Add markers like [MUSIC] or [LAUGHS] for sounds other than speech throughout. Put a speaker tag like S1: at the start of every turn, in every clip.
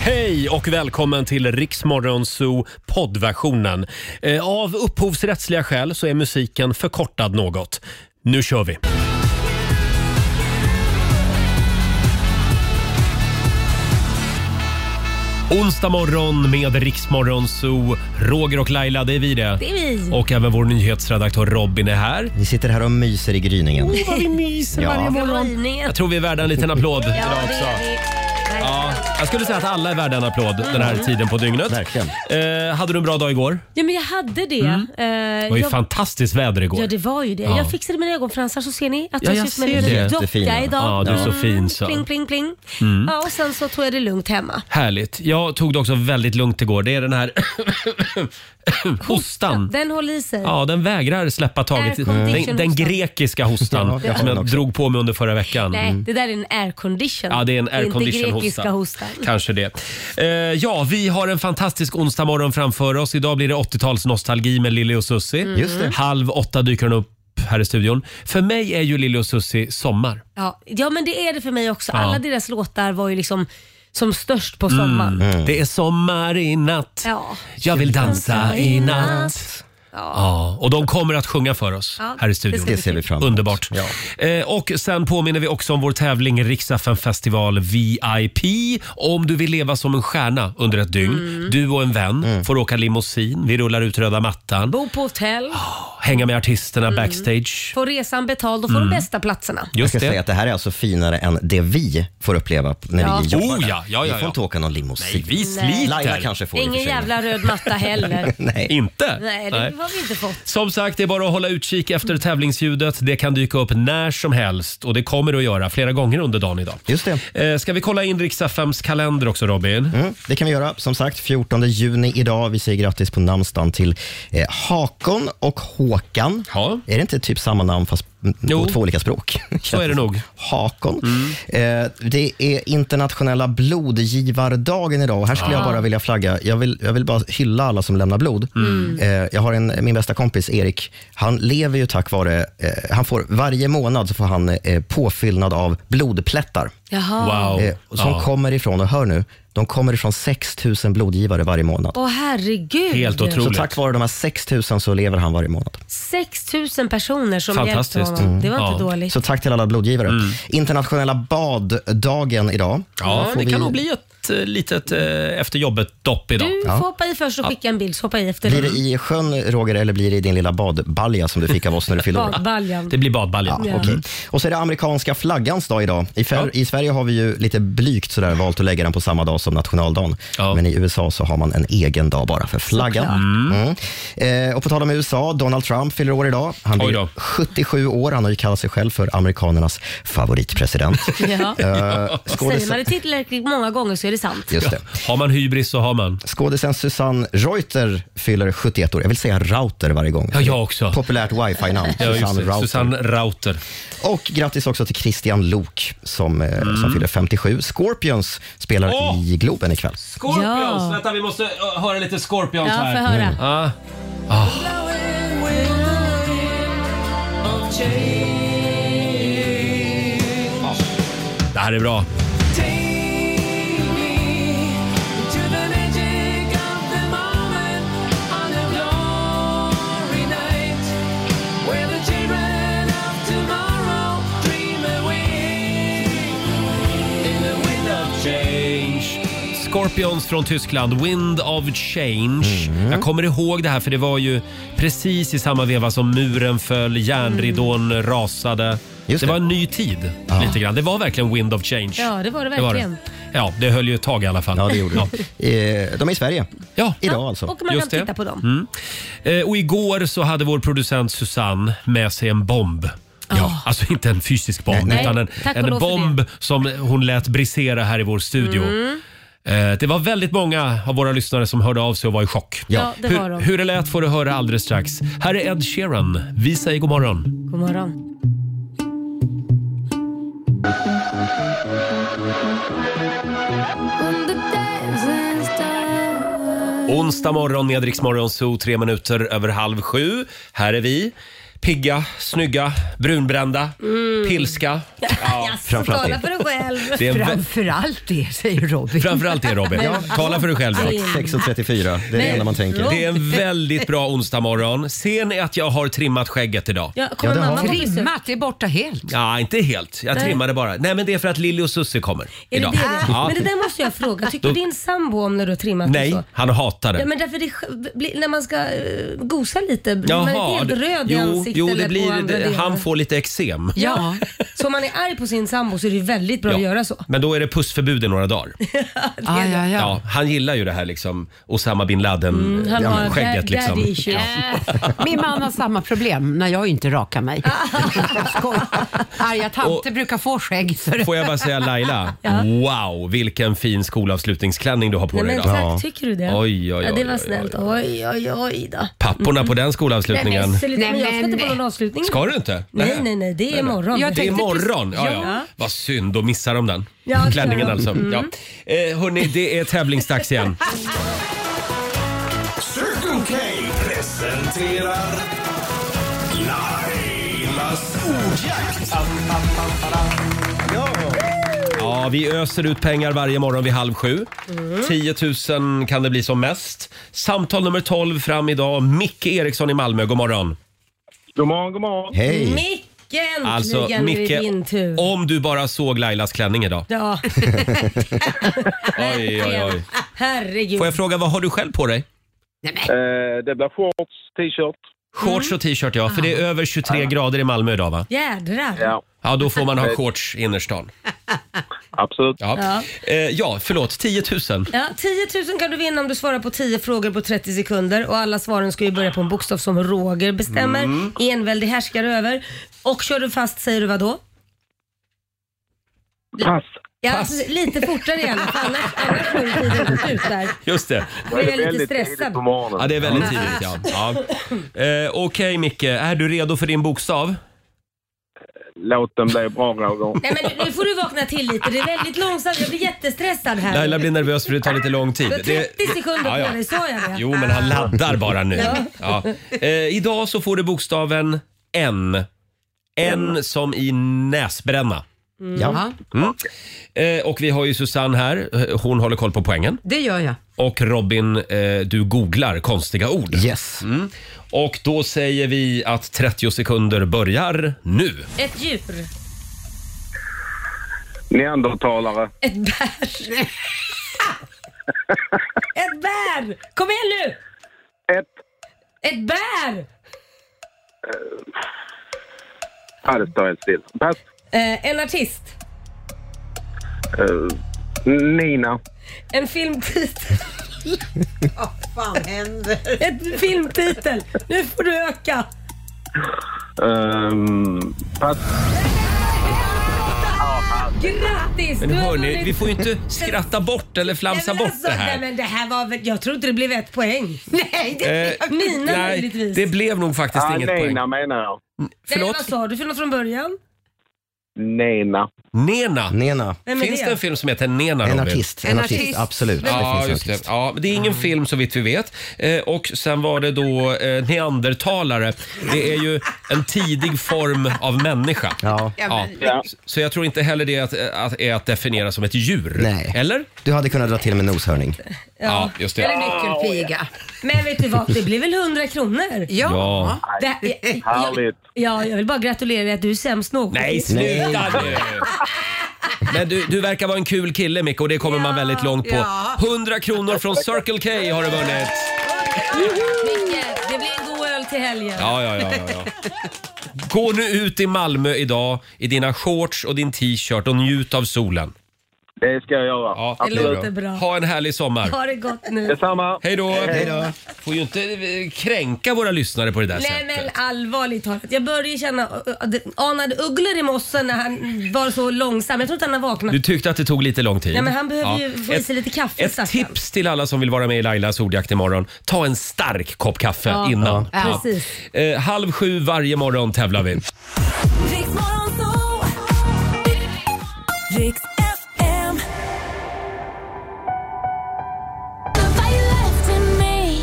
S1: Hej och välkommen till Riksmorgonzoo poddversionen. Eh, Av upphovsrättsliga skäl så är musiken förkortad något. Nu kör vi! Onsdag morgon med Riksmorgonzoo. Roger och Laila, det är vi det.
S2: Det är vi.
S1: Och även vår nyhetsredaktör Robin är här.
S3: Ni sitter här och myser i gryningen.
S2: Mm.
S1: Åh, vad vi myser
S3: Ja.
S1: varje morgon.
S2: Gryningen.
S1: Jag tror vi är värda en liten applåd idag
S2: Ja, det
S1: också.
S2: är vi.
S1: Ja, jag skulle säga att alla är värda en applåd den här tiden på dygnet.
S3: Verkligen.
S1: Eh, hade du en bra dag igår?
S2: Ja, men jag hade det. Eh,
S1: Mm. Det var ju
S2: jag-
S1: fantastiskt väder igår.
S2: Ja, det var ju det.
S1: Ja.
S2: Jag fixade mina ögonfransar så ser ni att
S1: Ja,
S2: jag,
S1: jag
S2: ser ut
S1: ser
S2: som
S1: det.
S2: en liten docka
S3: Jättefina.
S2: idag. Mm.
S1: Ja, du är så fin så. Mm.
S2: Pling, pling, pling. Ja, och sen så tog jag det lugnt hemma.
S1: Härligt. Jag tog det också väldigt lugnt igår. Det är
S2: [COUGHS]
S1: den här hostan.
S2: Den håller i sig.
S1: Ja, den vägrar släppa taget.
S2: Air condition
S1: Den, den
S2: hostan.
S1: grekiska hostan
S3: Ja,
S1: som jag
S3: den också.
S1: drog på mig under förra veckan.
S2: Nej, det där är en aircondition.
S1: Mm. Ja, det är en
S2: Det
S1: aircondition
S2: Inte grekiska
S1: hosta.
S2: hostan.
S1: Kanske det. Eh, ja, vi har en fantastisk onsdag morgon framför oss. Idag blir det 80-talsnostalgi med Lili och Susie.
S3: Mm. Just det.
S1: Halv åtta dyker den upp här i studion. För mig är ju Lili och Susie sommar.
S2: Ja, ja, men det är det för mig också.
S1: Ja.
S2: Alla deras låtar var ju liksom som störst på sommaren.
S3: Mm.
S1: Det är sommar i natt.
S2: Ja.
S1: Jag vill dansa i natt. Ja, och de kommer att sjunga för oss
S2: Ja,
S1: här i
S2: det
S1: studion.
S3: Det ser vi fram emot.
S1: Underbart.
S3: Ja.
S1: Eh, och sen påminner vi också om vår tävling Riksdagen festival VIP. Om du vill leva som en stjärna under ett dygn.
S2: Mm.
S1: Du och en vän
S3: Mm.
S1: får åka limousin. Vi rullar ut röda mattan.
S2: Bo på hotell,
S1: Hänga med artisterna
S2: Mm.
S1: backstage.
S2: få resan betald och få
S1: Mm.
S2: de bästa platserna.
S3: Jag
S1: Just
S3: ska säga
S1: det.
S3: att det här är alltså finare än det vi får uppleva när
S2: Ja.
S3: vi jobbar
S1: Oh, ja,
S3: där.
S1: ja, ja,
S3: Vi får
S1: ja.
S3: inte åka någon limousin.
S1: Nej, vi sliter.
S3: Laila kanske får i och för
S2: Ingen
S3: sig.
S2: jävla röd matta heller.
S3: [LAUGHS] Nej.
S1: Inte?
S2: Nej, det har vi inte fått.
S1: Som sagt, det är bara att hålla utkik efter tävlingsljudet. Det kan dyka upp när som helst och det kommer det att göra flera gånger under dagen idag.
S3: Just det.
S1: Eh, ska vi kolla in Riksaffems kalender också Robin?
S3: Mm, det kan vi göra. Som sagt, 14 juni idag. Vi säger grattis på namnsdagen till eh, Hakon och Håkan.
S1: Ja.
S3: Är det inte typ samma namn fast m-
S1: Jo.
S3: på två olika språk?
S1: [LAUGHS] Så är det nog. Mm.
S3: Hakon. Eh, det är internationella blodgivardagen idag och här
S1: Ah.
S3: skulle jag bara vilja flagga. Jag vill, jag vill bara hylla alla som lämnar blod.
S1: Mm.
S3: Eh, jag har en, min bästa kompis Erik, han lever ju tack vare, eh, han får, varje månad så får han eh, påfyllnad av blodplättar.
S2: Jaha.
S1: Wow.
S3: Eh, som
S1: Ja.
S3: kommer ifrån, och hör nu, de kommer ifrån 6 000 blodgivare varje månad.
S2: Åh herregud.
S1: Helt otroligt.
S3: Så tack vare de här 6 000 så lever han varje månad.
S2: 6 000 personer som
S1: Fantastiskt.
S2: hjälpte honom. Det var
S1: Mm.
S2: inte
S1: Ja.
S2: dåligt.
S3: Så tack till alla blodgivare. Internationella baddagen idag.
S1: Mm. Ja,
S3: Då får
S1: det kan
S3: vi-
S1: nog bli ett eh, litet eh, efter jobbet-dopp idag.
S2: Du får hoppa i först och skicka en bild så hoppar jag i efter
S3: Blir
S2: dig.
S3: det i sjön, Roger, eller blir det i din lilla badbalja som du fick av oss när du fyllde år?
S2: Badbaljan.
S1: Det blir badbalja.
S2: Ja.
S3: Okej. Och så är det amerikanska flaggans dag idag. I, Fer- I Sverige har vi ju lite blygt sådär valt att lägga den på samma dag som nationaldagen.
S1: Ja.
S3: Men i USA så har man en egen dag bara för flaggan. Mm. Eh, och på tal om USA, Donald Trump fyller år idag. Han
S1: Oj
S3: blir
S1: då.
S3: 77 år. Han har ju kallat sig själv för amerikanernas
S1: [LAUGHS]
S3: favoritpresident.
S2: Ja.
S3: Eh,
S2: Säger man
S3: skådisen,
S2: det tillräckligt många gånger så är det sant.
S3: just det.
S1: Har man hybris så har man.
S3: skådisen Susanne Reuter fyller 71 år. Jag vill säga Rauter varje gång.
S1: Ja, jag också.
S3: Populärt wifi-namn.
S1: Ja, just
S3: Susanne
S1: det.
S3: Rauter.
S1: Susanne Rauter.
S3: Och grattis också till Christian Lok som, eh, som fyller 57. Scorpions spelar
S1: Mm. Åh!
S3: i Globen ikväll.
S1: Scorpions!
S2: Ja.
S1: Vänta, vi måste ö, höra lite Scorpions
S2: Ja,
S1: här.
S2: får höra.
S3: Mm.
S1: Ja. Ja. Det här är bra. Scorpions från Tyskland, Wind of Change.
S3: Mm.
S1: Jag kommer ihåg det här för det var ju precis i samma veva som muren föll, järnridån
S2: Mm.
S1: rasade.
S3: Just
S1: det.
S3: det.
S1: var en ny tid lite grann. Det var verkligen Wind of Change.
S2: Ja, det var det verkligen.
S1: Ja, det höll ju ett tag i alla fall.
S3: Ja, det gjorde
S1: Ja.
S3: de. [LAUGHS] Eh, De är i Sverige
S1: Ja.
S3: idag alltså.
S2: Och man
S1: Just det.
S2: kan titta på dem.
S1: Eh, Och igår så hade vår producent Susanne med sig en bomb. Ja. Alltså inte en fysisk bomb
S2: Ah. Nej,
S1: utan en,
S2: tack och
S1: en
S2: lov för
S1: bomb som hon lät brisera här i vår studio.
S2: Mm.
S1: Eh, Det var väldigt många av våra lyssnare som hörde av sig och var i chock.
S2: Ja, det var
S1: Hur,
S2: de.
S1: hur det lät får du höra alldeles strax. Här är Ed Sheeran. Vi säger god morgon.
S2: God morgon.
S1: Onsdag morgon med Rix Morgon Zoo, tre minuter över halv sju. Här är vi. Pigga, snygga, brunbrända,
S2: Mm.
S1: pilska.
S2: Ja,
S3: framförallt
S2: tala
S3: det.
S2: för dig själv.
S1: Det är en vä-
S4: Framförallt det, säger Robin.
S1: Framförallt
S2: [LAUGHS]
S1: det Robin. Tala för dig själv. Rob.
S3: 6.34, det är det
S2: Nej.
S3: enda man tänker.
S1: Det är en väldigt bra onsdagmorgon. Ser ni att jag har trimmat skägget idag?
S2: Ja, kommer
S3: Ja, det har
S2: mamma på besök?
S4: Trimmat, det är borta helt.
S1: Ja, inte helt. Jag trimmade bara. Nej, men det är för att Lilly och Susie kommer
S2: Är det
S1: idag.
S2: det? det?
S1: Ja.
S2: Men det där måste jag fråga. Tycker din sambo om när du har trimmat och
S1: Nej,
S2: så?
S1: han hatar det.
S2: Ja, men därför det sj- blir- när man ska eh, gosa lite, blir man
S1: Jaha,
S2: inte helt
S1: det-
S2: röd i
S1: jo,
S2: ansiktet
S1: jo, det
S2: eller på
S1: blir,
S2: andra
S1: det,
S2: delar?
S1: han får lite eksem.
S4: Ja.
S2: Så om man är arg på sin sambo så är det ju väldigt bra
S1: Ja.
S2: att göra så.
S1: Men då är det pussförbud i några dagar.
S4: Ah, ja, ja.
S1: Ja, han gillar ju det här liksom Osama bin Laden-skägget.
S2: Mm, Han har dad-
S1: liksom.
S2: daddy issues.
S4: Eh, Min man har samma problem när jag inte
S1: [LAUGHS]
S4: rakar mig. Jag skojar. Arga tanter brukar få skägg. Så det...
S1: Får jag bara
S2: [LAUGHS]
S1: säga Laila, wow vilken fin skolavslutningsklänning du har på
S2: Nej,
S1: dig
S2: men
S1: idag.
S2: tack,
S3: Ja.
S2: tycker du det?
S1: Oj, oj, oj,
S2: ja, det
S1: oj,
S2: var
S1: oj,
S2: snällt. Oj, oj, oj då.
S1: Papporna på den
S2: Mm. Nej, men,
S1: skolavslutningen.
S2: sluta, men jag ska
S4: Nej,
S2: inte
S4: men-
S2: på någon avslutning.
S1: Ska du inte?
S2: Nej, nej, nej, det är imorgon.
S4: Jag
S1: Det är
S4: tänkte
S1: imorgon? Ja, ja.
S2: Ja.
S1: Vad synd, då missar de den.
S2: Ja, det
S1: Klänningen
S2: gör de.
S1: alltså. Ja. Eh, hörni, det är tävlingsdags igen.
S5: [LAUGHS] Circle K presenterar Lailas ordjakt.
S1: Ja, vi öser ut pengar varje morgon vid halv sju. 10 000 kan det bli som mest. Samtal nummer 12 fram idag. Micke Eriksson i Malmö, god morgon.
S6: God morgon, god morgon.
S1: Mm.
S3: Hej!
S2: Micke, äntligen
S1: Alltså
S2: är det
S1: Micke,
S2: din tur.
S1: om du bara såg Lailas klänning [LAUGHS] idag.
S2: Ja.
S1: Oj, oj, oj.
S2: Herregud.
S1: Får jag fråga, vad har du själv på dig?
S6: Eh, det blir shorts, t-shirt.
S1: Shorts och t-shirt Mm. ja, för det är över 23 grader i Malmö idag va?
S2: Jädrar.
S6: Ja,
S1: Ja, då får [LAUGHS] man ha shorts i innerstan.
S6: absolut.
S1: Ja,
S2: Ja.
S1: Eh, ja förlåt, 10 000.
S2: Ja, 10 000 kan du vinna om du svarar på 10 frågor på 30 sekunder och alla svaren ska ju börja på en bokstav som Roger bestämmer.
S1: Mm.
S2: Enväldig härskar över. Och kör du fast säger du vad då?
S6: Pass.
S2: Ja, alltså, lite fortare i alla fall, annars, annars får ju tiden gått ut där.
S1: Just det.
S2: Då är jag lite
S6: Väldigt tidigt
S2: stressad.
S6: på morgonen.
S1: Ja, det är väldigt tidigt ja. ja. Eh, Okej Micke, är du redo för din bokstav?
S6: Låt den bli bra, Roger.
S2: Nej men nu får du vakna till lite, det är väldigt långsamt, jag blir jättestressad här.
S1: Laila blir nervös för det tar lite lång tid.
S2: Du har 30 sekunder på dig, sa jag det?
S1: Jo, men han laddar bara nu. Ja. Eh, idag så får du bokstaven N. N som i näsbränna.
S3: Ja.
S4: Ja,
S1: Eh, och vi har ju Susanne här. Eh, Hon håller koll på poängen.
S4: det gör jag.
S1: Och Robin, eh, du googlar konstiga ord.
S3: Yes.
S1: Och då säger vi att 30 sekunder börjar nu.
S2: Ett djur,
S6: Neandertalare.
S2: ett bär.
S1: [LAUGHS]
S2: ett bär! Kom igen nu!
S6: Ett.
S2: Ett bär!
S6: Ja, det står helt still. Pass.
S2: Eh, en artist,
S6: Eh, Nina.
S2: en filmtitel. Vad fan händer? Ett filmtitel. Nu får du öka.
S6: Ehm, pass.
S2: Grattis!
S1: Men
S2: du har
S1: hörni,
S2: vunnit-
S1: vi får ju inte [LAUGHS] skratta bort eller
S2: Nej,
S1: flamsa
S2: men
S1: bort
S2: alltså,
S1: det
S2: Nej,
S1: här.
S2: men det här var väl... Jag tror inte det blev ett poäng. [LAUGHS] Nej, det...
S1: Eh,
S2: Mina
S1: nej,
S2: möjligtvis. alltså-
S1: det blev nog faktiskt
S6: Ah,
S1: inget
S6: Nina
S1: poäng.
S6: menar jag.
S2: Nej,
S1: Förlåt?
S2: vad sa du för något från början?
S6: Nina.
S1: Nena.
S3: Nena.
S2: Vem är
S1: Finns det
S2: det?
S1: en film som heter Nena,
S3: En
S1: Robin?
S3: artist. En,
S4: En
S3: artist.
S4: artist.
S3: absolut.
S1: Ja,
S3: en
S1: just det.
S3: artist.
S1: Ja, men det är ingen film så vitt vi vet. Eh, och sen var det då eh, neandertalare. Det är ju en tidig form av människa.
S3: Ja.
S1: Ja.
S6: Ja.
S1: Så jag tror inte heller det är att, att, är att definiera som ett djur.
S3: Nej.
S1: Eller?
S3: Du hade kunnat dra till med noshörning.
S1: Ja, just det.
S4: Eller nyckelpiga.
S2: Men vet du vad? Det blev väl 100 kronor?
S4: Ja.
S1: Ja.
S2: Det, jag, jag,
S6: Härligt.
S2: ja, jag vill bara gratulera dig att du är sämst nog.
S1: Nej, sluta nu! Men du, du verkar vara en kul kille Micke och det kommer man väldigt långt på.
S4: ja.
S1: 100 kronor från Circle K har du vunnit.
S2: Micke, det blir en god öl till helgen.
S1: Ja, ja, ja, ja, ja. Gå nu ut i Malmö idag i dina shorts och din t-shirt och njut av solen.
S6: Det ska jag göra.
S1: Ja,
S2: det låter bra.
S1: Ha en härlig sommar.
S2: Ha det gott nu.
S6: Detsamma.
S1: Hej då!
S3: då.
S1: Får ju inte eh, kränka våra lyssnare på det där
S2: Nej men
S1: sättet.
S2: allvarligt talat, jag började ju känna, ö, ö, det- anade ugglor i mossen när han var så långsam. Jag tror inte han har vaknat.
S1: Du tyckte att det tog lite lång tid.
S2: Nej men han behöver ju få i
S1: Ett-
S2: sig lite kaffe
S1: Ett
S2: stackarn.
S1: tips till alla som vill vara med i Lailas ordjakt imorgon. Ta en stark kopp kaffe innan.
S2: Ja, precis.
S1: Eh, halv sju varje morgon tävlar vi.
S7: Riks FM. Nobody left in me.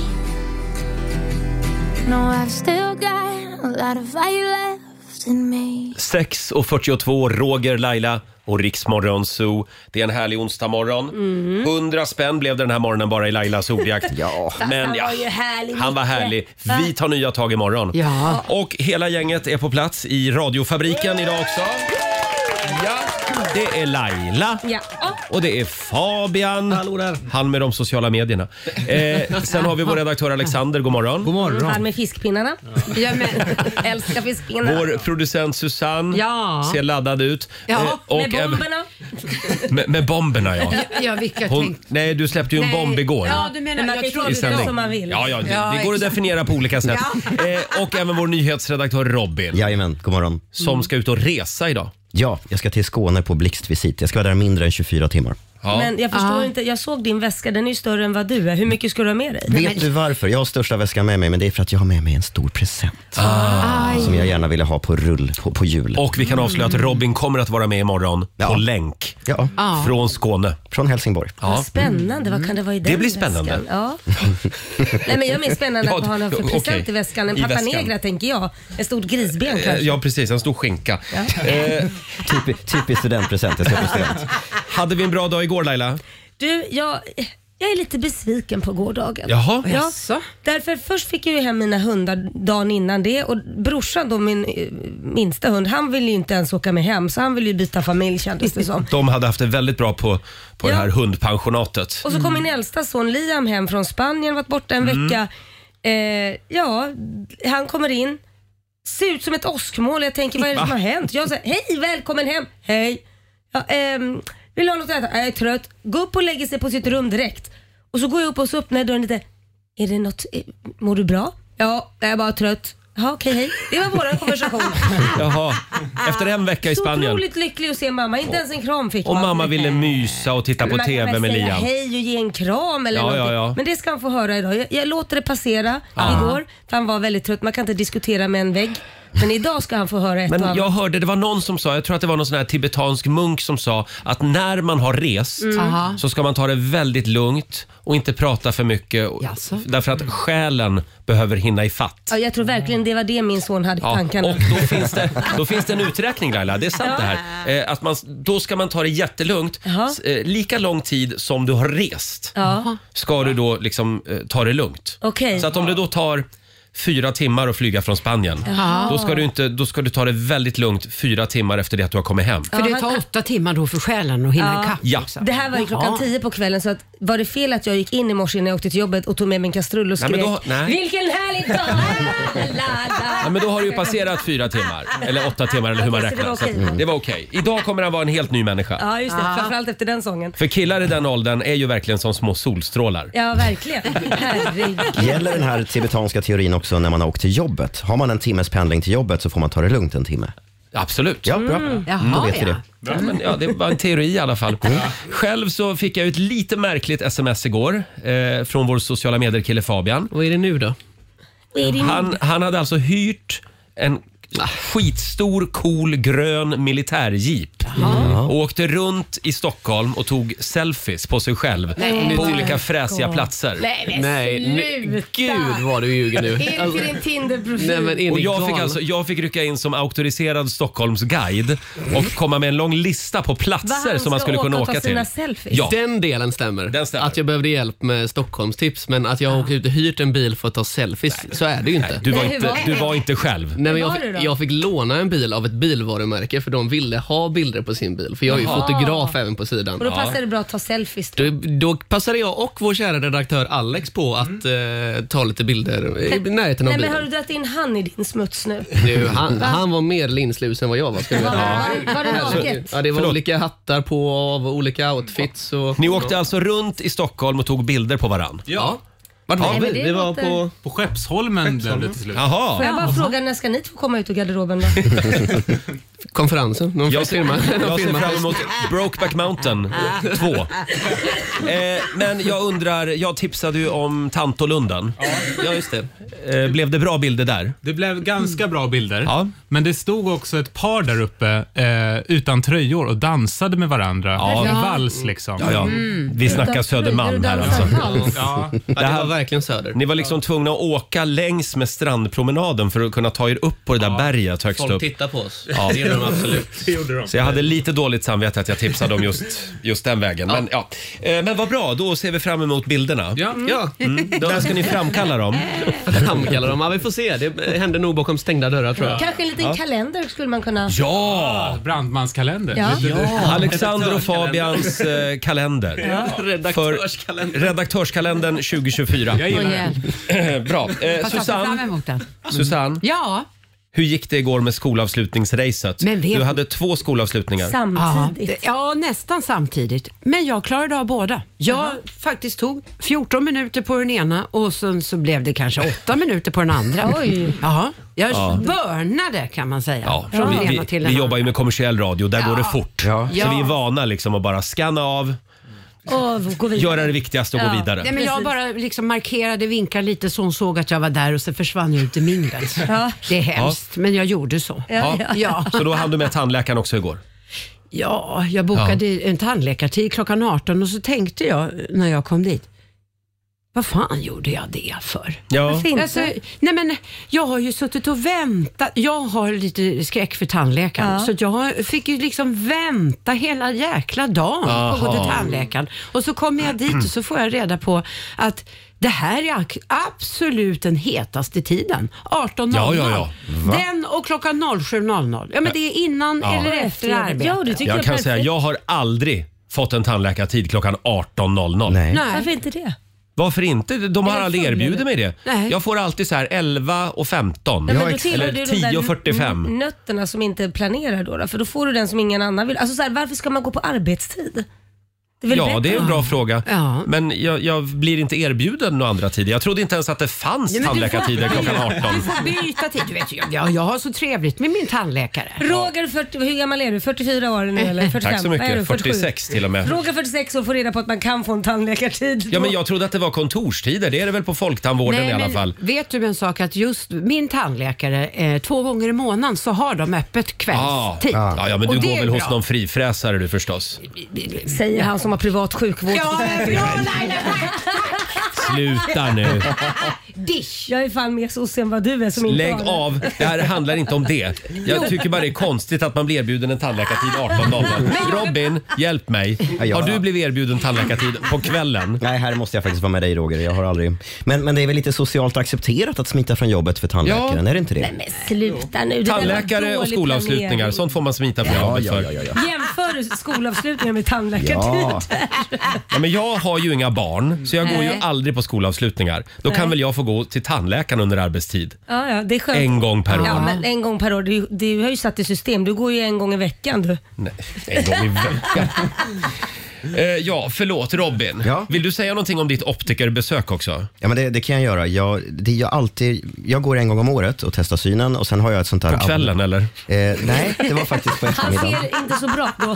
S7: No, I've still got a lot of fire left in me.
S1: 6.42, Roger, Laila och Riksmorgon Zoo. Det är en härlig onsdagmorgon.
S2: Mm.
S1: 100 spänn blev det den här morgonen bara i
S2: [LAUGHS]
S1: Lailas ordjakt. ja. Men
S2: Han
S1: ja,
S2: var ju härlig,
S1: han var
S2: Micke.
S1: härlig.
S2: Va?
S1: Vi tar nya tag imorgon.
S4: Ja.
S1: Och hela gänget är på plats i radiofabriken idag också. Ja, det är Laila.
S2: Ja. Ja.
S1: Och det är Fabian. Han med de sociala [LAUGHS] medierna. Eh, sen har vi vår redaktör Alexander. God morgon.
S2: Han med fiskpinnarna.
S4: Ja, men,
S2: [LAUGHS] Älskar fiskpinnar.
S1: Vår producent Susanne
S4: Ja.
S1: ser laddad ut.
S4: Ja,
S1: Eh,
S4: med
S2: Med
S1: även-
S2: bomberna.
S1: Med, med bomberna ja.
S4: ja, vilka
S1: Hon,
S4: tänkte...
S1: nej, du släppte ju en bomb igår.
S4: Ja, du
S2: Men man
S4: menar...
S2: kan ju
S4: Jag
S2: ta
S4: tror
S1: I
S2: det
S1: sändning.
S2: som man vill.
S1: Ja, ja, det,
S4: Ja,
S1: det går att
S4: exakt.
S1: definiera på olika sätt.
S4: Ja.
S1: Eh, och även vår nyhetsredaktör Robin
S3: Jajamän, god morgon.
S1: som ska ut och resa idag.
S3: Ja, jag ska till Skåne på blixtvisit. Jag ska vara där mindre än 24 timmar.
S1: Ja.
S2: Men jag förstår
S4: Ja.
S2: inte, jag såg din väska, den är ju större än vad du är. Hur mycket ska du ha med dig?
S3: Vet du varför? Jag har största väskan med mig, men det är för att jag har med mig en stor present. Som jag gärna ville ha på rull, på, på jul.
S1: Ah. Och vi kan avslöja att
S4: Mm.
S1: Robin kommer att vara med imorgon på
S3: Ja.
S1: länk
S3: Ja,
S1: från Skåne. Eh,
S3: från Helsingborg.
S1: Ja.
S2: Vad spännande, vad kan det vara i den
S1: blir spännande.
S2: väskan?
S1: [LAUGHS]
S2: Ja. Nej men jag är mer spännande
S1: Ja,
S2: att ha någon för present
S1: okej.
S2: i väskan. En
S1: I
S2: pata
S1: väskan.
S2: negra tänker jag. Ett stort grisben
S1: Eh,
S2: kanske.
S1: Ja, precis. En stor skinka. Eh,
S3: Typisk, typisk studentpresent. Jag ska få student.
S1: hade vi en bra dag igår Laila?
S2: Du, jag, jag är lite besviken på gårdagen.
S1: Jaha.
S2: Ja,
S4: Jaså?
S2: därför först fick jag ju hem mina hundar dagen innan det och brorsan då, min eh, minsta hund, han ville ju inte ens åka med hem så han ville ju byta familj kändes det som.
S1: De hade haft det väldigt bra på, på det
S2: Ja.
S1: här hundpensionatet.
S2: Och så kom
S1: Mm.
S2: min äldsta son Liam hem från Spanien, varit borta en vecka. Eh, ja, han kommer in, ser ut som ett åskmål. Jag tänker, vad är det som har hänt? Jag säger, hej välkommen hem, hej. Ja, ehm, vill du ha något att äta? "Nej, Jag är trött. Gå upp och lägger sig på sitt rum direkt. Och så går jag upp och så öppnar jag dörren lite. Är det något, eh, mår du bra? Ja, jag är bara trött. Ja, okej, hej. Det var vår konversation.
S1: Jaha. Efter en vecka [LAUGHS] i
S2: Så
S1: Spanien.
S2: otroligt lycklig att se mamma. Inte ens en kram fick
S1: Och
S2: man. Eh.
S1: mamma ville mysa och titta på
S2: Man kan
S1: TV
S2: väl
S1: med
S2: säga
S1: Liam.
S2: hej och ge en kram eller
S1: Ja,
S2: någonting.
S1: ja, ja.
S2: Men det ska han få höra idag. Jag, jag låter det passera igår, för han var väldigt trött. Man kan inte diskutera med en vägg. Men idag ska han få höra ett och
S1: Men
S2: annat.
S1: jag hörde, det var någon som sa, jag tror att det var någon sån här tibetansk munk som sa att när man har rest
S2: Mm.
S4: Aha.
S1: så ska man ta det väldigt lugnt och inte prata för mycket. och-
S4: Jaså?
S1: Därför att själen behöver hinna i fatt.
S2: Ja, jag tror verkligen det var det min son hade i
S1: Ja,
S2: tankarna.
S1: och då finns, det, då finns det en uträkning Laila, det är sant det här. Eh, att man, då ska man ta det jättelugnt.
S2: Jaha.
S1: S- eh, Lika lång tid som du har rest
S2: Ja.
S1: ska du då liksom eh, ta det lugnt.
S2: Okej.
S1: Så att om det då tar fyra timmar att flyga från Spanien, då ska, du inte, då ska du ta det väldigt lugnt fyra timmar efter det att du har kommit hem.
S4: För det tar åtta timmar då för själen att hinna ikapp.
S1: Ja.
S4: också.
S2: Det här var ju klockan
S4: Jaha.
S2: tio på kvällen så att, var det fel att jag gick in i morse innan jag åkte till jobbet och tog med min kastrull och
S1: Nej,
S2: skrek
S1: men då- nej.
S2: “Vilken härlig dag!”
S1: [LAUGHS]
S2: la, la.
S1: Ja, men då har du ju passerat fyra timmar, eller åtta timmar eller hur man
S2: Ja, så det var
S1: räknar. Så
S2: okej.
S1: att det var okej. Idag kommer han vara en helt ny människa.
S2: Ja just det, framförallt efter den sången.
S1: För killar i den åldern är ju verkligen som små solstrålar.
S2: Ja
S1: [LAUGHS]
S2: verkligen. Herregud.
S3: Gäller den här tibetanska teorin också när man har åkt till jobbet? Har man en timmes pendling till jobbet så får man ta det lugnt en timme.
S1: Absolut.
S3: Ja, bra.
S1: Mm.
S3: Då
S4: Jaha,
S3: vet vi
S4: ja.
S3: det.
S1: Ja, men, ja, det var en teori i alla fall. Själv så fick jag ett lite märkligt sms igår eh, från vår sociala medier-kille Fabian.
S8: Vad är det nu då?
S1: Han, han hade alltså hyrt en skitstor, cool, grön militärjeep. Och åkte runt i Stockholm och tog selfies på sig själv på olika fräsiga platser.
S8: Nej, nej, gud vad du ljuger nu.
S2: Är det till din Tinder-profil?
S8: Nej, men är
S1: Och
S8: ni
S1: jag fick,
S8: galna?
S1: alltså, jag fick rycka in som auktoriserad Stockholmsguide och komma med en lång lista på
S2: Vad
S1: platser
S2: han
S1: som man
S2: ska
S1: skulle kunna
S2: åka och ta
S1: åka till.
S2: sina selfies.
S1: Ja.
S8: Den delen stämmer.
S1: Den stämmer.
S8: Att jag behövde hjälp med Stockholmstips, men att jag har åkt ut och hyrt en bil för att ta selfies, så är det ju inte.
S1: Du var
S2: Nej, hur
S1: inte,
S2: var det?
S1: du var inte själv.
S8: Nej, men
S2: Vad
S8: jag,
S2: var det
S8: fick,
S2: då?
S8: jag fick låna en bil av ett bilvarumärke för de ville ha bilder på sin bil. För jag är ju
S1: Jaha.
S8: fotograf även på sidan.
S2: Och då passar det bra att ta selfies. Då.
S8: Då, då passade jag och vår kära redaktör Alex på att
S1: Mm.
S8: eh, ta lite bilder i närheten av
S2: Nej men har du
S8: bilen.
S2: dragit in han i din smuts nu?
S8: Du, han, han var mer linslus än vad jag var. Ska du
S2: Var,
S8: veta.
S2: var, var det naket?
S8: Ja, det var
S1: Förlåt.
S8: olika hattar på och av och olika outfits. Och,
S1: Ni åkte alltså runt i Stockholm och tog bilder på varann?
S8: Ja. Vart var
S2: Nej, men
S8: vi?
S2: det
S8: Vi var
S2: låter-
S8: på...
S9: På Skeppsholmen blev det till slut.
S1: Jaha.
S2: Får jag bara fråga när ska ni få komma ut ur garderoben då?
S8: konferensen.
S1: [LAUGHS]
S8: Någon
S1: Jag
S8: jag
S1: ser,
S8: firma.
S1: jag ser fram emot Brokeback Mountain [LAUGHS] 2. Eh, men jag undrar, jag tipsade ju om Tantolunden.
S8: Ja, just det.
S1: eh, blev det bra bilder där?
S9: Det blev ganska bra bilder.
S1: Ja.
S9: Men det stod också ett par där uppe eh, utan tröjor och dansade med varandra.
S1: Ja.
S9: En vals liksom.
S1: Ja, ja. Vi snackar
S2: Utan tröjor
S1: Södermalm
S2: och
S1: här
S2: dansar
S1: alltså.
S2: vals.
S9: Ja.
S8: Ja, det var verkligen söder.
S1: Ni var liksom tvungna att åka längs med strandpromenaden för att kunna ta er upp på det där berget högst
S8: Folk
S1: upp.
S8: tittar på oss.
S1: Ja.
S8: Det gör de absolut.
S9: [LAUGHS] Det gjorde de.
S1: Så jag hade lite dåligt samvete att jag tipsade om just, just den vägen. Men, ja. Eh, Men vad bra, då ser vi fram emot bilderna.
S9: Ja.
S8: Ja,
S1: [LAUGHS] Där ska ni framkalla dem.
S8: framkallar de. Ja, vi får se. Det händer nog bakom stängda dörrar tror jag.
S2: Kanske en liten kalender skulle man kunna...
S1: Ja!
S9: Brandmanskalender.
S2: Ja.
S9: Lite-
S1: Alexander och Fabians eh, kalender.
S8: [LAUGHS] Redaktörskalender.
S1: För redaktörskalendern 2024.
S9: Jag gillar
S4: Åh,
S9: det.
S4: hjälp.
S1: Bra. Eh,
S4: Fast alltså, jag ser fram
S1: Susanne,
S4: emot den.
S1: Susanne,
S4: Ja,
S1: hur gick det igår med skolavslutningsracet?
S4: Men vet-
S1: Du hade två skolavslutningar.
S4: ja,
S2: Samtidigt.
S4: det- ja, nästan samtidigt. Men jag klarade av båda. Jag faktiskt tog 14 minuter på den ena och sen så blev det kanske
S1: [LAUGHS]
S4: 8 minuter på den andra.
S2: Oj.
S4: Ja, jag börnade kan man säga.
S1: Ja,
S4: från den
S1: vi,
S4: ena
S1: vi,
S4: till den
S1: vi jobbar ju
S4: andra.
S1: med kommersiell radio, där går det fort. Så
S4: Ja.
S1: vi är vana liksom att bara scanna av,
S2: Och gå vidare.
S1: göra det viktigaste och gå
S2: Ja.
S1: vidare.
S4: Nej, men jag
S2: Precis.
S4: bara liksom markerade, vinkade lite så hon såg att jag var där och sen försvann jag ut i minglet.
S2: Ja.
S4: Det är hemskt, men jag gjorde så.
S1: Ja.
S4: Ja.
S1: Så då hann du med tandläkaren också igår?
S4: Ja, jag bokade en tandläkartid klockan 18 och så tänkte jag när jag kom dit, vad fan gjorde jag det för?
S1: Ja.
S2: Varför inte?
S4: Alltså, nej men, jag har ju suttit och väntat. Jag har lite skräck för tandläkaren.
S2: Ja.
S4: Så att jag har- fick ju liksom vänta hela jäkla dagen på att gå till tandläkaren. Och så kommer jag dit och så får jag reda på att det här är ak- absolut den hetaste tiden.
S1: Ja,
S4: 18.00.
S1: ja, ja.
S4: Den och klockan 07.00. Ja, men det är innan eller efter arbete.
S2: Ja, det tycker jag,
S1: Jag kan
S2: är
S1: säga,
S2: perfekt.
S1: jag har aldrig fått en tandläkartid klockan 18.00.
S3: Nej.
S4: Nej.
S2: Varför inte det?
S1: Varför inte? De har
S2: Är det
S1: aldrig
S2: full,
S1: erbjudit mig det.
S4: Nej.
S1: Jag får alltid så här 11 och 15.
S2: Nej, men då
S3: exakt.
S2: tillhör
S1: Eller
S2: du de där
S4: Mm,
S1: 10.45.
S2: n- Nötterna som inte planerar då, då, för då får du den som ingen annan vill. Alltså så här, varför ska man gå på arbetstid? Det är väl
S1: Ja,
S2: bättre?
S1: det är en bra fråga.
S4: Ja.
S1: Men jag, jag blir inte erbjuden några andra tider. Jag trodde inte ens att det fanns
S4: Nej, men du får-
S1: tandläkartider klockan 18.
S4: Du får byta tid. Du vet, ju, jag, jag har så trevligt med min tandläkare.
S2: Roger, 40, hur gammal är du? 44 år nu eller 45?
S1: Eh, Tack så
S2: Vad är du,
S1: mycket.
S2: 47?
S1: 46 till och med.
S2: Roger 46 år får reda på att man kan få en tandläkartid.
S1: Ja, men jag trodde att det var kontorstider. Det är det väl på Folktandvården i alla
S4: men
S1: fall?
S4: Vet du en sak att just min tandläkare, eh, två gånger i månaden så har de öppet typ.
S1: Ah.
S4: kvällstid.
S1: Ja, ja, men
S4: Och
S1: du
S4: det
S1: går
S4: är
S1: väl hos
S4: bra.
S1: någon frifräsare du förstås?
S2: Säger han som har privat sjukvård.
S4: Ja, men bra Laila!
S1: Sluta
S4: [LAUGHS]
S1: nu.
S4: Dish!
S2: Jag är fan mer sosse än vad du är som inte
S1: Lägg
S2: har det.
S1: av. Det här handlar inte om det. Jag tycker bara det är konstigt att man blir erbjuden en tandläkartid 18.00. Robin, hjälp mig.
S3: ja.
S1: Har du blivit erbjuden tandläkartid på kvällen?
S3: Nej, här måste jag faktiskt vara med dig Roger. Jag har aldrig... men, men det är väl lite socialt accepterat att smita från jobbet för tandläkaren?
S1: Ja.
S3: Är det inte det?
S2: Men sluta nu. det där var
S1: Tandläkare och
S2: dålig
S1: skolavslutningar,
S2: planering.
S1: sånt får man smita på
S3: ja,
S1: jobbet
S3: ja,
S1: för.
S3: ja, ja, ja.
S2: Jämför skolavslutningar med tandläkartid.
S3: Ja.
S1: Ja, men jag har ju inga barn, så jag går ju
S2: Nej.
S1: aldrig på skolavslutningar. Då kan väl jag få gå till tandläkaren under arbetstid.
S2: Ja, ja, det är skönt.
S1: En gång per
S2: Ja,
S1: år.
S2: men en gång per år. Du, du har ju satt i system. Du går ju en gång i veckan du.
S1: Nej, en gång i veckan.
S3: [LAUGHS]
S1: Eh, ja, förlåt Robin.
S3: Ja.
S1: Vill du säga någonting om ditt optikerbesök också?
S3: Ja, men det, det kan jag göra. Jag, det, jag, alltid, jag går en gång om året och testar synen och sen har jag ett sånt där...
S1: På kvällen eller?
S3: Eh, nej, det var faktiskt på
S2: Han
S3: eftermiddagen.
S2: ser inte så bra då.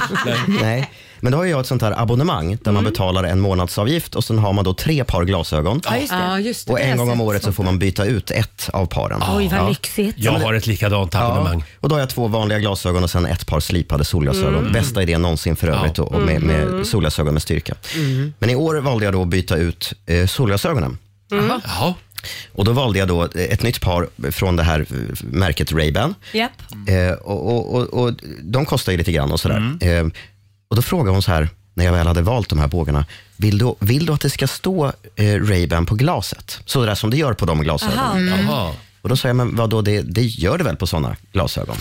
S3: Nej, men då har jag ett sånt här abonnemang där
S4: Mm.
S3: man betalar en månadsavgift och sen har man då tre par glasögon.
S4: Ja, just det.
S3: Och en
S4: Det
S3: gång om
S4: ser-
S3: året så får man byta ut ett av paren.
S2: Oj, vad
S3: Ja.
S2: lyxigt.
S1: Jag har ett likadant abonnemang.
S3: Ja, och då har jag två vanliga glasögon och sen ett par slipade solglasögon.
S4: Mm.
S3: Bästa idén någonsin för övrigt och- och med, med solglasögon med styrka.
S4: Mm.
S3: Men i år valde jag då att byta ut eh, solglasögonen.
S1: Jaha.
S3: Och då valde jag då ett nytt par från det här eh, märket Ray-Ban.
S2: Japp.
S3: Eh, och, och, och, och de kostar ju lite grann och sådär. Eh, och då frågade hon så här, när jag väl hade valt de här bågarna, vill du, vill du att det ska stå eh, Ray-Ban på glaset? Så där som det gör på de glasögonen.
S2: Aha.
S1: Jaha.
S3: Och då sa jag, men vadå, det, det gör det väl på sådana glasögon?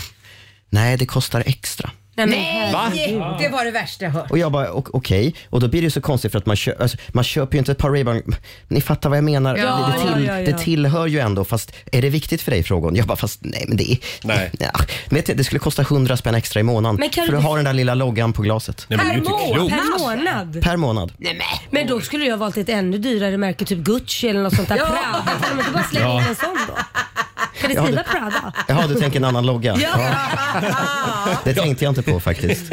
S3: Nej, det kostar extra.
S2: Nej, men,
S1: Va?
S4: Det var det värsta jag hört.
S3: Och jag bara, "Ok- okej. Och då blir det ju så konstigt för att man, kö alltså, man köper ju inte ett par Ray-Ban. Ni fattar vad jag menar.
S2: Ja,
S3: det, det, till
S2: ja, ja, ja.
S3: det tillhör ju ändå, fast är det viktigt för dig frågan? Jag bara, fast nej men det är...
S1: Nej.
S3: Ja, vet du, det skulle kosta 100 spänn extra i månaden
S2: Men kan
S3: för
S2: du-
S3: att ha den där lilla loggan på glaset.
S1: Nej, men det är ju inte
S2: per, må,
S1: klokt.
S2: per månad.
S3: Per månad.
S2: Men då skulle jag valt ett ännu dyrare märke, typ Gucci eller något sånt där. Prada. Kan de inte bara slänga in en sån då? Kan det skriva Prada?
S1: Eh,
S3: Jaha, du tänker en annan logga? Ja. Det tänkte jag inte på faktiskt.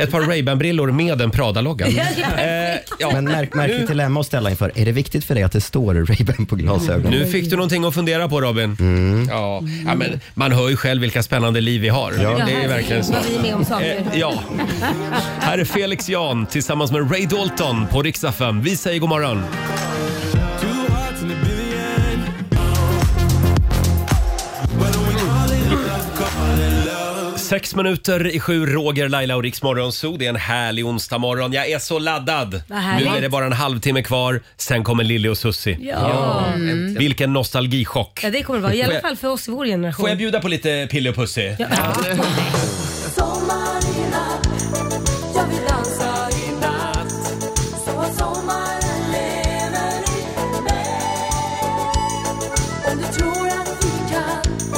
S1: ett par Ray-Ban-brillor med en Prada-logga. Eh, ja.
S3: Men märk, märkligt
S1: Nu-
S3: dilemma att ställa inför. Är det viktigt för dig att det står Ray-Ban på glasögonen?
S1: Nu fick du någonting att fundera på Robin. Ja. ja, men man hör ju själv vilka spännande liv vi har. Det är ju verkligen så.
S2: Vad vi är med om saker.
S1: Eh, ja. Här är Felix Jan tillsammans med Ray Dalton på Rix FM. Vi säger god morgon. Sex minuter i sju, Roger, Laila och Rix Morgonzoo. Det är en härlig onsdag morgon. Jag är så laddad.
S2: Vad härligt.
S1: Nu är det bara en halvtimme kvar, sen kommer Lilly och Susie.
S2: Ja.
S1: Vilken nostalgichock.
S2: Mm. ja, det kommer det vara. I alla fall för oss i vår
S1: Får jag
S2: generation.
S1: bjuda på lite Pille och Pussy?
S7: Sommar i natt, jag vill dansa i natt Så att sommaren lever i mig Om du tror att vi kan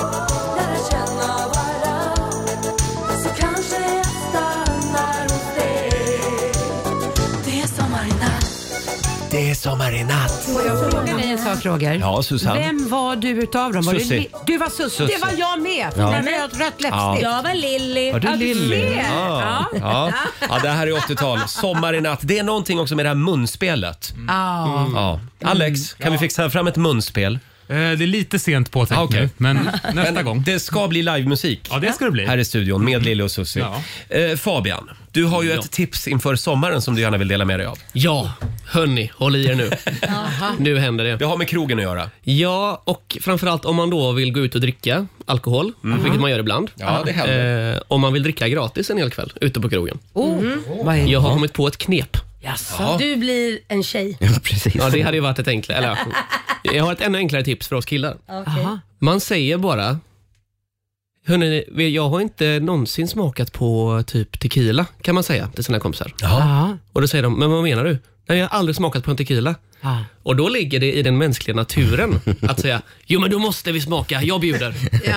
S7: lära känna varann Så kanske jag stannar hos dig Det är sommar i natt
S1: Det är sommar i natt.
S4: Får jag fråga dig en sak Roger?
S1: Ja, Susanne.
S4: Vem var du utav dem? Var du,
S1: Susie.
S4: li- du var Susie. Det var jag med! Ja. Med rött, rött läppstift.
S2: Jag var Lilly.
S1: Var det
S4: Ja, du
S1: Lilly?
S4: ser.
S1: Ja.
S4: Ja.
S1: Ja. ja, det här är 80-tal. Sommar i natt. Det är någonting också med det här munspelet.
S4: Ja.
S1: Ja. Alex, kan vi fixa fram ett munspel?
S9: Eh, det är lite sent påtänkt
S1: Ah, okej.
S9: nu, men nästa
S1: [LAUGHS] Men
S9: gång.
S1: Det ska bli livemusik.
S9: Ja, det ska det bli.
S1: Här i studion med Lille och Susie.
S9: Ja.
S1: Eh, Fabian, du har ju ett tips inför sommaren som du gärna vill dela med dig av.
S8: Ja, hörni, håll i er nu. nu händer det.
S1: Det har med krogen att göra.
S8: Ja, och framförallt om man då vill gå ut och dricka alkohol, vilket man gör ibland.
S1: Mhm. Ja, det händer. Mhm.
S8: Eh, om man vill dricka gratis en hel kväll ute på krogen.
S4: Oh. Vad är det?
S8: Jag har kommit på ett knep.
S4: Jaså?
S2: Du blir en tjej.
S3: Ja, precis.
S8: Ja, det hade ju varit ett enklare. Eller, ja. jag har ett ännu enklare tips för oss killar.
S2: Okej.
S4: Jaha.
S8: Man säger bara Hörrni, jag har inte någonsin smakat på typ tequila, kan man säga till sina kompisar.
S4: Ja.
S8: Och då säger de, men vad menar du? Nej, jag har aldrig smakat på en tequila.
S4: Ja.
S8: Och då ligger det i den mänskliga naturen att säga, jo men då måste vi smaka,
S1: [LAUGHS]
S8: jag bjuder.
S2: Det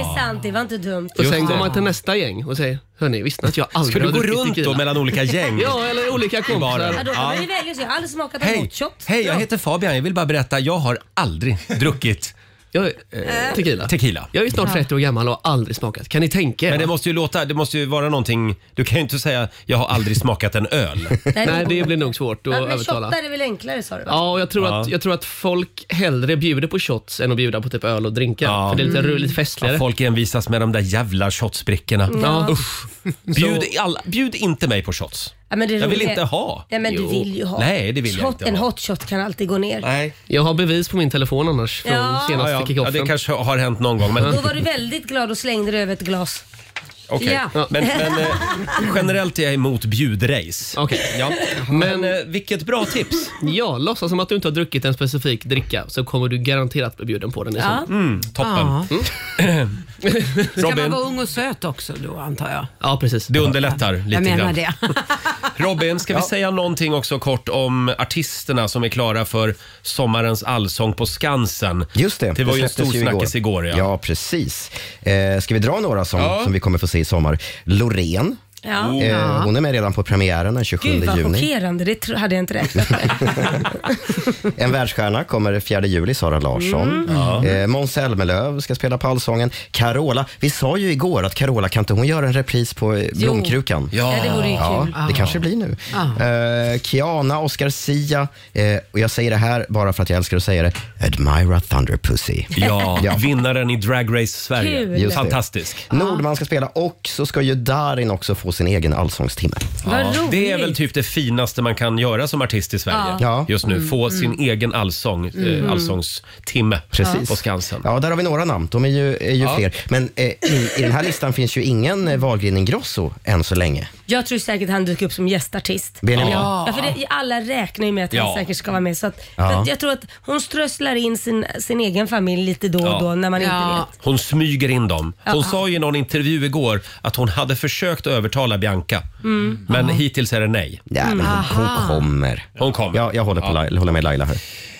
S2: är sant, det var inte dumt.
S8: Och sen
S1: det.
S8: går man till nästa gäng och säger, hörni, visste ni att jag aldrig
S1: Ska du
S8: har
S1: gå
S8: druckit
S1: runt
S8: tequila?
S1: då mellan olika gäng?
S8: [LAUGHS] Ja, eller olika kompisar.
S2: Ja, då kan man ju välja sig. Jag har aldrig smakat en
S1: Hej.
S2: hot shot.
S1: Hej, jag heter Fabian. Jag vill bara berätta, jag har aldrig druckit
S8: Jag, eh, tequila.
S1: tequila.
S8: Jag är snart 30 år gammal och har aldrig smakat. Kan ni tänka er?
S1: Men det måste ju låta, det måste ju vara någonting. Du kan ju inte säga jag har aldrig smakat en öl.
S8: Nej, det blir nog svårt att
S2: Ja, men
S8: övertala.
S2: shottar är väl enklare sa du va?
S8: Ja, och jag tror,
S1: Ja.
S8: Att, jag tror att folk hellre bjuder på shots än att bjuda på typ öl och drinkar.
S1: Ja.
S8: För det är
S10: Mm.
S8: lite, lite
S1: Ja,
S8: festligare.
S1: folk envisas med de där jävla shotsbrickorna.
S8: Ja.
S1: Usch. Bjud, alla, bjud inte mig på shots.
S2: Ja, men det
S1: Jag vill
S2: roliga-
S1: inte ha.
S2: Nej men du
S8: Jo.
S2: vill ju ha.
S1: Nej, det vill jag
S2: Shot-
S1: inte
S2: En
S1: ha.
S2: hot shot kan alltid gå ner.
S1: Nej.
S8: Jag har bevis på min telefon annars från
S2: Ja.
S1: Ja,
S8: senaste
S1: ja. ja,
S8: kickoffen.
S1: det kanske har hänt någon gång. Men,
S2: Då var du väldigt glad och slängde dig över ett glas.
S1: okej.
S2: Ja.
S1: men, men eh, generellt är jag emot bjudrace.
S8: Okej.
S1: Ja. Men
S8: Men-
S1: eh, vilket bra tips.
S8: Ja, låtsas som att du inte har druckit en specifik dricka så kommer du garanterat bli bjuden på den. i sommar.
S1: Toppen. Mm.
S4: Ja. [LAUGHS] Ska man
S1: Robin,
S4: vara ung och söt också då antar jag?
S8: ja precis.
S1: det underlättar lite
S4: Jag menar
S1: grann.
S4: det.
S1: [LAUGHS] Robin, ska vi säga någonting också kort om artisterna som är klara för sommarens allsång på Skansen?
S3: Just det.
S1: Det var ju en stor
S3: släpptes
S1: snackis igår. ja.
S3: Ja, precis. Eh, ska vi dra några som, som vi kommer få se i sommar? Loreen.
S2: Ja.
S1: Oh.
S3: Eh, hon är med redan på premiären den 27
S2: Gud vad
S3: juni.
S2: chockerande, det tro- hade jag inte räknat med.
S3: En världsstjärna kommer 4 juli, Sara
S2: Mm.
S3: Larsson. Eh, Måns Zelmerlöw ska spela pallsången. Carola. Vi sa ju igår att Carola, kan inte hon göra en repris på eh, Blomkrukan?
S1: Ja.
S2: Ja, det vore ju
S3: Ja,
S2: kul.
S3: det kanske blir nu. Eh, Kiana, Oscar Sia eh, och jag säger det här bara för att jag älskar att säga det. Admira Thunderpussy.
S1: Ja,
S3: Ja.
S1: vinnaren i Drag Race Sverige.
S2: Kul. Just
S3: det.
S1: Fantastisk.
S3: Nordman ska spela och så ska ju Darin också få sin egen allsångstimme.
S2: Vad roligt.
S1: Det är väl typ det finaste man kan göra som artist i Sverige
S3: Ja.
S1: just nu.
S2: Mm.
S1: Få sin egen allsång, eh, allsångstimme på Skansen.
S3: Ja, där har vi några namn. De är ju, är ju fler. Men eh, i, i den här listan finns ju ingen eh, Wahlgren Ingrosso än så länge.
S2: Jag tror säkert han dyker upp som gästartist.
S3: Benjamin.
S2: Ja, för det, alla räknar ju med att han
S1: Ja.
S2: säkert ska vara med. Så att,
S3: Ja.
S2: för att jag tror att hon strösslar in sin, sin egen familj lite då och
S1: Ja.
S2: då när man inte
S4: Ja.
S2: vet.
S1: Hon smyger in dem. Hon
S2: Ja.
S1: sa ju i någon intervju igår att hon hade försökt övertala Bianca.
S2: Mm.
S1: Men hittills är det nej.
S3: Ja, men hon, hon kommer.
S1: Hon kommer.
S3: Ja, jag håller, på Laila, håller med Laila här.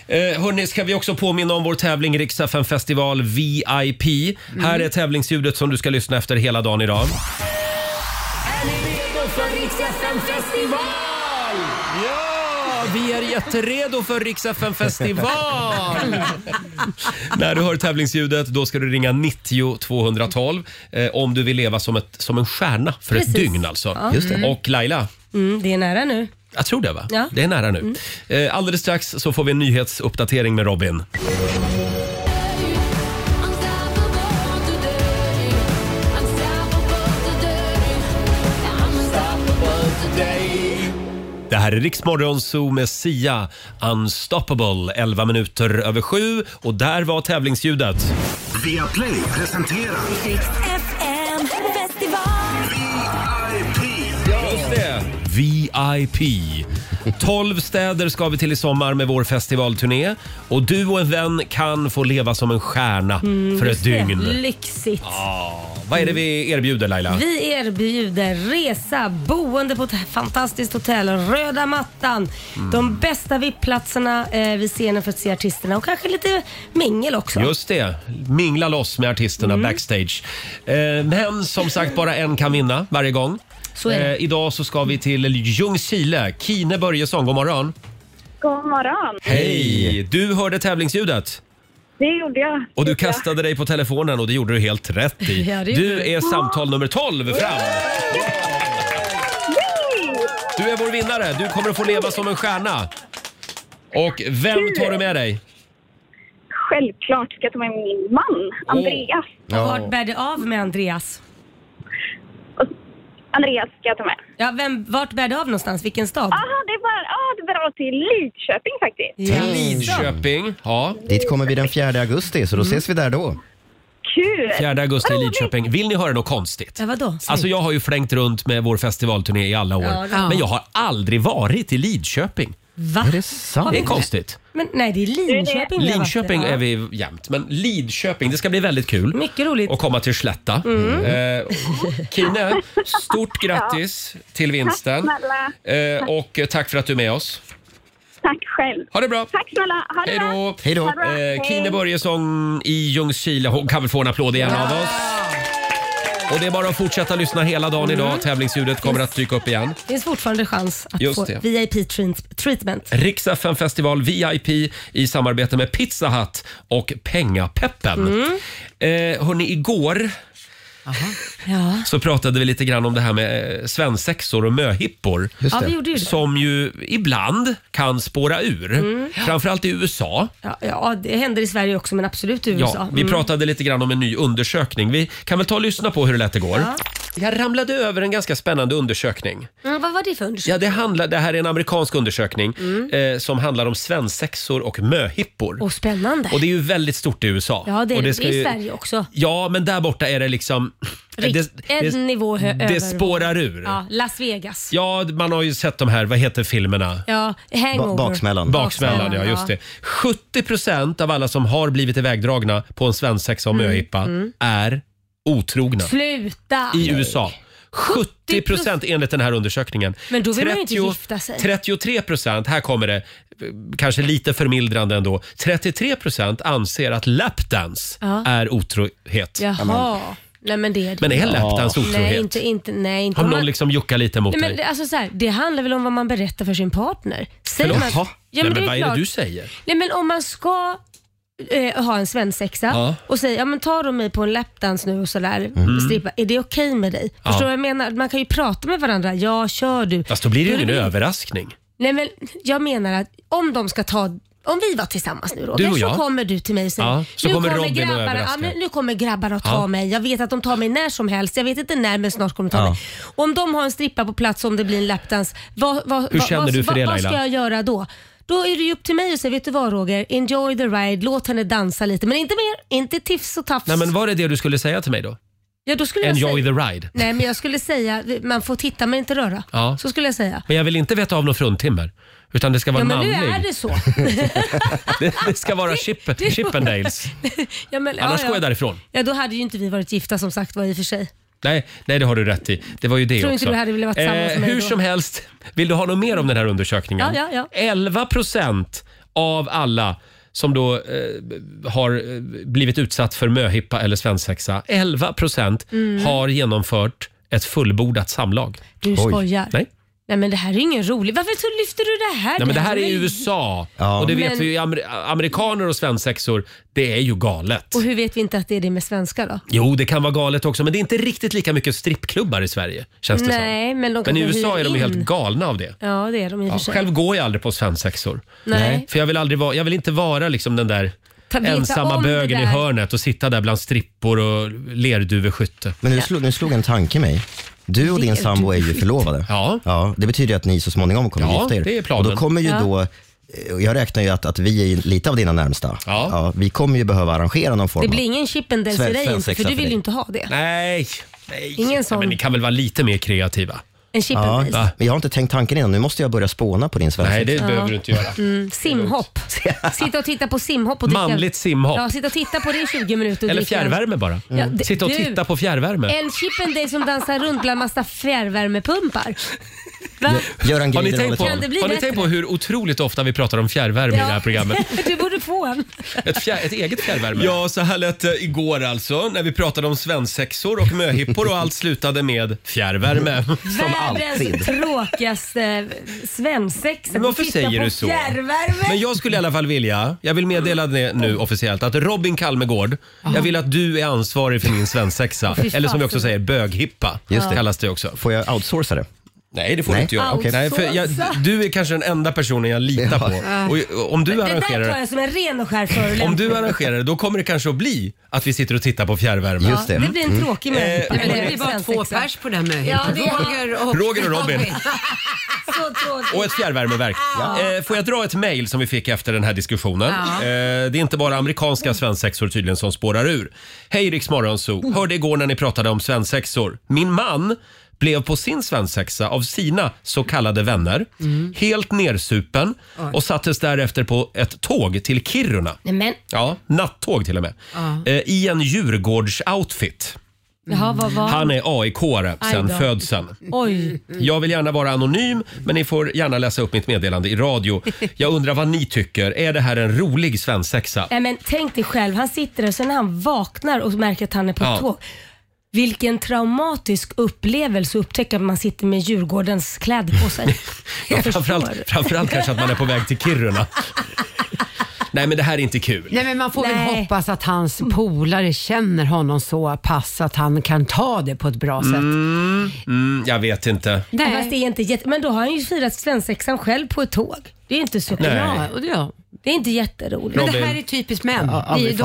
S1: Eh, hörni, ska vi också påminna om vår tävling Riksdagen festival VIP.
S2: Mm.
S1: Här är tävlingsljudet som du ska lyssna efter hela dagen idag.
S7: Är ni redo för Riksdagen festival?
S1: Ja! Ja, vi är jätteredo för Rix
S2: [LAUGHS]
S1: FM festival! När du hör tävlingsljudet då ska du ringa 90 212 eh, om du vill leva som, ett, som en stjärna för
S2: Precis.
S1: ett dygn alltså.
S2: Ja. Just det.
S1: Och Laila,
S2: Mm, det är nära nu.
S1: jag tror det va?
S2: Ja.
S1: Det är nära nu. Eh, alldeles strax så får vi en nyhetsuppdatering med Robin. Det här är Riksmorgon Zoo med Sia, Unstoppable, 11 minuter över sju. Och där var tävlingsljudet.
S5: Via Play presenterar
S1: Just det. VIP. 12 städer ska vi till i sommar med vår festivalturné. Och du och en vän kan få leva som en stjärna för ett
S2: Just det.
S1: dygn.
S2: Lyxigt.
S1: Ja, vad är det vi erbjuder Laila?
S2: Vi erbjuder resa, boende på ett fantastiskt hotell, röda mattan,
S1: Mm.
S2: de bästa VIP-platserna eh, vid scenen för att se artisterna och kanske lite mingel också.
S1: Just det, mingla loss med artisterna backstage. Eh, men som sagt, bara en kan vinna varje gång. Eh,
S2: Så är det.
S1: idag så ska vi till Ljungskile. Kine Börjesson, god morgon.
S10: God morgon.
S1: Hej! Du hörde tävlingsljudet.
S10: Det gjorde jag.
S1: Och du kastade dig på telefonen och det gjorde du helt rätt i.
S10: Ja, det gjorde
S1: Du är samtal nummer 12 fram. Du är vår vinnare. Du kommer att få leva som en stjärna. Och vem tar du med dig?
S10: Självklart ska jag ta med min man, Andreas.
S1: Ja.
S2: Vart bär det av med Andreas?
S10: Andreas ska jag ta med.
S2: Ja, vem, vart bär det av någonstans? Vilken stad?
S10: Aha, det är bara, ah, det var till Lidköping faktiskt.
S1: Lidköping. Ja.
S3: Dit kommer vi den 4 augusti, så då
S1: Mm.
S3: ses vi där då.
S10: Kul!
S1: 4 augusti i Lidköping. Vill ni höra något konstigt?
S2: Ja, vadå?
S1: Alltså jag har ju flängt runt med vår festivalturné i alla år.
S2: Ja, det-
S1: Men jag har aldrig varit i Lidköping.
S2: Va? Är det sant?
S1: Det är konstigt.
S2: Men nej, det är Linköping. vi har varit i.
S1: Linköping
S2: Ja.
S1: är vi jämt, men Lidköping, det ska bli väldigt kul.
S2: Mycket roligt.
S1: Och komma till Slätta.
S2: Mm.
S1: Eh, Kine, stort grattis till vinsten.
S10: Tack snälla.
S1: Eh, och eh, tack för att du är med oss.
S10: Tack själv.
S1: Ha det bra.
S10: Tack snälla. Ha det
S1: Hej då!
S10: bra. Ha det bra.
S1: Eh, Kine
S10: Hej.
S1: Börjesson i Ljungskile, hon kan väl få en applåd igen av oss. Och det är bara att fortsätta lyssna hela dagen idag. Tävlingsljudet kommer att dyka upp igen.
S2: Det finns fortfarande chans att
S1: Just
S2: få
S1: det.
S2: VIP-treatment.
S1: Rix FM festival VIP i samarbete med Pizza Hut och Pengapeppen.
S2: Mm.
S1: Eh, hörni, igår
S2: Ja.
S1: så pratade vi lite grann om det här med eh, svensexor och möhippor.
S2: Just Ja, det. vi gjorde ju det.
S1: Som ju ibland kan spåra ur.
S2: Mm.
S1: Framförallt i USA.
S2: Ja, ja, det händer i Sverige också men absolut i USA.
S1: Ja, vi
S2: Mm.
S1: pratade lite grann om en ny undersökning. Vi kan väl ta och lyssna på hur det lät igår.
S2: Ja.
S1: Jag ramlade över en ganska spännande undersökning.
S2: Mm, vad var det för undersökning?
S1: Ja, det, handlar, det här är en amerikansk undersökning
S2: Mm.
S1: eh, som handlar om svensexor och möhippor.
S2: Och spännande.
S1: Och det är ju väldigt stort i USA.
S2: ja, det är
S1: och
S2: det,
S1: ska
S2: i
S1: ju-
S2: Sverige också.
S1: Ja, men där borta är det liksom...
S2: Rikt, en nivå hö- över.
S1: det spårar ur.
S2: Ja, Las Vegas.
S1: Ja, man har ju sett de här, vad heter filmerna?
S2: Ja, hangover.
S1: Baksmällan, ja just det. 70% av alla som har blivit ivägdragna på en svensexa och
S2: Mm,
S1: möhippa
S2: mm.
S1: är otrogna.
S2: Sluta!
S1: Alltså. I USA. 70% enligt den här undersökningen.
S2: Men då vill man ju inte gifta sig.
S1: 33%, här kommer det, eh, kanske lite förmildrande ändå. 33% anser att lapdance
S2: Ja.
S1: är otrohet.
S2: Jaha. Nej men det är det.
S1: Men är lapdance
S2: Nej,
S1: otrohet?
S2: inte, inte, nej, inte
S1: Har
S2: om man-
S1: någon liksom juckat lite mot
S2: Nej, men
S1: dig?
S2: det- alltså så här, det handlar väl om vad man berättar för sin partner? Säger
S1: Förlåt?
S2: man,
S1: Jaha.
S2: ja,
S1: Nej,
S2: men
S1: men
S2: det
S1: vad är
S2: klart.
S1: det du säger?
S2: Nej men om man ska eh, ha en svensexa
S1: Ja.
S2: och säger ja men tar de mig på en lapdance nu och sådär,
S1: Mm.
S2: strippa, är det okej med dig?
S1: Ja.
S2: Förstår du vad jag menar? Man kan ju prata med varandra, ja kör du.
S1: Fast då blir det ju
S2: är
S1: ingen
S2: väl-
S1: överraskning.
S2: Nej men jag menar att om de ska ta om vi var tillsammans nu
S1: Du
S2: Roger,
S1: och
S2: så
S1: jag.
S2: kommer du till mig och säger
S1: Ja, så
S2: nu,
S1: kommer
S2: kommer
S1: Robin och
S2: grabbarna, ja,
S1: överraskar.
S2: men nu kommer grabbarna att ta
S1: Ja.
S2: mig. Jag vet att de tar mig när som helst. Jag vet inte när men snart kommer de ta
S1: Ja.
S2: mig. Och om de har en strippa på plats om det blir en lapdance, vad, vad,
S1: Hur
S2: vad,
S1: känner
S2: vad,
S1: du för
S2: vad,
S1: det,
S2: vad ska
S1: Laila?
S2: jag göra då? Då är det ju upp till mig och säga, vet du vad Roger? Enjoy the ride, låt henne dansa lite. Men inte mer, inte tiffs och tafs.
S1: Nej, men var det det du skulle säga till mig då?
S2: ja, då skulle jag
S1: Enjoy
S2: säga,
S1: the ride.
S2: Nej men jag skulle säga, man får titta men inte röra.
S1: Ja.
S2: Så skulle jag säga.
S1: Men jag vill inte veta av någon fruntimmer. Utan det ska vara
S2: Ja men nu
S1: manlig.
S2: är det
S1: [LAUGHS]
S2: så.
S1: det... ska vara chip,
S2: [LAUGHS] det-
S1: Chippendales.
S2: Ja, men,
S1: Annars
S2: ja, ja.
S1: går jag därifrån.
S2: Ja, då hade ju inte vi varit gifta som sagt var i och för sig.
S1: Nej, nej, det har du rätt i. Det var ju det
S2: Tror
S1: också. Eh,
S2: inte du hade velat vara tillsammans med mig
S1: hur
S2: då?
S1: som helst, vill du ha något mer om den här undersökningen?
S2: Ja, ja,
S1: 11 procent av alla som då eh, har eh, blivit utsatt för möhippa eller svensexa, 11 procent
S2: Mm.
S1: har genomfört ett fullbordat samlag.
S2: Du Oj. skojar.
S1: Nej.
S2: Nej men det här är ju ingen rolig. Varför så lyfter du det här?
S1: Nej, men det här är
S2: var
S1: i
S2: ju-
S1: USA och det vet
S2: Men-
S1: vi ju, amer- amerikaner och svensexor, det är ju galet.
S2: Och hur vet vi inte att det är det med svenskar då?
S1: Jo, det kan vara galet också, men det är inte riktigt lika mycket strippklubbar i Sverige, känns det som.
S2: Nej, men de
S1: Men i
S2: kanske
S1: USA
S2: hyr
S1: är de ju
S2: in.
S1: helt galna av det.
S2: Ja, det är de i och
S1: Ja,
S2: för sig.
S1: själv går jag aldrig på svensexor.
S2: Nej.
S1: För jag vill, aldrig vara, jag vill inte vara liksom den där
S2: Ta- veta
S1: ensamma
S2: om det
S1: bögen i
S2: där.
S1: hörnet och sitta där bland strippor och lerduveskytte.
S3: Men nu slog, nu slog en tanke mig. Du och din sambo är ju förlovade.
S1: Ja.
S3: ja. Det betyder ju att ni så småningom kommer
S1: Ja,
S3: gifta er.
S1: det är planen.
S3: Och då kommer ju
S1: Ja.
S3: då, eh, jag räknar ju att, att vi är lite av dina närmsta. Ja. vi kommer ju behöva arrangera någon form
S2: Det
S3: av...
S2: blir ingen Chippendales
S3: Sven-
S2: till dig inte, för
S3: svensexa
S2: du
S3: för
S2: vill
S3: dig.
S2: ju inte ha det.
S1: Nej, nej.
S2: Ingen sån.
S1: Men ni kan väl vara lite mer kreativa?
S2: En Chippendales.
S3: Ja, men jag har inte tänkt tanken innan. Nu måste jag börja spåna på din svenska.
S1: Nej, det
S2: Ja.
S1: behöver du inte göra.
S2: Mm, simhopp.
S1: [LAUGHS]
S2: Sitta och titta på simhopp. Och dricka-
S1: Manligt simhopp.
S2: Ja, sitta och titta på det i 20 minuter. och
S1: Eller
S2: dricka-
S1: fjärrvärme bara.
S2: Ja, det-
S1: Sitta och
S2: du-
S1: titta på fjärrvärme.
S2: En Chippendale som dansar runt bland massa fjärrvärmepumpar.
S3: Göran
S1: har ni,
S2: Greider
S1: tänkt på,
S2: håller på. Kan det bli
S1: har ni
S2: bättre?
S1: tänkt på hur otroligt ofta vi pratar om fjärrvärme i det här programmet?
S2: [LAUGHS] du borde få en.
S1: Ett, fjär, ett eget fjärrvärme. Ja, så här lät det igår alltså när vi pratade om svensexor och möhippor och allt slutade med fjärrvärme.
S2: Världens tråkigaste svensexa.
S1: Men varför
S2: Titta
S1: säger
S2: på
S1: du så?
S2: Fjärrvärme.
S1: Men jag skulle i alla fall vilja, jag vill meddela det nu officiellt, att Robin Kalmegård, jag vill att du är ansvarig för
S2: [LAUGHS]
S1: min svensexa.
S3: Fy fan,
S1: Eller som vi också
S3: så-
S1: säger, böghippa
S3: Just det.
S1: kallas det också.
S3: Får jag outsourca det?
S1: Nej, det får
S3: Nej.
S1: du inte göra.
S3: Okej.
S1: Nej, för jag,
S2: Outsourca.
S1: du är kanske den enda personen jag litar på. Och, och om du
S2: det
S1: arrangerar
S2: där tar jag som en ren och skär förolämpning.
S1: Om du arrangerar det, då kommer det kanske att bli att vi sitter och tittar på fjärrvärme.
S2: Ja, Just det. det blir en tråkig möhippa.
S1: Eh,
S2: Nej, men
S4: Det blir bara två pers på den möjligheten.
S2: Ja, det är-
S4: Roger och...
S1: Roger och Robin.
S2: Så tråkigt.
S1: Och ett fjärrvärmeverk.
S2: Ja.
S1: Eh, får jag dra ett mejl som vi fick efter den här diskussionen?
S2: Ja.
S1: Eh, det är inte bara amerikanska svensexor tydligen som spårar ur. Hej Rix Morgonzoo. Hörde igår när ni pratade om svensexor. Min man blev på sin svensexa av sina så kallade vänner helt nersupen
S2: Mm. Oj.
S1: och sattes därefter på ett tåg till Kiruna.
S2: Nej, men,
S1: Ja, nattåg till och med.
S2: Ja.
S1: Eh, I en Djurgårds-outfit.
S2: jaha, vad var
S1: Han är AIK-are
S2: Aj
S1: sen
S2: då.
S1: födseln.
S2: Oj.
S1: Jag vill gärna vara anonym, men ni får gärna läsa upp mitt meddelande i radio. Jag undrar vad ni tycker. Är det här en rolig svensexa?
S2: Nej, men tänk dig själv, han sitter där och sen när han vaknar och märker att han är på
S1: Ja.
S2: ett tåg. Vilken traumatisk upplevelse att upptäcka att man sitter med Djurgårdens kläder
S1: [LAUGHS]
S2: på sig.
S1: Ja, framförallt, framförallt kanske att man är på väg till Kiruna. Nej, men det här är inte kul.
S4: Nej, men man får väl hoppas att hans polare känner honom så pass att han kan ta det på ett bra sätt.
S1: Mm, mm, jag vet inte.
S2: Nej. Fast det är inte jätte... Men då har han ju firat svensexan själv på ett tåg. Det är ju inte så
S1: Nej.
S4: Ja, och det- ja.
S2: Det är inte jätteroligt.
S1: Men det Robin. här är
S4: typiskt män.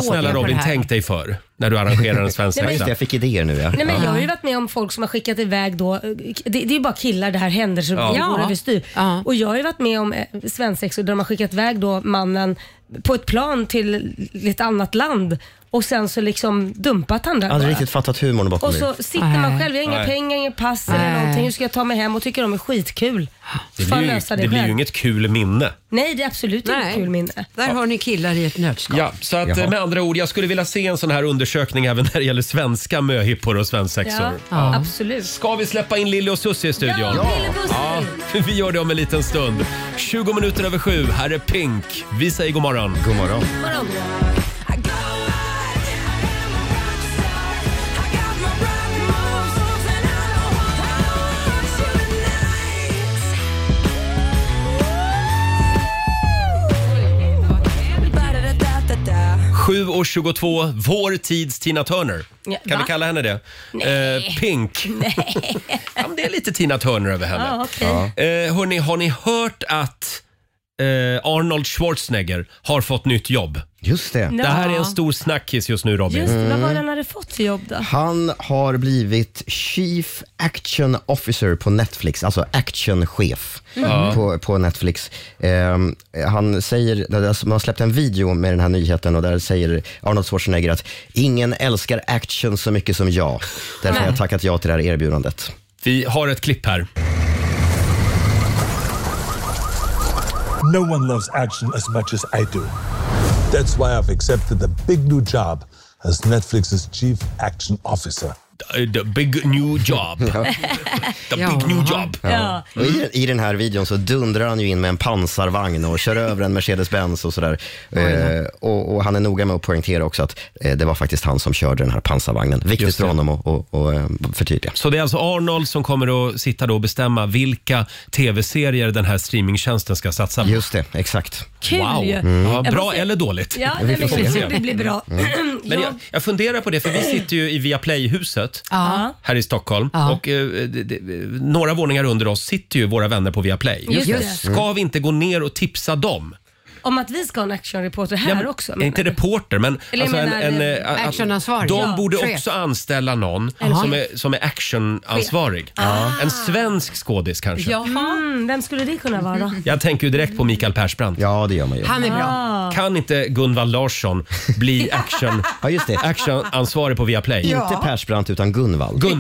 S1: Snälla Robin, tänk dig för när
S2: [LAUGHS]
S1: du arrangerar en
S2: Nej, men-
S1: svensexa.
S2: Just det, jag
S3: fick idéer nu
S2: Nej, men jag har ju varit med om folk som har skickat iväg då, det, det är ju bara killar det här händer så
S1: Ja.
S2: det går
S1: Ja.
S2: överstyr. Och jag har ju varit med om eh, svensexor där de har skickat iväg då mannen på ett plan till ett annat land och sen så liksom dumpat han där
S3: Jag har aldrig
S2: bara.
S3: riktigt fattat humorn bakom
S2: Och
S3: det.
S2: så sitter man själv, jag har inga
S3: Nej.
S2: pengar, inga pass eller någonting. Hur ska jag ta mig hem? Och tycker de är skitkul.
S1: Det
S2: Fan,
S1: blir, ju,
S2: lösa det
S1: det blir ju
S2: själv.
S1: inget kul minne.
S2: Nej, det är absolut inget kul minne.
S4: Där har ni killar i ett nötskal.
S1: Ja, så att, eh, med andra ord, jag skulle vilja se en sån här undersökning även när det gäller svenska möhippor och svensexor.
S2: absolut.
S1: Ska vi släppa in Lille och Susie i studion?
S7: Ja, Lille och
S1: ja, Vi gör det om en liten stund. 20 minuter över sju. Här är Pink. Vi säger god morgon. God morgon.
S7: Everybody
S1: 7 och 22, vår tids Tina Turner.
S2: Ja,
S1: kan
S2: va?
S1: vi kalla henne det?
S2: Nej.
S1: Eh, Pink. [LAUGHS] Ja, men det är lite Tina Turner över henne.
S2: Ja, okej.
S1: eh, hörni, har ni hört att eh, Arnold Schwarzenegger har fått nytt jobb?
S3: Just det.
S1: Det här är
S2: Ja.
S1: en stor snackis just nu Robin.
S2: Just det, vad var det han hade fått för jobb då?
S3: Han har blivit Chief Action Officer på Netflix, alltså actionchef
S2: Mhm.
S3: på, på Netflix. Ehm, han säger, alltså, man har släppt en video med den här nyheten och där säger Arnold Schwarzenegger att ingen älskar action så mycket som jag. Därför har jag
S1: Nej.
S3: tackat ja till det här erbjudandet.
S1: Vi har ett klipp här.
S11: No one loves action as much as I do. That's why I've accepted the big new job as Netflix's chief action officer.
S1: Eh, the big new job. The big new job.
S3: Ja. Och i, I den här videon så dundrar han ju in med en pansarvagn och kör över en Mercedes-Benz och sådär. Eh, och, och han är noga med att poängtera också att eh, det var faktiskt han som körde den här pansarvagnen. Viktigt för honom att och, och, eh, förtydliga.
S1: Så det är alltså Arnold som kommer att sitta då och bestämma vilka tv-serier den här streamingtjänsten ska satsa på.
S3: Just det, exakt.
S2: Kul
S1: wow.
S2: ju.
S1: Mm. Ja,
S2: Jag
S1: bra
S2: måste-
S1: eller dåligt.
S2: Ja, Vi får nej, men se. det blir bra. [CLEARS THROAT] Mm.
S1: Men
S2: Ja. Mm.
S1: jag, jag funderar på det, för vi sitter ju i Viaplay-huset
S2: Ja.
S1: här i Stockholm.
S2: Ja.
S1: Och eh, det, det, Några våningar under oss sitter ju våra vänner på Viaplay.
S2: Just det. Just det.
S1: Ska vi inte gå ner och tipsa dem?
S2: Om att vi ska ha en actionreporter
S1: Ja,
S2: här
S1: men-
S2: också.
S1: Inte reporter, men...
S2: Eller jag menar,
S1: eh, att-
S2: actionansvarig.
S1: De
S2: Ja,
S1: borde
S2: chef.
S1: också anställa någon
S2: Eller
S1: som
S2: chef.
S1: är, som är actionansvarig. En svensk skådis kanske.
S2: Mm, vem skulle det kunna vara då?
S1: Jag tänker ju direkt på Mikael Persbrandt.
S3: Ja, det gör man ju.
S2: Han är bra. Ah.
S1: Kan inte Gunvald Larsson
S2: [LAUGHS]
S1: bli action, actionansvarig på Viaplay?
S2: Ja. Inte
S3: Persbrandt utan Gunvald.
S1: Gunvald.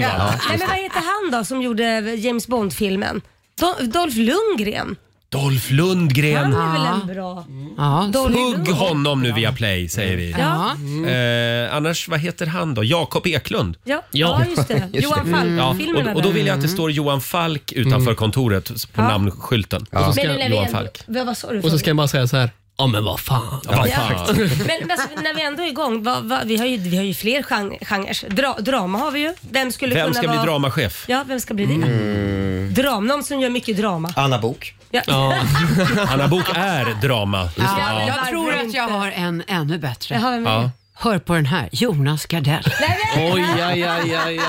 S2: Nej, men vad heter han då som gjorde James Bond-filmen? Do- Dolph Lundgren.
S1: Dolph Lundgren.
S2: Han är väl en bra...
S4: Ja.
S2: Dolph
S1: Hugg
S2: Lundgren.
S1: honom nu via play säger vi.
S2: Ja.
S1: Eh, annars, vad heter han då? Jakob Eklund?
S2: Ja, ja. just det. Johan Falk.
S1: Mm. Ja,
S2: Mm, Filmen Mm.
S1: och, och då vill jag att det står Johan Falk utanför kontoret på
S2: Ja.
S1: namnskylten.
S2: Men nu när vi
S1: Johan
S2: ändå-
S1: Falk.
S2: Vad, vad sa du?
S1: Och så
S8: ska jag bara säga så här. Ja men vad fan.
S1: Ja,
S2: Ja. [LAUGHS] Men alltså, när vi ändå är igång, vad, vad, vi, har ju, vi har ju fler gen- genrer. Dra, drama har vi ju. Vem skulle
S1: Vem
S2: kunna
S1: ska bli Mm.
S2: vara...
S1: dramachef?
S2: Ja, vem ska bli det? Dram, någon som gör mycket drama.
S3: Anna Bok.
S2: Ja.
S1: Anna Bok är drama.
S4: Ja,
S1: Ja.
S4: jag tror att jag har en ännu bättre.
S2: Jaha, vem
S1: är det? Ja.
S4: Hör på den här, Jonas Gardell.
S1: Oj, aj, aj, aj,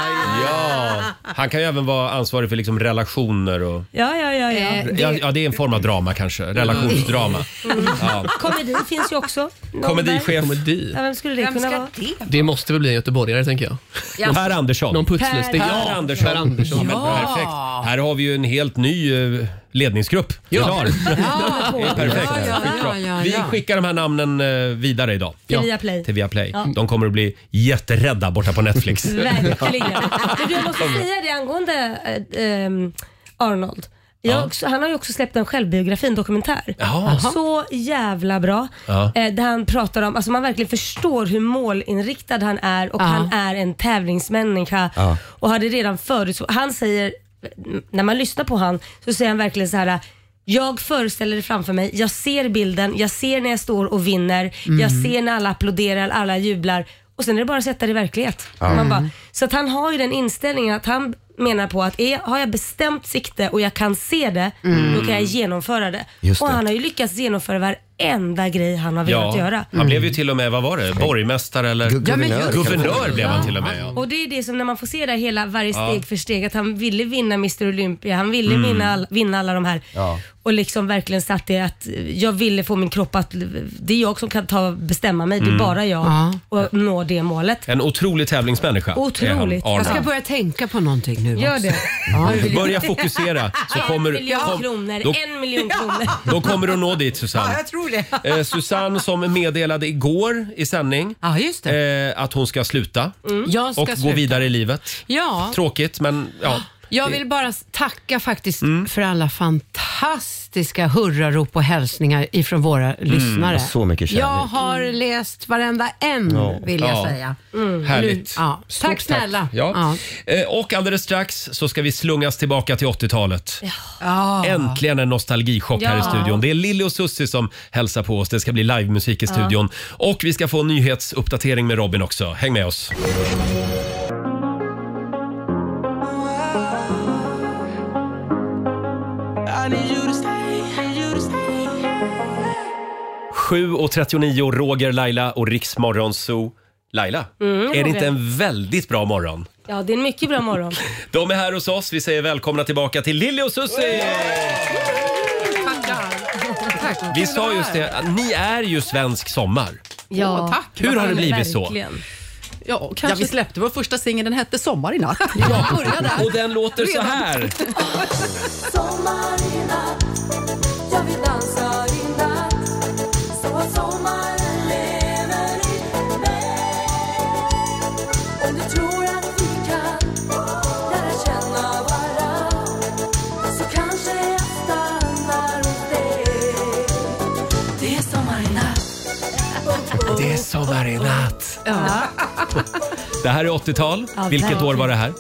S1: Ja, han kan ju även vara ansvarig för liksom relationer och...
S2: Ja, ja, ja. ja.
S4: Eh.
S1: Ja, ja, det är en form av drama kanske. Relationsdrama.
S2: Mm.
S1: Ja.
S2: Komedi finns ju också. Någon där.
S1: [LAUGHS] Komedichef.
S2: Ja, vem skulle det
S4: Vem
S2: kunna
S4: ska
S2: vara?
S8: Det måste väl bli en göteborgare tänker jag.
S2: Ja.
S1: Per Andersson.
S8: Någon putslustig.
S1: Per,
S8: Ja,
S1: Andersson.
S8: Per Andersson.
S1: Ja, men
S8: Ja.
S1: Perfekt. Här har vi ju en helt ny eh, ledningsgrupp.
S8: Ja.
S1: Klar. [LAUGHS]
S8: Ja.
S1: Det är perfekt.
S8: Ja, ja,
S1: Skitbra.
S8: ja, ja,
S1: Vi
S8: ja.
S1: skickar de här namnen eh, vidare idag.
S2: Till Viaplay.
S1: Till Viaplay.
S2: Ja. Mm.
S1: De kommer att bli jätterädda borta på Netflix.
S4: [LAUGHS]
S2: Verkligen. Men du, jag måste säga det angående eh, ehm, Arnold. Jag
S1: Ja.
S2: också, han har ju också släppt en självbiografi, en dokumentär.
S1: Jaha.
S2: Så jävla bra.
S1: Ja.
S2: Eh, där han pratar om, alltså man verkligen förstår hur målinriktad han är och
S7: Ja.
S2: han är en tävlingsmänniska.
S7: Ja.
S2: Och hade redan förut, så han säger, när man lyssnar på han så säger han verkligen så här. Jag föreställer det framför mig, jag ser bilden, jag ser när jag står och vinner, jag
S7: Mm.
S2: ser när alla applåderar, alla jublar och sen är det bara att sätta det i verklighet.
S7: Ja.
S2: Man bara,
S7: Mm.
S2: så att han har ju den inställningen att han menar på att är, har jag bestämt sikte och jag kan se det,
S1: Mm.
S2: då kan jag genomföra det.
S1: Just
S2: och
S1: det.
S2: han har ju lyckats genomföra varenda grej han har velat
S1: Ja,
S2: göra.
S1: han blev ju till och med, vad var det, borgmästare eller
S2: Ja, men just det.
S1: guvernör blev han till och med. Ja.
S2: Och det är det som när man får se det här hela varje
S1: Ja.
S2: steg för steg, att han ville vinna Mr Olympia, han ville
S1: Mm.
S2: vinna, all, vinna alla de här. Och liksom verkligen satt det att eh, jag ville få min kropp att, det är jag som kan ta, bestämma mig, det
S1: Mm.
S2: är bara jag
S1: Ja.
S2: och nå det målet.
S1: En otrolig tävlingsmänniska.
S2: Otroligt.
S1: är han,
S4: Jag ska
S1: Arnold.
S4: börja tänka på någonting nu
S2: Gör
S4: också.
S2: det.
S1: Börja fokusera så kommer,
S2: en miljon
S1: kom,
S2: kronor,
S1: då-
S2: en miljon kronor.
S1: Då kommer du nå dit Susanne.
S4: tror det.
S1: Eh, Susanne som meddelade igår i sändning Eh, att hon ska sluta
S4: Mm. Jag ska
S1: och gå
S4: sluta.
S1: vidare i livet.
S4: Ja.
S1: Tråkigt men ja.
S4: Jag vill bara tacka faktiskt
S3: Mm.
S4: för alla fantastiska hurrarop och hälsningar ifrån våra lyssnare.
S3: Mm, Så mycket kärlek.
S4: Jag har
S12: Mm.
S4: läst varenda en,
S1: Ja.
S4: vill jag
S1: Ja.
S4: säga.
S1: Härligt.
S4: Mm, Nu- Ja.
S1: Stort
S4: Tack snälla.
S1: Ja. Eh, Och alldeles strax så ska vi slungas tillbaka till 80-talet.
S4: Ja.
S1: Äntligen en nostalgichock här i
S4: Ja.
S1: studion. Det är Lilly och Susie som hälsar på oss. Det ska bli livemusik i studion. Och vi ska få en nyhetsuppdatering med Robin också. Häng med oss.
S7: I need you to stay, need you to stay.
S1: 7.39, Roger, Laila och Riksmorgon Zoo. Laila,
S2: Mm,
S1: är
S2: Roger.
S1: det inte en väldigt bra morgon?
S2: Ja, det är en mycket bra morgon.
S1: De är här hos oss. Vi säger välkomna tillbaka till Lilly och Susie! Vi sa just det, att ni är ju svensk sommar.
S2: Ja.
S12: Åh, tack.
S1: Hur har det blivit så?
S12: Verkligen. Ja, och kanske
S1: Ja, vi-
S12: släppte vår första singel. Den hette Sommar i natt. Ja. Börja där.
S1: Och den låter så
S12: Redan.
S1: här.
S7: Sommar i natt, jag vill dansa i natt Så att sommaren lever i mig Om du tror att vi kan lära känna varann Så kanske jag stannar hos dig Det är sommar i natt
S1: Det är sommar i natt. Det här är 80-tal.
S12: Ja,
S1: Vilket år
S12: verkligen.
S1: var det här?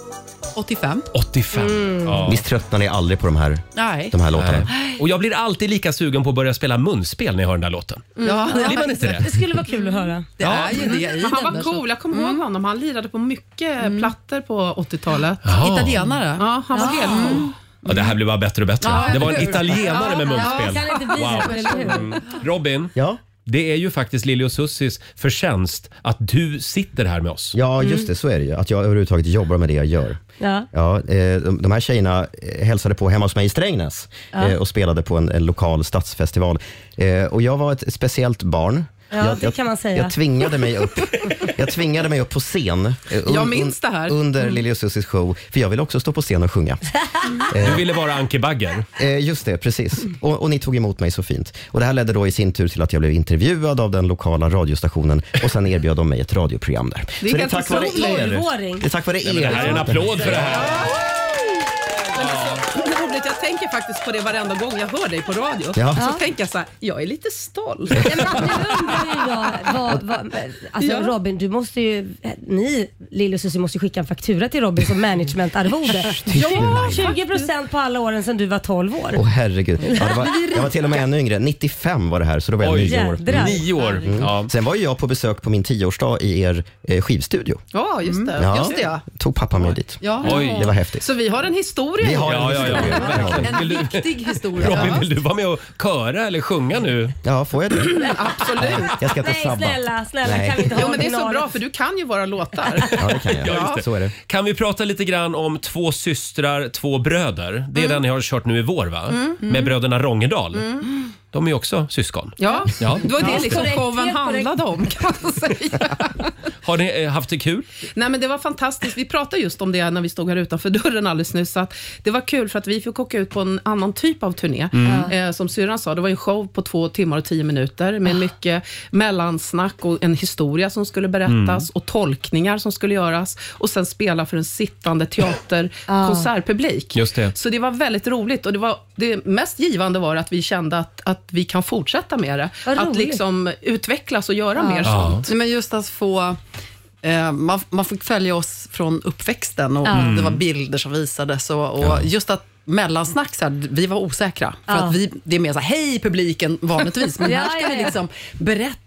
S12: 85.
S1: 85.
S12: Mm.
S1: Ja.
S3: Visst tröttnar ni aldrig på de här,
S12: Nej.
S3: de här låtarna?
S1: Nej. Och jag blir alltid lika sugen på att börja spela munspel när jag hör den där låten.
S13: Mm.
S12: Ja,
S1: Blir man inte det?
S2: Det skulle vara kul att höra.
S1: Det Ja. är ju det i
S13: Men
S1: den
S13: Han var
S1: där,
S13: cool, jag kommer ihåg honom. Han lirade på mycket plattor på 80-talet.
S1: Jaha.
S13: Italienare? Ja, han var helt cool.
S1: Ja, det här blir bara bättre och bättre.
S13: Ja,
S1: det var en
S13: eller hur?
S1: italienare med
S13: Ja,
S1: munspel.
S13: ja, kan inte bli bättre, eller hur?
S1: Mm. Robin, det är ju faktiskt Lili och Sussis förtjänst att du sitter här med oss.
S3: Ja, just det. Så är det ju. Att jag överhuvudtaget jobbar med det jag gör.
S2: Ja.
S3: Ja, eh, de de här tjejerna eh, hälsade på hemma hos mig i Strängnäs
S2: Ja.
S3: eh, och spelade på en, en lokal stadsfestival. Eh, Och jag var ett speciellt barn.
S2: Ja,
S3: jag,
S2: det
S3: jag-
S2: kan man säga.
S3: Jag tvingade mig
S2: [LAUGHS]
S3: upp, jag tvingade mig upp på scen eh,
S12: Jag minns det här. Mm.
S3: under Lili och Susies show, för jag ville också stå på scen
S2: [LAUGHS]
S3: och sjunga.
S1: Du ville vara Anke Bagger.
S3: Eh, just det, precis. Och, och ni tog emot mig så fint. Och Det här ledde då i sin tur till att jag blev intervjuad av den lokala radiostationen och sen erbjöd de mig ett radioprogram där.
S2: Det är
S3: så det är
S2: ganska
S3: tack vare
S2: stor
S3: er.
S2: tolvåring.
S3: Det är tack vare
S1: Nej,
S3: er.
S1: men det här är en applåd för det här.
S13: Roligt, jag tänker faktiskt på det varenda gång jag hör dig på radio.
S3: Ja.
S13: Så
S3: Ja.
S13: tänker jag så här, jag är lite stolt.
S2: alltså, Vad, vad, alltså
S13: [LAUGHS] Ja.
S2: Robin, du måste ju, ni, Lille och Susie, måste ju skicka en faktura till Robin som managementarvode. ja, 20% på alla åren sedan du var 12 år.
S3: Åh herregud. Ja, det var, jag var till och med ännu yngre. 95 var det här, så då var jag
S2: Oj,
S3: nio år.
S2: jädrar. Nio
S1: år.
S3: Mm. Sen var ju jag på besök på min tioårsdag i er eh, skivstudio.
S13: Ja, just det. Just det ja.
S3: Tog pappa med dit.
S13: Ja.
S3: Det var häftigt.
S13: Mm. Så vi har en historia.
S3: Vi har en
S13: Ja, ja, ja.
S3: historia.
S1: Verkligen.
S13: En
S1: Vill du-
S13: viktig historia.
S1: Robin, vill du vara med och köra eller sjunga nu?
S3: Ja, får jag det?
S13: Men Absolut.
S3: Jag ska inte Nej, sabba.
S2: snälla,
S1: snälla, Nej. kan vi inte ha
S13: Jo, men det är så
S1: originalet?
S13: bra för du kan ju våra låtar.
S3: Ja, det kan jag.
S1: Ja, just det.
S3: Så är det.
S1: Kan vi prata lite grann om två systrar, två bröder? Det är den ni har kört nu i vår va?
S13: Mm.
S1: Med bröderna Rongedal. De är ju också syskon.
S13: Ja,
S1: Ja.
S13: det var det
S1: Ja.
S13: liksom
S1: Korrekt,
S13: showen
S1: helt korrekt.
S13: handlade om kan man säga.
S1: Har ni eh, haft det kul?
S13: Nej, men det var fantastiskt. Vi pratade just om det när vi stod här utanför dörren alldeles nyss. så Att det var kul för att vi fick åka ut på en annan typ av turné.
S7: Mm.
S13: Eh, som syrran sa, det var ju en show på två timmar och tio minuter
S7: Ah.
S13: med mycket mellansnack och en historia som skulle berättas
S7: Mm.
S13: och tolkningar som skulle göras och sen spela för en sittande teater
S7: Ah.
S13: konsertpublik.
S1: Just det.
S13: Så det var väldigt roligt och det, var, det mest givande var att vi kände att, att vi kan fortsätta med det.
S12: Vad
S13: att
S12: roligt.
S13: liksom utvecklas och göra mer sånt.
S12: Nej, men just att få... Eh, man, man fick följa oss från uppväxten och
S13: Ja. Mm.
S12: det var bilder som visades. Och, och
S13: Ja.
S12: just att mellansnack, så här, vi var osäkra. För
S13: Ja.
S12: att vi, det är mer så här, hej publiken vanligtvis, men
S13: [LAUGHS] Ja,
S12: här ska
S13: ja,
S12: vi
S13: ja.
S12: liksom berätta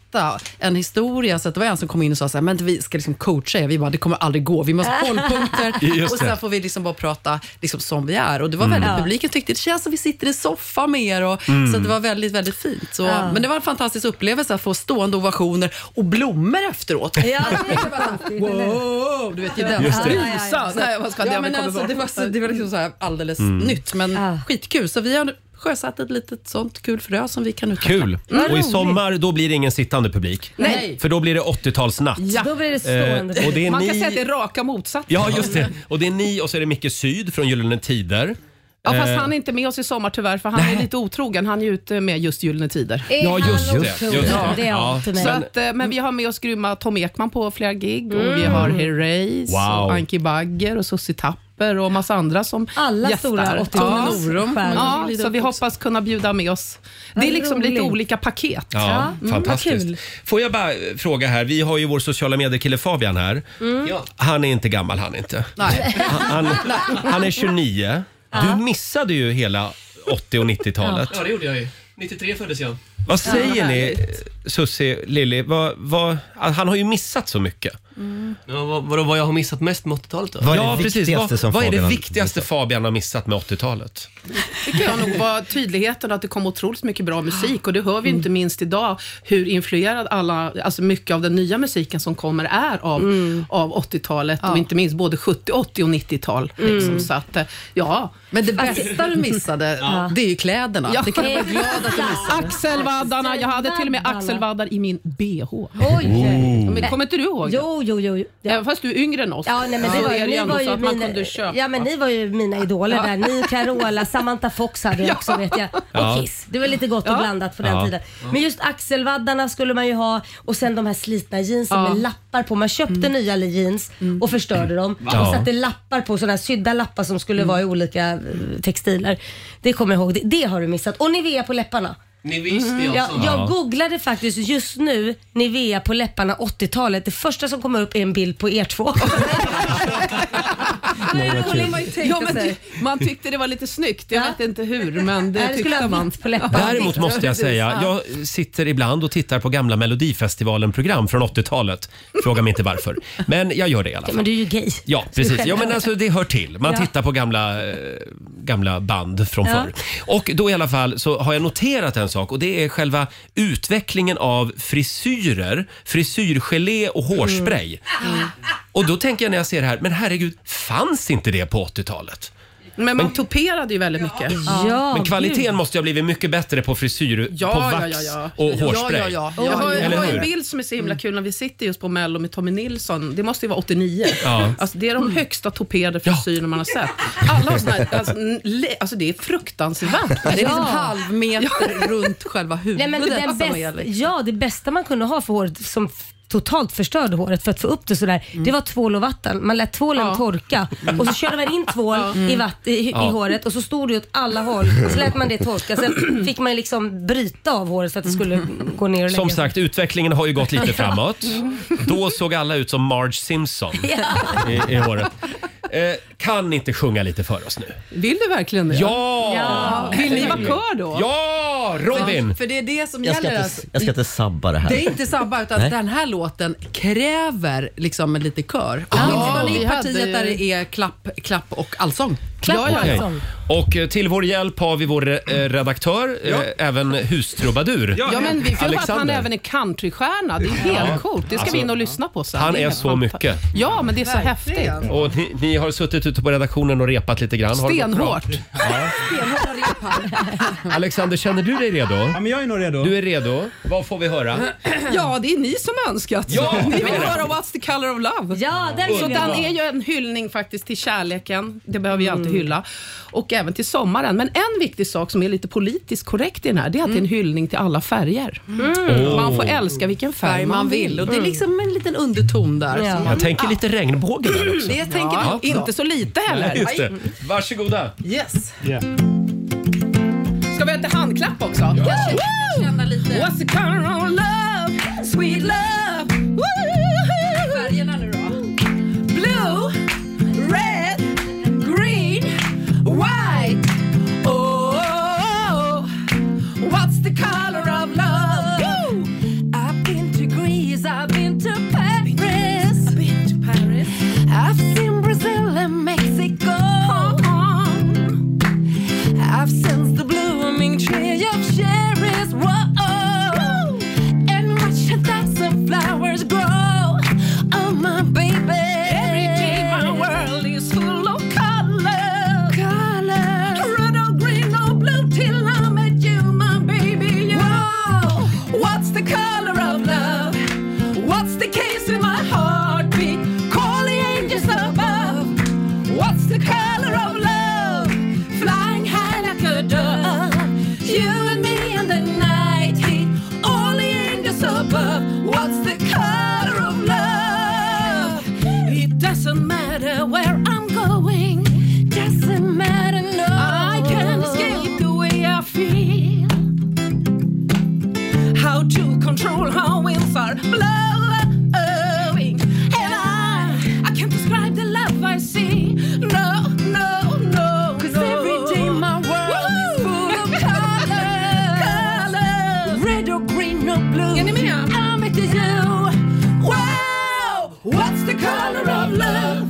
S12: en historia. Så att det var en som kom in och sa så här, men vi ska liksom coacha er. Vi bara, det kommer aldrig gå. Vi måste ha
S13: [LAUGHS]
S12: hållpunkter.
S7: Just
S12: och
S7: det.
S12: sen får vi liksom bara prata liksom, som vi är. Och det var
S7: Mm.
S12: väldigt,
S7: Ja.
S12: publiken tyckte det känns som vi sitter i en soffa med er. Och,
S7: Mm.
S12: Så att det var väldigt, väldigt fint. Så,
S7: Ja.
S12: Men det var en fantastisk upplevelse att få stående ovationer och blommor efteråt.
S7: Ja, det är
S12: wow, du vet ju den.
S7: Just det.
S12: Rusa.
S7: Ja, ja, ja.
S12: Nej, vad ska
S7: Ja,
S12: jag
S7: men
S12: men
S7: alltså,
S12: det, var, så- det var liksom så här alldeles
S1: Mm.
S12: nytt, men skitkul. Så vi har sjösatt ett litet sånt kul frö som vi kan utveckla.
S1: Kul!
S12: Mm.
S1: Och i sommar då blir det ingen sittande publik.
S12: Nej.
S1: För då blir det 80-talsnatt.
S13: Ja.
S2: Då blir det
S1: stående. Eh, och det är
S13: Man kan
S1: ni-
S13: säga att det är raka motsatsen.
S1: Ja, just det. Och det är ni och så är det Micke Syd från Gyllene Tider.
S13: Ja, fast
S1: Eh,
S13: han är inte med oss i sommar tyvärr, för han är lite otrogen. Han är ju ute med just Gyllene Tider.
S1: Är Ja, han just det, just otrogen? det. Det är Ja. han till mig.
S13: Så att, eh, men vi har med oss grymma Tom Ekman på flera gig.
S2: Mm.
S13: Och vi har Herreys,
S1: Wow.
S13: och Anki Bagger och Sussi Tapper och massa andra som
S2: Alla
S13: gästar.
S2: stora
S13: ja.
S2: 80-talsstjärnor.
S13: ja, Så vi hoppas kunna bjuda med oss. Det är liksom lite olika paket.
S1: Ja,
S13: Mm, vad
S1: fantastiskt.
S13: kul.
S1: Får jag bara eh, fråga här, vi har ju vår sociala medier-kille Fabian här.
S13: Mm.
S1: Han är inte gammal han inte.
S13: Nej.
S1: Han, han, han är 29. Du missade ju hela 80 och 90-talet.
S8: Ja, det gjorde jag ju. 93 föddes jag.
S1: Vad säger ni, Susie, Lilly? Vad, vad, han har ju missat så mycket.
S8: Ja, vad, vadå, vad jag har missat mest med 80-talet då?
S1: ja, precis. Vad, vad är det viktigaste Fabian har missat med 80-talet?
S13: tycker jag nog var tydligheten att det kom otroligt mycket bra musik och det hör vi
S2: Mm.
S13: inte minst idag hur influerad alla, alltså mycket av den nya musiken som kommer är av,
S12: Mm.
S13: av 80-talet och inte minst både 70, 80 och 90-tal. Liksom,
S12: Mm.
S13: så att, eh, ja. eh,
S12: Men det bästa du missade,
S13: Ja.
S12: det är ju kläderna.
S13: Ja.
S12: Det kan du vara glad att du missade.
S13: Axelvaddarna, jag hade till och med axelvaddar i min bh.
S1: Oh.
S12: Mm.
S2: Oj.
S13: Men kommer inte du ihåg
S2: Jo, jo, jo.
S13: Även fast du är yngre än oss.
S2: Ja, nej, men det var, ju-
S13: ju
S2: ni
S13: ändå
S2: var
S13: så
S2: ju
S13: att man
S2: mina,
S13: kunde köpa.
S2: ja, men ni var ju mina idoler
S13: Ja.
S2: där. Ni, Carola, Samantha Fox
S13: [LAUGHS]
S2: hade jag också vet jag.
S7: Ja.
S2: Och Kiss. Det var lite gott och
S7: Ja.
S2: blandat på den
S7: Ja.
S2: tiden. Men just axelvaddarna skulle man ju ha och sen de här slitna jeansen
S7: Ja.
S2: med lappar på. Man köpte
S13: Mm.
S2: nya jeans och förstörde dem och
S7: Ja.
S2: satte lappar på, sådana här sydda lappar
S13: Mm.
S2: som skulle vara i olika eh, textiler. Det kommer jag ihåg. Det, det har du missat. Och Nivea på läpparna.
S14: Ni visste
S2: Mm,
S1: Alltså,
S2: jag, jag googlade faktiskt just nu Nivea på läpparna 80-talet. Det första som kommer upp är en bild på er två. [LAUGHS]
S15: Nej,
S2: vad kul. man ju tänka
S15: ja, men
S2: sig.
S15: det- man tyckte det var lite snyggt. Jag vet inte hur, men
S2: Nej,
S15: det
S2: det skulle
S15: tyckte
S2: ha
S15: man.
S2: vitt på läpparna.
S1: Däremot
S2: [LAUGHS]
S1: måste jag säga, jag sitter ibland och tittar på gamla Melodifestivalen-program från 80-talet. Fråga mig inte varför. Men jag gör det i alla
S2: Ja,
S1: fall.
S2: men du är ju gay.
S1: Ja, precis. Ja,
S2: [LAUGHS]
S1: men alltså, det hör till. Man
S2: Ja.
S1: tittar på gamla, eh, gamla band från
S2: Ja.
S1: förr. Och då i alla fall så har jag noterat en sak och det är själva utvecklingen av frisyrer, frisyrgelé och hårspray.
S2: Mm.
S1: Och då tänker jag när jag ser det här, men herregud, fanns inte det på 80-talet?
S15: Men man
S1: Men-
S15: toperade ju väldigt mycket.
S1: men kvaliteten måste ju ha blivit mycket bättre på frisyr, på vax och hårspray.
S15: Ja, ja, ja. Jag har, jag
S1: Eller
S15: har en
S1: hur?
S15: bild som är så himla kul när vi sitter just på Mello med Tommy Nilsson. Det måste ju vara 89.
S1: Ja.
S15: Alltså, det är de högsta toperade frisyrer man har sett. Alla har såna här, alltså, n- le- alltså det är fruktansvärt.
S16: Det är liksom halv meter runt själva
S2: Nej,
S16: huvudet.
S15: [LAUGHS]
S2: men den
S15: Alltså,
S16: som
S2: bäst,
S16: gäller.
S15: liksom.
S2: ja, det bästa man kunde ha för håret som f- totalt förstörde håret för att få upp det sådär,
S15: Mm.
S2: det var tvål och vatten. Man lät tvålen torka och så körde man in tvål i, vatt, i, i
S13: Ja.
S2: håret och så stod det åt alla håll. Så lät man det torka. Sen [CLEARS THROAT] fick man liksom bryta av håret för att det
S15: Mm.
S2: skulle gå ner och lägga
S1: Som
S2: sig.
S1: sagt, utvecklingen har ju
S15: [LAUGHS]
S1: gått lite
S2: Ja.
S1: framåt.
S2: Mm.
S1: Då såg alla ut som Marge Simpson
S2: Ja.
S1: i, i håret. Eh, kan inte sjunga lite för oss nu?
S15: Vill du verkligen det?
S1: Ja!
S16: Vill ni vara kör då?
S1: Ja, Robin!
S16: För, för det är det som
S8: Jag ska,
S16: gäller.
S8: inte,
S16: alltså.
S8: jag ska inte sabba det här.
S16: Det är inte sabba, utan
S8: Nej.
S16: den här låten kräver liksom en lite kör. Och inte
S15: Ja,
S16: bara
S15: vi
S16: i partiet
S15: hade ju-
S16: där det är klapp, klapp och allsång.
S1: Okej. Och eh, till vår hjälp har vi vår eh, redaktör, eh, även hustrubadur.
S15: Ja, men vi får ju att han
S1: Alexander.
S15: även är countrystjärna. Det är
S1: Ja.
S15: helt coolt. Det ska
S1: Alltså,
S15: vi in och lyssna på sen.
S1: Han
S15: Det
S1: är
S15: helt
S1: så
S15: fanta-
S1: mycket.
S15: Ja, men det är så
S16: Verkligen.
S15: häftigt.
S1: Och ni, ni har suttit ute på redaktionen och repat lite grann. Har det gått bra?
S15: Stenhårt.
S1: Ja. Alexander, känner du dig redo? Ja, men jag är nog redo. Du är redo. Vad får vi höra?
S15: Ja, det är ni som har önskat.
S1: Ja,
S15: ni
S1: det
S15: vill
S1: är det.
S15: höra What's the color of love?
S2: Ja,
S1: den vill
S15: Så
S1: vi
S15: den
S1: ha.
S15: är ju en hyllning faktiskt till kärleken. Det behöver vi
S16: Mm.
S15: alltid hylla. Och även till sommaren. Men en viktig sak som är lite politiskt korrekt i den här, det är att det
S16: Mm.
S15: är en hyllning till alla färger.
S1: Mm.
S15: Man får älska vilken färg,
S16: Färg man vill. Och det är liksom en liten underton där.
S15: Ja.
S16: som man-
S1: Jag tänker lite regnbåge där också.
S16: Det tänker vi också.
S15: Inte så lite heller.
S1: Nej, just det. Varsågoda.
S15: Yes. Ska vi ha lite handklapp också?
S1: Ja.
S15: Woo! What's the color of love? Sweet love. Woo! Färgerna nu då? Blue, red, green, white. Oh, what's the color of love?
S13: I've been to Greece, I've been to Paris. I've been to Paris. I've seen Brazil and Mexico.
S15: Oh,
S13: I've sensed the blooming tree of cherries. Whoa. And watched a thousand flowers grow. Oh, my baby. Every day my world is full of color. Color. Red or green or blue till I met you, my baby. You. Whoa. What's the color of love? What's the case with my heartbeat? Call the angels above. What's the color of love? Flying high like a dove. You and me in the night heat. All the angels above. What's the color of love? It doesn't matter where I'm going. Doesn't matter, no. I can't escape the way I feel how to control how winds are blowing. And I, I can't describe the love I see. No, no, no. Cause every day my world is [LAUGHS] full of colors. Red or green or blue. I'm into you. Wow, what's the color of love?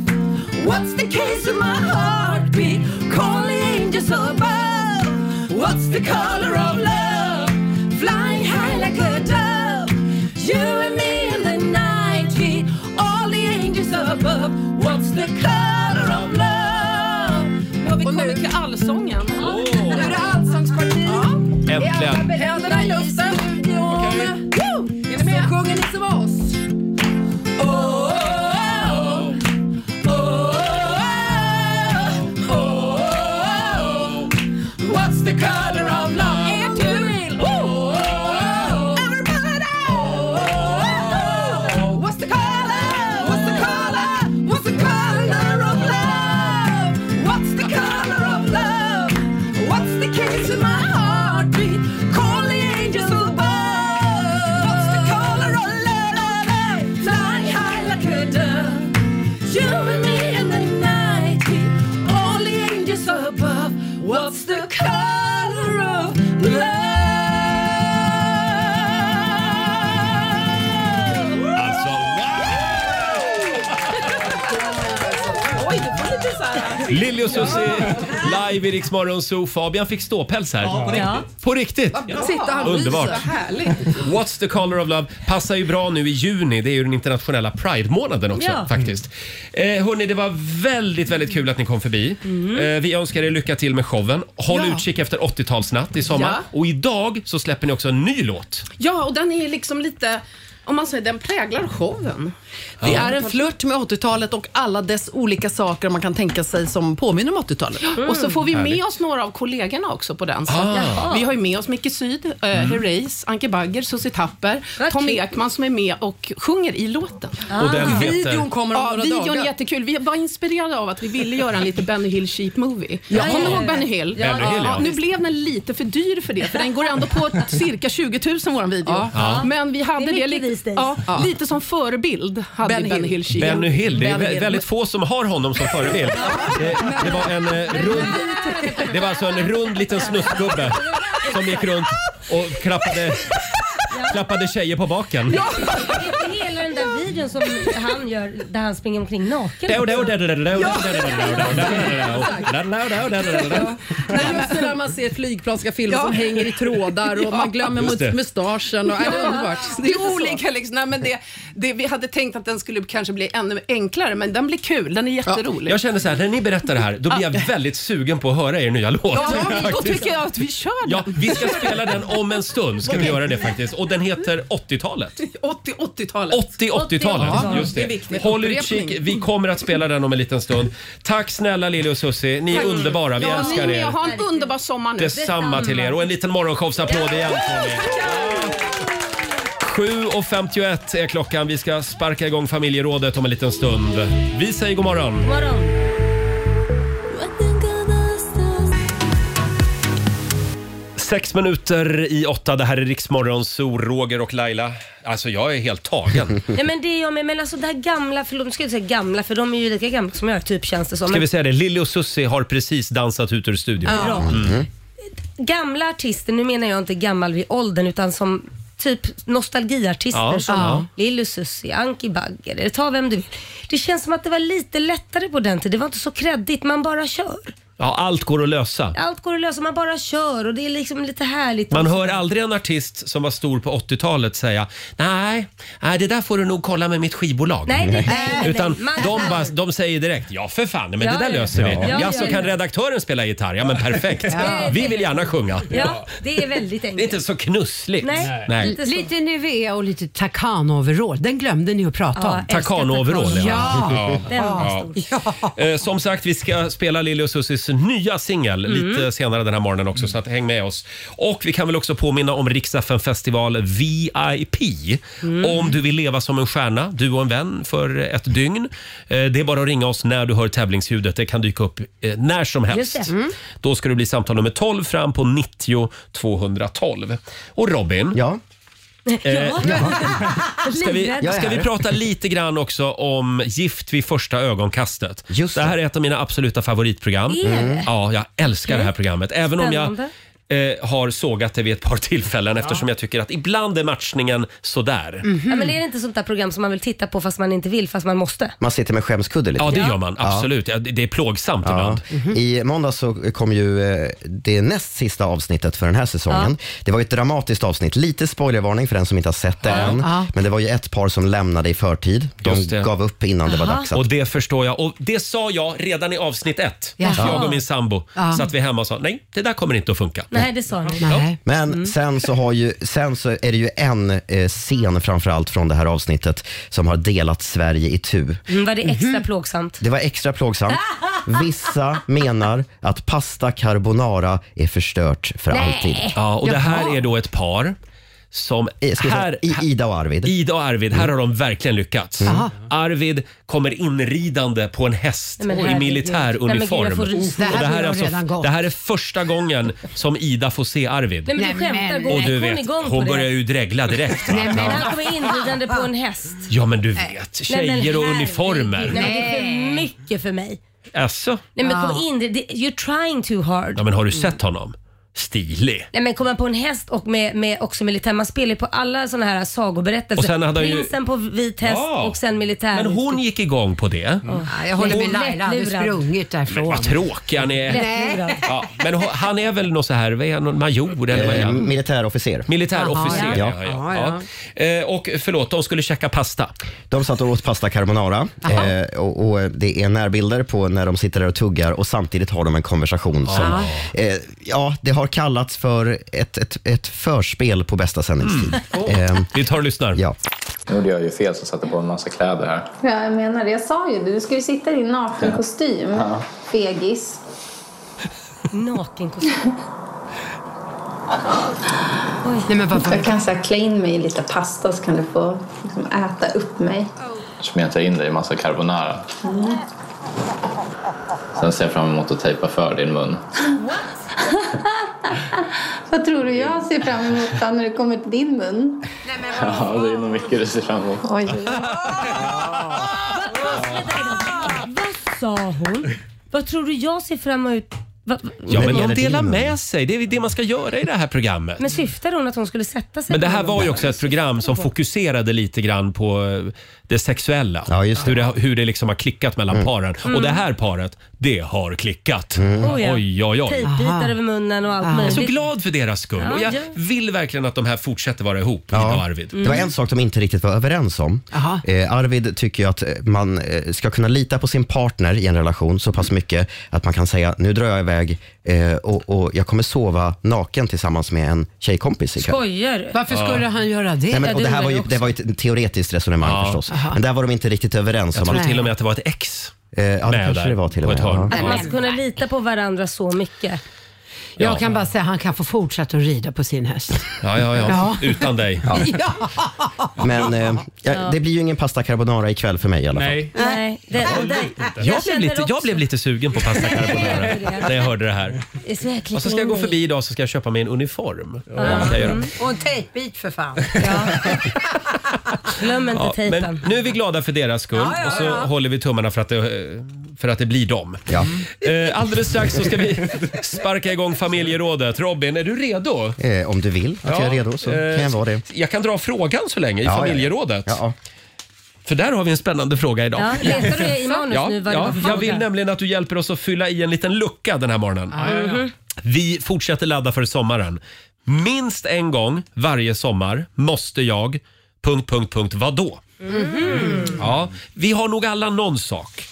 S13: What's the case of my heartbeat? Call the angels above. What's the color of love? Flying high like a dove. You and me in the night heat. All the angels above. What's the color of love? Nu har vi kommit till allsången. Nu är det allsångsparti.
S1: Äntligen.
S13: Händerna i luften. Woo! Är ni med? Så sjunger ni som oss. Oh, oh, oh. Oh, oh, oh. Oh, oh, oh. What's the color of love? Är du real? Oh, oh, oh. Everybody! Oh, oh, oh. What's the color? What's the color? What's the color of love? What's the color of love?
S1: Lili och Susie live i Rix Morgon Zoo. Fabian fick ståpäls här.
S7: Ja, på riktigt.
S1: På riktigt.
S7: Ja. Vad bra. Sitter han och ryser.
S1: Underbart.
S7: Härligt.
S1: What's the color of love passar ju bra nu i juni. Det är ju den internationella Pride-månaden också
S7: Ja.
S1: faktiskt. Eh, hörni, det var väldigt, väldigt kul att ni kom förbi.
S7: Mm.
S1: Eh, vi önskar er lycka till med showen. Håll
S13: Ja.
S1: utkik efter 80-talsnatt i sommar.
S13: Ja.
S1: Och idag så släpper ni också en ny låt.
S13: Ja, och den är liksom lite, om man säger den präglar showen.
S12: Det
S1: Ja.
S12: är en flört med 80-talet och alla dess olika saker man kan tänka sig som påminner om 80-talet.
S13: Och så får vi med
S12: Härligt.
S13: oss några av kollegorna också på den. Så
S12: Ah.
S13: att Vi har ju med oss Micke Syd, eh,
S1: Mm.
S13: Herreys, Anke Bagger, Susie Tapper, Tom Ekman som är med och sjunger i låten.
S7: Ah,
S1: Och den heter- Videon
S12: kommer om
S13: ja,
S12: några
S13: videon
S12: dagar.
S13: är jättekul. Vi var inspirerade av att vi ville göra en lite Benny Hill cheap movie.
S12: Ja.
S13: Kommer du
S12: Ja.
S13: ihåg Benny Hill?
S12: Benny Hill, ja.
S13: Nu blev den lite för dyr för det, för den går ändå på cirka 20 000 våran video.
S1: Ja. Ja.
S13: Men vi hade
S2: Det är
S13: det,
S2: mycket
S13: lite, ja,
S1: Ja.
S13: lite som förebild. Hade vi Benny Hill Cheap.
S1: Benny Hill. Det är
S13: Benny
S1: vä-
S13: Hill.
S1: väldigt få som har honom som förebild. Det, det var en eh, rund... Det var alltså en rund liten snuskgubbe som gick runt och klappade, klappade tjejer på baken.
S2: Det är Hela den där videon som han gör där han springer omkring naken.
S12: Nej, just det där man ser flygplan ska filma
S2: Ja.
S12: som hänger i trådar
S13: [LAUGHS]
S12: och
S13: Ja.
S12: man glömmer
S13: Just det.
S12: must- mustaschen. Och, ja. Det är underbart.
S13: Det är olika liksom. Nej, men det, det, vi hade tänkt att den skulle kanske bli ännu enklare, men den blir kul. Den är jätterolig.
S1: Jag känner så här, när ni berättar det här då blir jag väldigt sugen på att höra er nya låt.
S13: Ja, då
S1: faktiskt.
S13: tycker jag att vi kör
S1: Ja,
S13: den.
S1: vi ska spela den om en stund. Ska vi
S13: Okej.
S1: göra det faktiskt. Och den heter 80-talet.
S13: 80-80-talet.
S1: 80-80-talet.
S13: Ja,
S1: Just
S13: det är
S1: det.
S13: viktigt.
S1: Håll
S13: Upprepning.
S1: utkik. Vi kommer att spela den om en liten stund. Tack snälla Lili och Susie. Ni är
S13: Tack.
S1: underbara. Vi
S13: ja,
S1: älskar
S13: ni med.
S1: er.
S13: Ha en underbar sommar nu.
S1: Detsamma till er. Och en liten morgonshowsapplåd igen från er. 7.51 är klockan. Vi ska sparka igång familjerådet om en liten stund. Vi säger god morgon. Sex minuter i åtta. Det här är Riksmorgon, Zoo, Roger och Laila. Alltså jag är helt
S13: [LAUGHS]
S1: tagen.
S2: Nej men det är jag med, men alltså det här gamla, förlåt nu ska jag inte säga gamla för de är ju lika gamla som jag typ känns det som.
S1: Ska
S2: Men
S1: vi säga det? Lilly och Susie har precis dansat ut ur studion.
S2: Ja. Bra.
S1: Mm.
S2: Gamla artister, nu menar jag inte gammal vid åldern utan som typ nostalgiartister
S7: Ja,
S2: som
S7: ja.
S2: Lilly Susie, Anki Bagger, eller ta vem du vill. Det känns som att det var lite lättare på den tiden, det var inte så kreddigt, man bara kör.
S1: Ja, allt går att lösa.
S2: Allt går att lösa, man bara kör och det är liksom lite härligt.
S1: Man hör aldrig en artist som var stor på 80-talet säga nej, nej, det där får du nog kolla med mitt skivbolag.
S2: Nej, det- nej,
S1: Utan
S2: nej, man-
S1: de, bara, de säger direkt ja för fan, men
S2: Ja,
S1: det där
S2: ja.
S1: löser vi.
S2: Ja.
S1: Ja,
S2: Ja,
S1: så
S2: ja,
S1: kan
S2: ja.
S1: redaktören spela gitarr, ja men perfekt.
S2: Ja.
S1: [LAUGHS] Vi vill gärna sjunga.
S2: Ja, det är väldigt
S1: Det är
S2: enkelt.
S1: inte så knussligt.
S2: Nej,
S4: Lite, lite Nivea och lite Takano-overall. Den glömde ni att prata
S1: Ja,
S4: om.
S1: älskar Takano-overall, ja.
S4: Ja.
S1: Ja.
S4: Den var
S1: Ja.
S4: stor.
S1: [LAUGHS] Eh, Som sagt, vi ska spela Lili och Susis nya singel
S7: Mm.
S1: lite senare den här morgonen också, så att häng med oss. Och vi kan väl också påminna om Riksdagen festival VIP.
S7: Mm.
S1: Om du vill leva som en stjärna, du och en vän, för ett dygn. eh, Det är bara att ringa oss när du hör tävlingsljudet. Det kan dyka upp eh, när som helst.
S7: Just det. Mm.
S1: Då ska du bli samtal nummer 12 fram på 90 212. Och Robin.
S3: Ja.
S1: Eh, Ska vi,
S7: Jag är
S1: ska vi
S7: här.
S1: prata lite grann också om Gift vid första ögonkastet? det. här är ett av mina absoluta favoritprogram.
S7: Är det? Mm.
S1: Ja, jag älskar det här programmet. Även om jag
S7: Spännande.
S1: eh, har sågat det vid ett par tillfällen eftersom jag tycker att ibland är matchningen sådär.
S2: ja, men är det inte sånt där program som man vill titta på fast man inte vill, fast man måste?
S3: Man sitter med skämskudde lite.
S1: Ja, det
S3: grann.
S1: gör man. Absolut. Ja. Det det är plågsamt ibland.
S3: I måndag så kom ju eh, det näst sista avsnittet för den här säsongen. Det var ju ett dramatiskt avsnitt. Lite spoilervarning för den som inte har sett det
S1: Ja.
S3: än.
S1: Ja.
S3: Men det var ju ett par som lämnade i förtid.
S1: Just det.
S3: De gav upp innan det var dags att
S1: Och det förstår jag. Och det sa jag redan i avsnitt ett.
S3: Jaha.
S1: Jag och min sambo
S3: Ja.
S1: satt vi hemma och sa nej, det där kommer inte att funka.
S2: Nej, det sa ni.
S3: Men
S1: Mm.
S3: sen, så har ju, sen så är det ju en eh, scen framförallt från det här avsnittet som har delat Sverige i tu.
S2: Mm, var det extra
S1: Mhm.
S2: plågsamt?
S3: Det var
S1: [LAUGHS]
S3: extra plågsamt. Vissa menar att pasta carbonara är förstört för
S2: Nej.
S3: alltid. Eh,
S1: Ja, och det här är då ett par som... Här,
S3: I, Ida och Arvid.
S1: Ida och Arvid, här har de verkligen lyckats.
S3: Mm. Aha.
S1: Arvid kommer inridande på en häst
S7: Nej, men
S1: i
S7: herregud.
S1: militär
S7: Nej, men gud, jag får
S1: uniform.
S7: rysningar.
S1: Och
S7: Det här har
S1: är alltså-
S7: jag redan gått.
S1: det här är första gången som Ida får se Arvid.
S2: Nej, men du skämtar. Går
S1: och du
S2: hon
S1: vet,
S2: igång på
S1: hon
S2: det?
S1: börjar ju dregla direkt. va?
S2: Nej, men
S1: ja.
S2: han kommer inridande på en häst.
S1: ja, men du vet.
S2: Nej,
S1: Tjejer
S2: men
S1: och
S2: herregud.
S1: uniformer. Alltså?
S2: Nej, men det är för mycket för mig.
S1: Jaså?
S2: Nej men kom in, det- det- you're trying too hard.
S1: Ja, men har du sett honom? stilig.
S2: Nej men kommer på en häst och med, med också militär. Man spelar ju på alla sådana här sagoberättelser.
S1: Och sen hade han ju-
S2: Prinsen på vit häst
S1: Ja.
S2: och sen militär.
S1: Men hon gick igång på det.
S4: jag håller med
S2: Hon-
S4: Laila, hade
S2: Lättlurad.
S4: sprungit därifrån.
S1: Vad tråkig han är.
S4: Nej.
S1: Ja, men ho- han är väl någon så här, vad är han, någon major eller vad är
S3: Eh,
S1: han?
S3: Militärofficer.
S1: Militärofficer, ja.
S3: Ja.
S1: ja, ja, Eh, Och förlåt, de skulle käka pasta.
S3: De satt och åt pasta carbonara eh, och, och det är närbilder på när de sitter där och tuggar och samtidigt har de en konversation.
S1: Ja.
S3: Som, eh, ja, det har kallats för ett, ett, ett förspel på bästa sändningstid. Ehm,
S1: Vi tar och lyssnar.
S3: Ja.
S17: Nu gjorde jag ju fel som satte på en massa kläder här.
S18: Ja, jag menar det. Jag sa ju det. Du ska ju sitta i din nakenkostym.
S17: Ja.
S18: Fegis.
S2: [LAUGHS] Nakenkostym.
S4: Nej, men
S18: jag kan så här, klä in mig i lite pasta så kan du få liksom, äta upp mig.
S17: Smeta in dig i massa carbonara.
S18: Mm.
S17: Sen ser jag fram emot att tejpa för din mun.
S18: Vad tror du jag ser fram emot då när det kommer till din mun?
S17: Ja, det är nog mycket du ser fram emot.
S18: Oj.
S2: Vad sa hon? Vad tror du jag ser fram emot? Va- va-
S1: Ja, men de delar med sig. Det är det man ska göra i det här programmet.
S2: Men syftade hon att hon skulle sätta sig
S1: Men det
S2: på
S1: här
S2: honom?
S1: var ju också ett program som fokuserade lite grann på eh, det sexuella. Hur det, hur det liksom har klickat mellan paren.
S2: Mm.
S1: Och det här paret, det har klickat.
S2: Oh, ja.
S1: Oj, oj, oj.
S2: Tejpbitar över munnen och allt
S1: Jag är
S2: möjligt.
S1: så glad för deras skull
S2: Ja,
S1: och jag
S2: ja. Mm.
S1: vill verkligen att de här fortsätter vara ihop, Linda och Arvid.
S3: Det var en sak de inte riktigt var överens om. Eh, Arvid tycker ju att eh, man eh, ska kunna lita på sin partner i en relation så pass mycket att man kan säga, nu drar jag iväg eh, och, och jag kommer sova naken tillsammans med en tjejkompis ikväll.
S2: Skojar du?
S4: Varför skulle
S3: Ja.
S4: han göra det?
S3: Nej, men,
S4: Ja,
S3: och det, här
S4: undrar
S3: var ju,
S4: jag
S3: det var ju ett teoretiskt resonemang förstås.
S4: Aha.
S3: Men där var de inte riktigt överens.
S1: Jag
S3: om
S1: tror
S3: att-
S1: till och med att det var ett ex.
S3: Eh, ja, det
S1: med
S3: kanske
S1: där
S3: det var till och
S1: på
S3: med.
S1: ett hörn.
S3: Ja.
S2: Nej, Man ska kunna lita på varandra så mycket.
S4: Jag
S1: Ja.
S4: kan bara säga han kan få fortsätta att rida på sin häst.
S1: Ja, ja, ja.
S4: Ja.
S1: Utan dig.
S3: Men eh,
S2: Ja.
S3: ja, det blir ju ingen pasta carbonara ikväll för mig i alla fall.
S1: Nej.
S2: Nej, det, det,
S1: Jag blev, lite, jag blev lite sugen på
S2: [LAUGHS]
S1: pasta carbonara när jag hörde det här.
S2: lite...
S1: Och så ska jag gå förbi idag så ska jag köpa mig en uniform. Ja. det ska jag göra.
S2: Mm.
S4: Och en tejpbit för fan.
S1: [LAUGHS]
S2: Glöm inte
S1: Ja,
S2: tejpen.
S1: men nu är vi glada för deras skull
S2: Ja, ja,
S1: och så
S2: ja.
S1: håller vi tummarna för att det, eh, för att det blir dem. Eh, alldeles strax så ska vi sparka igång familjerådet. Robin, är du redo?
S3: Eh, om du vill att jag är redo så
S1: eh,
S3: kan jag vara det.
S1: Jag kan dra frågan så länge i
S3: Ja, ja, ja.
S1: familjerådet.
S3: Ja, ja.
S1: För där har vi en spännande fråga idag.
S2: Ja, letar du i manus
S1: Ja,
S2: nu vad det
S1: ja,
S2: var för
S1: jag
S2: fråga?
S1: vill nämligen att du hjälper oss att fylla i en liten lucka den här morgonen. Vi fortsätter ladda för sommaren. Minst en gång varje sommar måste jag... Punkt, punkt, punkt, vadå? Ja, vi har nog alla någon sak.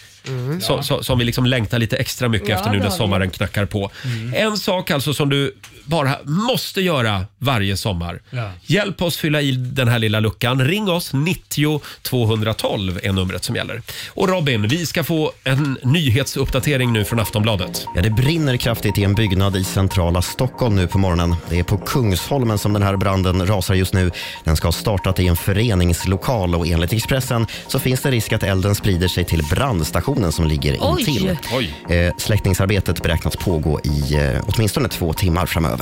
S1: Som, som, som vi liksom längtar lite extra mycket
S9: Ja,
S1: efter nu
S9: det
S1: när
S9: har vi.
S1: sommaren knackar på. En sak alltså som du bara måste göra varje sommar.
S9: Ja.
S1: Hjälp oss fylla i den här lilla luckan. Ring oss, 90 212 är numret som gäller. Och Robin, vi ska få en nyhetsuppdatering nu från Aftonbladet.
S3: Ja, det brinner kraftigt i en byggnad i centrala Stockholm nu på morgonen. Det är på Kungsholmen som den här branden rasar just nu. Den ska ha startat i en föreningslokal och enligt Expressen så finns det risk att elden sprider sig till brandstationen som ligger
S7: Oj!
S3: intill. Eh, släckningsarbetet beräknas pågå i eh, åtminstone två timmar framöver.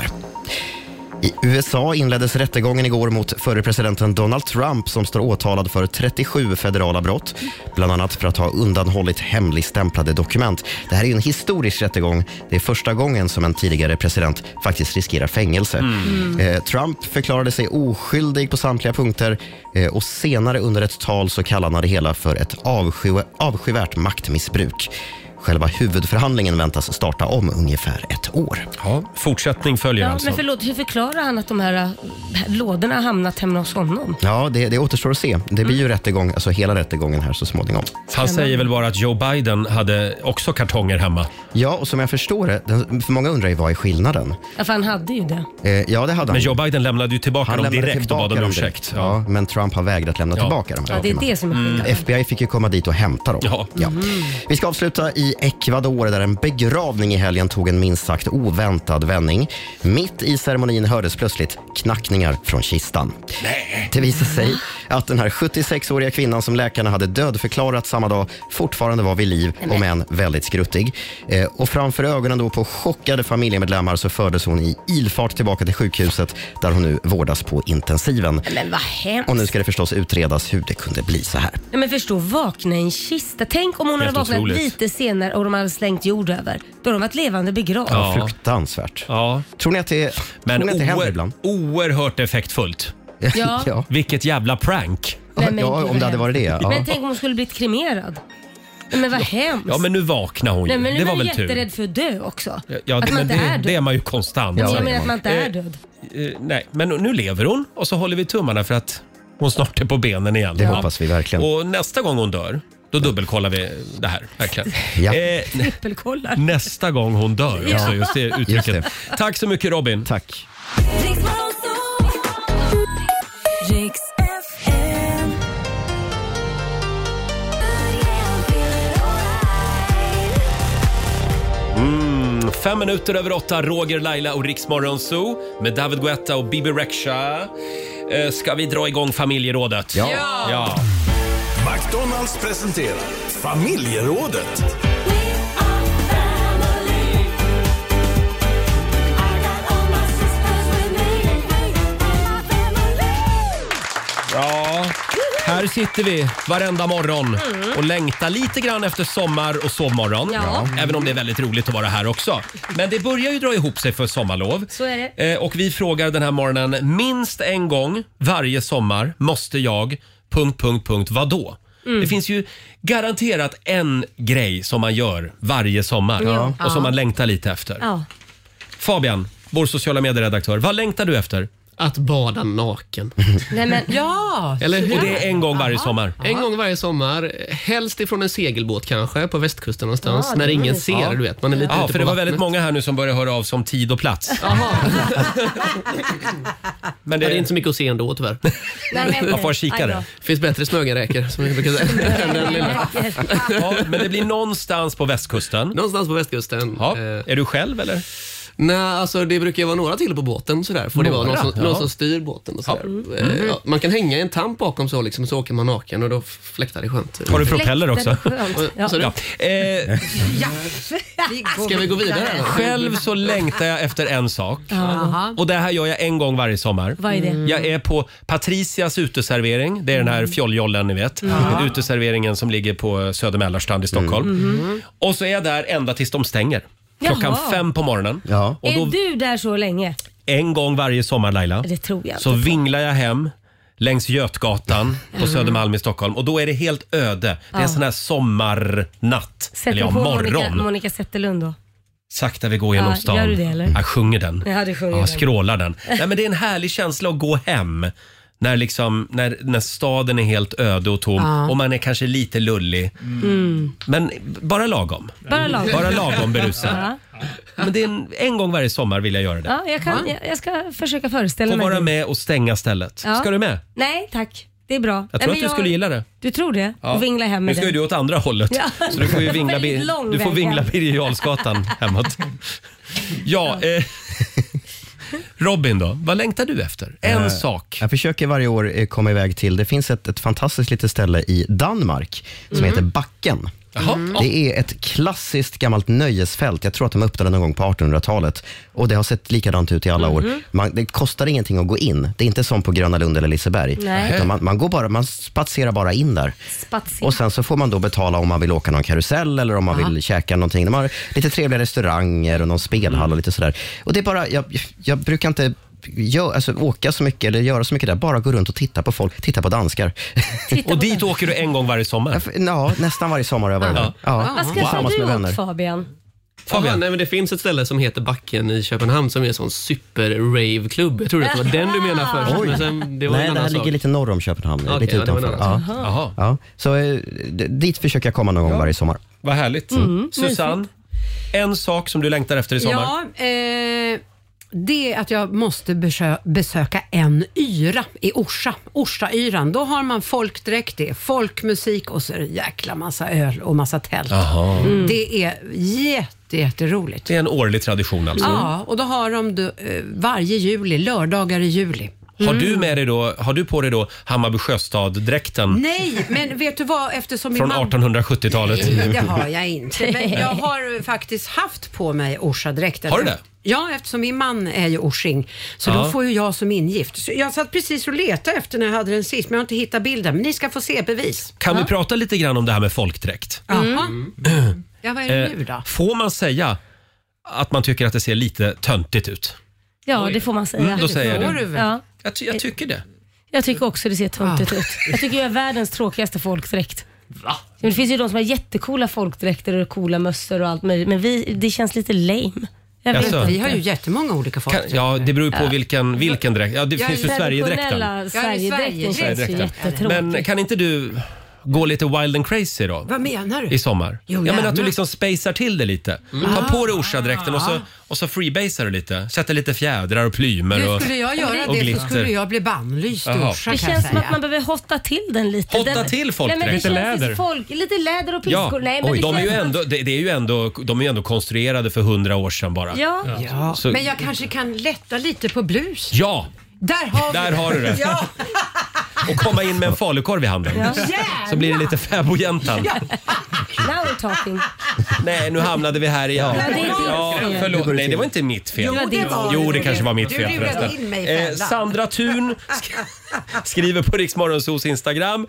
S3: I USA inleddes rättegången igår mot förre presidenten Donald Trump som står åtalad för 37 federala brott, bland annat för att ha undanhållit hemligstämplade dokument. Det här är ju en historisk rättegång. Det är första gången som en tidigare president faktiskt riskerar fängelse.
S7: Mm.
S3: Eh, Trump förklarade sig oskyldig på samtliga punkter eh, och senare under ett tal så kallade han det hela för ett avsky avskyvärt maktmissbruk. Själva huvudförhandlingen väntas starta om ungefär ett år.
S1: Ja, fortsättning följer alltså.
S2: Ja, men förlåt, hur förklarar han att de här äh, lådorna har hamnat hemma hos honom?
S3: Ja, det, det återstår att se. Det
S2: Mm.
S3: blir ju rättegång, alltså hela rättegången här så småningom.
S1: Han säger väl bara att Joe Biden hade också kartonger hemma.
S3: Ja, och som jag förstår det, den, för många undrar ju vad är skillnaden?
S2: Ja, för han hade ju det.
S3: Eh, ja, det hade han.
S1: Men Joe Biden lämnade ju tillbaka dem
S3: lämnade
S1: direkt och bad om
S3: dem
S1: ursäkt.
S3: direkt. Ja. men Trump har vägrat lämna tillbaka dem.
S2: Ja, det är det som är
S1: Mm.
S2: skillnaden.
S3: FBI fick ju komma dit och hämta dem. Ja. Vi ska avsluta i Ecuador där en begravning i helgen tog en minst sagt oväntad vändning. Mitt i ceremonin hördes plötsligt knackningar från kistan. Det visade sig att den här 76-åriga kvinnan som läkarna hade dödförklarat samma dag fortfarande var vid liv,
S7: Nej, men.
S3: om än väldigt skruttig. Eh, och framför ögonen då på chockade familjemedlemmar så fördes hon i ilfart tillbaka till sjukhuset där hon nu vårdas på intensiven.
S2: Men vad hemskt.
S3: Och nu ska det förstås utredas hur det kunde bli så här.
S2: Nej, men förstå, vakna i en kista. Tänk om hon hade
S3: Helt
S2: vaknat
S3: otroligt.
S2: lite senare och de hade slängt jord över. Då hade de varit levande begravd.
S3: Ja. Fruktansvärt. Tror ni att det,
S1: Men
S3: tror ni att det händer
S1: oer-
S3: ibland?
S1: oerhört effektfullt.
S3: [LAUGHS]
S2: Ja. Ja.
S1: Vilket jävla prank.
S2: Nej, men gud, vad hemskt.
S1: Ja.
S2: Men tänk om hon skulle blivit kremerad. Nej, men vad hemskt.
S1: Ja, men nu vaknar hon ju.
S2: Nej, men nu
S1: det
S2: är
S1: var
S2: man
S1: väl
S2: ju
S1: tur.
S2: jätterädd för att dö också.
S1: Ja,
S2: att man
S1: men
S2: inte
S1: det,
S2: är död.
S1: det är man ju konstant.
S2: Ja,
S1: säger
S2: jag menar att
S1: man.
S2: man inte
S1: Eh,
S2: är död.
S1: Eh, nej, men nu lever hon och så håller vi tummarna för att hon snart är på benen igen.
S3: Det hoppas vi verkligen.
S1: Och nästa gång hon dör, då dubbelkollar vi det här. Verkligen. Eh,
S2: Trippelkollar.
S1: [LAUGHS] nästa gång hon dör
S7: Ja.
S1: också, just det uttrycket.
S7: Just det.
S1: Tack så mycket Robin.
S3: Tack.
S7: Riks FM.
S1: Mm, fem minuter över åtta, Roger, Laila och Riksmorgon Zoo med David Guetta och Bibi Rexha. Eh, ska vi dra igång familjerådet?
S7: Ja.
S1: ja.
S11: McDonalds presenterar familjerådet.
S1: Ja, här sitter vi varenda morgon
S7: Mm.
S1: och längtar lite grann efter sommar och sovmorgon.
S7: Ja.
S1: Även om det är väldigt roligt att vara här också. Men det börjar ju dra ihop sig för sommarlov.
S7: Så är det.
S1: Eh, och vi frågar den här morgonen minst en gång varje sommar måste jag... Punkt, punkt, punkt, vadå?
S7: Mm.
S1: Det finns ju garanterat en grej som man gör varje sommar
S7: Ja.
S1: och som
S7: Ja.
S1: man längtar lite efter.
S2: Ja.
S1: Fabian, vår sociala medieredaktör, vad längtar du efter?
S8: Att bada naken.
S1: [LAUGHS]
S2: Nej, men...
S4: Ja!
S8: Eller hur?
S1: Och det är en gång varje sommar.
S8: En gång varje sommar, helst ifrån en segelbåt kanske, på västkusten någonstans,
S1: Ja,
S8: när
S1: det var
S8: ingen
S1: det.
S8: ser.
S1: Ja.
S8: Du vet, man är lite
S1: Ja,
S8: ute
S1: för
S8: på
S1: det var
S8: vattnet.
S1: väldigt många här nu som började höra av sig om tid och plats. [LAUGHS] Men det...
S8: är inte så mycket att se
S1: [LAUGHS]
S8: ändå tyvärr.
S1: Nej, men- Man får ha kikare. Aj då.
S8: finns bättre smögenräkor som jag brukar säga.
S1: [LAUGHS]
S8: än den lilla.
S1: Ja, men det blir någonstans på västkusten.
S8: Någonstans på västkusten. Eh,
S1: Ja. Är du själv eller?
S8: Nej, alltså det brukar ju vara några till på båten sådär. Får det vara någon
S1: Några?
S8: som,
S1: Ja.
S8: någon som styr båten och sådär. Eh,
S1: Mm.
S8: Ja, man kan hänga i en tamp bakom så liksom, så åker man naken och då fläktar det skönt.
S1: Har du
S2: [LAUGHS]
S1: propeller också?
S8: Fläktar skönt, ja.
S1: Vad sa du? Eh,
S8: Ska vi gå vidare?
S1: Själv så längtar jag efter en sak.
S7: Jaha.
S1: Och det här gör jag en gång varje sommar.
S7: Vad är det?
S1: Jag är på Patricias uteservering. Det är den här fjolljollen ni vet.
S7: Ja.
S1: Uteserveringen som ligger på Söder Mälarstrand i Stockholm. Och så är jag där ända tills de stänger. Klockan
S2: Jaha.
S1: fem på morgonen. Och
S2: Är
S1: då,
S2: du där så länge?
S1: en gång varje sommar Laila.
S2: Det tror jag
S1: Så
S2: inte.
S1: vinglar jag hem längs Götgatan på
S2: Mm.
S1: Södermalm i Stockholm och då är det helt öde. Det är
S2: Ja.
S1: en sån här sommarnatt.
S2: Sätter
S1: eller ja,
S2: på Monica,
S1: morgon.
S2: Monica Zetterlund då.
S1: Sakta vi går genom
S2: Ja,
S1: stan.
S2: gör du det, eller?
S1: Jag sjunger den.
S2: Ja, du sjunger
S1: ja,
S2: den. [LAUGHS]
S1: skrålar den. Nej, men det är en härlig känsla att gå hem. När, liksom, när, när staden är helt öde och tom
S2: Ja.
S1: och man är kanske lite lullig.
S2: Mm.
S1: Men bara lagom.
S2: Bara lagom.
S1: Bara lagom berusad.
S2: Ja.
S1: Men det är en, en gång varje sommar vill jag göra det.
S2: Ja, jag, kan, jag, jag ska försöka föreställa
S1: Få
S2: mig.
S1: vara
S2: det.
S1: med och stänga stället.
S2: Ja.
S1: Ska du med?
S2: Nej, tack. Det är bra.
S1: Jag
S2: Nej,
S1: tror att
S2: men
S1: du skulle gilla det.
S2: Du tror det?
S1: Ja.
S2: Och vingla hem
S1: Nu
S2: med
S1: ska ju du
S2: den.
S1: åt andra hållet.
S2: Ja.
S1: Så du får ju vingla,
S2: Väldigt
S1: bi-
S2: lång
S1: du får
S2: väg
S1: vingla
S2: hem.
S1: Birger Jarlsgatan hemåt. Ja, eh, [LAUGHS] Robin då, vad längtar du efter? En
S3: Eh,
S1: sak.
S3: Jag försöker varje år eh, komma iväg till, det finns ett, ett fantastiskt litet ställe i Danmark som
S1: Mm.
S3: heter Backen.
S1: Jaha.
S3: Det är ett klassiskt gammalt nöjesfält. Jag tror att de öppnade någon gång på 1800-talet. Och Det har sett likadant ut i alla
S7: Mhm.
S3: år. Man, det kostar ingenting att gå in. Det är inte som på Gröna Lund eller Liseberg.
S7: Nej.
S3: Utan man, man, går bara, man spatserar bara in där.
S2: Spatsig.
S3: Och Sen så får man då betala om man vill åka någon karusell eller om man
S2: Ja.
S3: vill käka någonting. De har lite trevliga restauranger och någon spelhall
S2: Mm.
S3: och lite sådär. Och det är bara, jag, jag brukar inte gö- alltså, åka så mycket eller göra så mycket där. Bara gå runt och titta på folk. Titta på danskar. [LAUGHS]
S1: och dit åker du en gång varje sommar?
S3: Ja, nästan varje sommar har jag varit
S8: Ja.
S3: där. Ja.
S2: Vad skaffar
S3: Tillsammans
S2: du
S3: med
S2: åt
S3: vänner.
S2: Fabian?
S8: Fabian. Nej, men det finns ett ställe som heter Backen i Köpenhamn som är en sån super-rave-klubb. Jag trodde att det var den du menade
S2: Ah.
S8: först.
S3: Oj.
S8: Men sen, det var
S3: Nej,
S8: en
S3: det
S8: annan
S3: här
S8: sak.
S3: ligger lite norr om Köpenhamn.
S8: Okej,
S3: lite
S8: ja, det var en
S3: utanför. Ja.
S8: annan sak. Jaha.
S3: Ja. Så eh, d- dit försöker jag komma någon gång varje sommar.
S1: Vad härligt.
S4: Mm,
S1: Susanne, en sak som du längtar efter i sommar?
S4: Ja, eh, det är att jag måste besö- besöka en yra i Orsa. Orsayran. Då har man folkdräkt, det är folkmusik och så är det en jäkla massa öl och massa tält.
S1: Jaha. Mm.
S4: Det är jätte, jätteroligt.
S1: Det är en årlig tradition alltså?
S4: Ja, och då har de då, eh, varje juli, lördagar i juli.
S1: Har,
S4: Mm.
S1: du med dig då, har du på dig då Hammarby Sjöstad-dräkten
S4: Nej, men vet du vad? Eftersom
S1: från
S4: min mamma...
S1: 1870-talet?
S4: Nej, [LAUGHS] det har jag inte. Men jag har faktiskt haft på mig Orsadräkten.
S1: Har du det?
S4: Ja, eftersom min man är ju Orsing, så
S1: Ja.
S4: då får ju jag som ingift. Så jag satt precis och letade efter när jag hade den sist, men jag har inte hittat bilden. Men ni ska få se bevis.
S1: Kan vi
S4: Ja.
S1: prata lite grann om det här med folkdräkt?
S4: Jaha. Ja, vad är det
S1: Eh,
S4: nu då?
S1: Får man säga att man tycker att det ser lite töntigt ut?
S2: Ja, det får man säga.
S1: Mm, då säger jag det.
S2: Ja.
S1: Jag, jag tycker det.
S2: Jag tycker också det ser
S4: Ah.
S2: töntigt ut. Jag tycker jag är världens tråkigaste folkdräkt.
S1: Va?
S2: Men det finns ju de som har jättecoola folkdräkter och coola mössor och allt möjligt, men vi, det känns lite lame. Jag vet
S1: Jaså?
S2: inte.
S1: Vi har ju
S4: jättemånga olika
S1: Kan, ja, det beror ju på
S2: Ja.
S1: vilken, vilken dräkt. Ja, det
S2: Jag
S1: finns
S2: är
S1: ju Sverigedräkten.
S2: traditionella
S4: Sverigedräkten.
S2: Sverigedräkten känns ju jättetråkig.
S1: Men kan inte du gå lite wild and crazy då?
S4: Vad menar du?
S1: I sommar?
S4: Jo,
S1: ja, men
S4: gärna.
S1: att du liksom spacear till det lite.
S4: Mm.
S1: Ta
S4: Ah.
S1: på dig Orsadräkten och så, och så freebasar du lite. Sätter lite fjädrar och plymer
S4: Nu
S1: och,
S4: skulle jag
S1: och,
S4: göra det så
S1: glitter.
S4: skulle jag bli bannlyst i
S1: Jaha.
S4: Orsa
S2: Det
S4: kan jag
S2: känns som
S4: säga.
S2: att man behöver hotta till den lite.
S1: Hotta
S2: den,
S1: till folkdräkt.
S2: Nej, men det
S1: Lite
S2: känns
S1: läder.
S2: ju Folk, lite läder och piskor.
S1: Ja,
S2: Nej, men
S1: Oj,
S2: det
S1: de, är
S2: känns
S1: ju
S2: som att-
S1: ändå, det, det är ju ändå, de är ju ändå konstruerade för hundra år sedan bara.
S4: Ja. Ja.
S1: Så-
S4: Men jag kanske kan lätta lite på blusen.
S1: Ja,
S4: Där har, vi
S1: där har du det.
S4: [LAUGHS] Ja.
S1: Och komma in med en falukorv i handen.
S4: Ja.
S1: Så blir det lite fäbodjäntan.
S2: Now we're talking.
S1: Nej, nu hamnade vi här igen.
S2: Ja, det är ditt
S1: Ja,
S2: fel.
S1: förlåt. Nej, det var inte mitt fel.
S2: Jo, det var det.
S1: Jo, det kanske var mitt
S2: Du
S1: fel
S2: lurade in mig i
S1: förresten.
S2: fällan.
S1: Eh, Sandra Thun sk- skriver på Riksmorgonsos Instagram.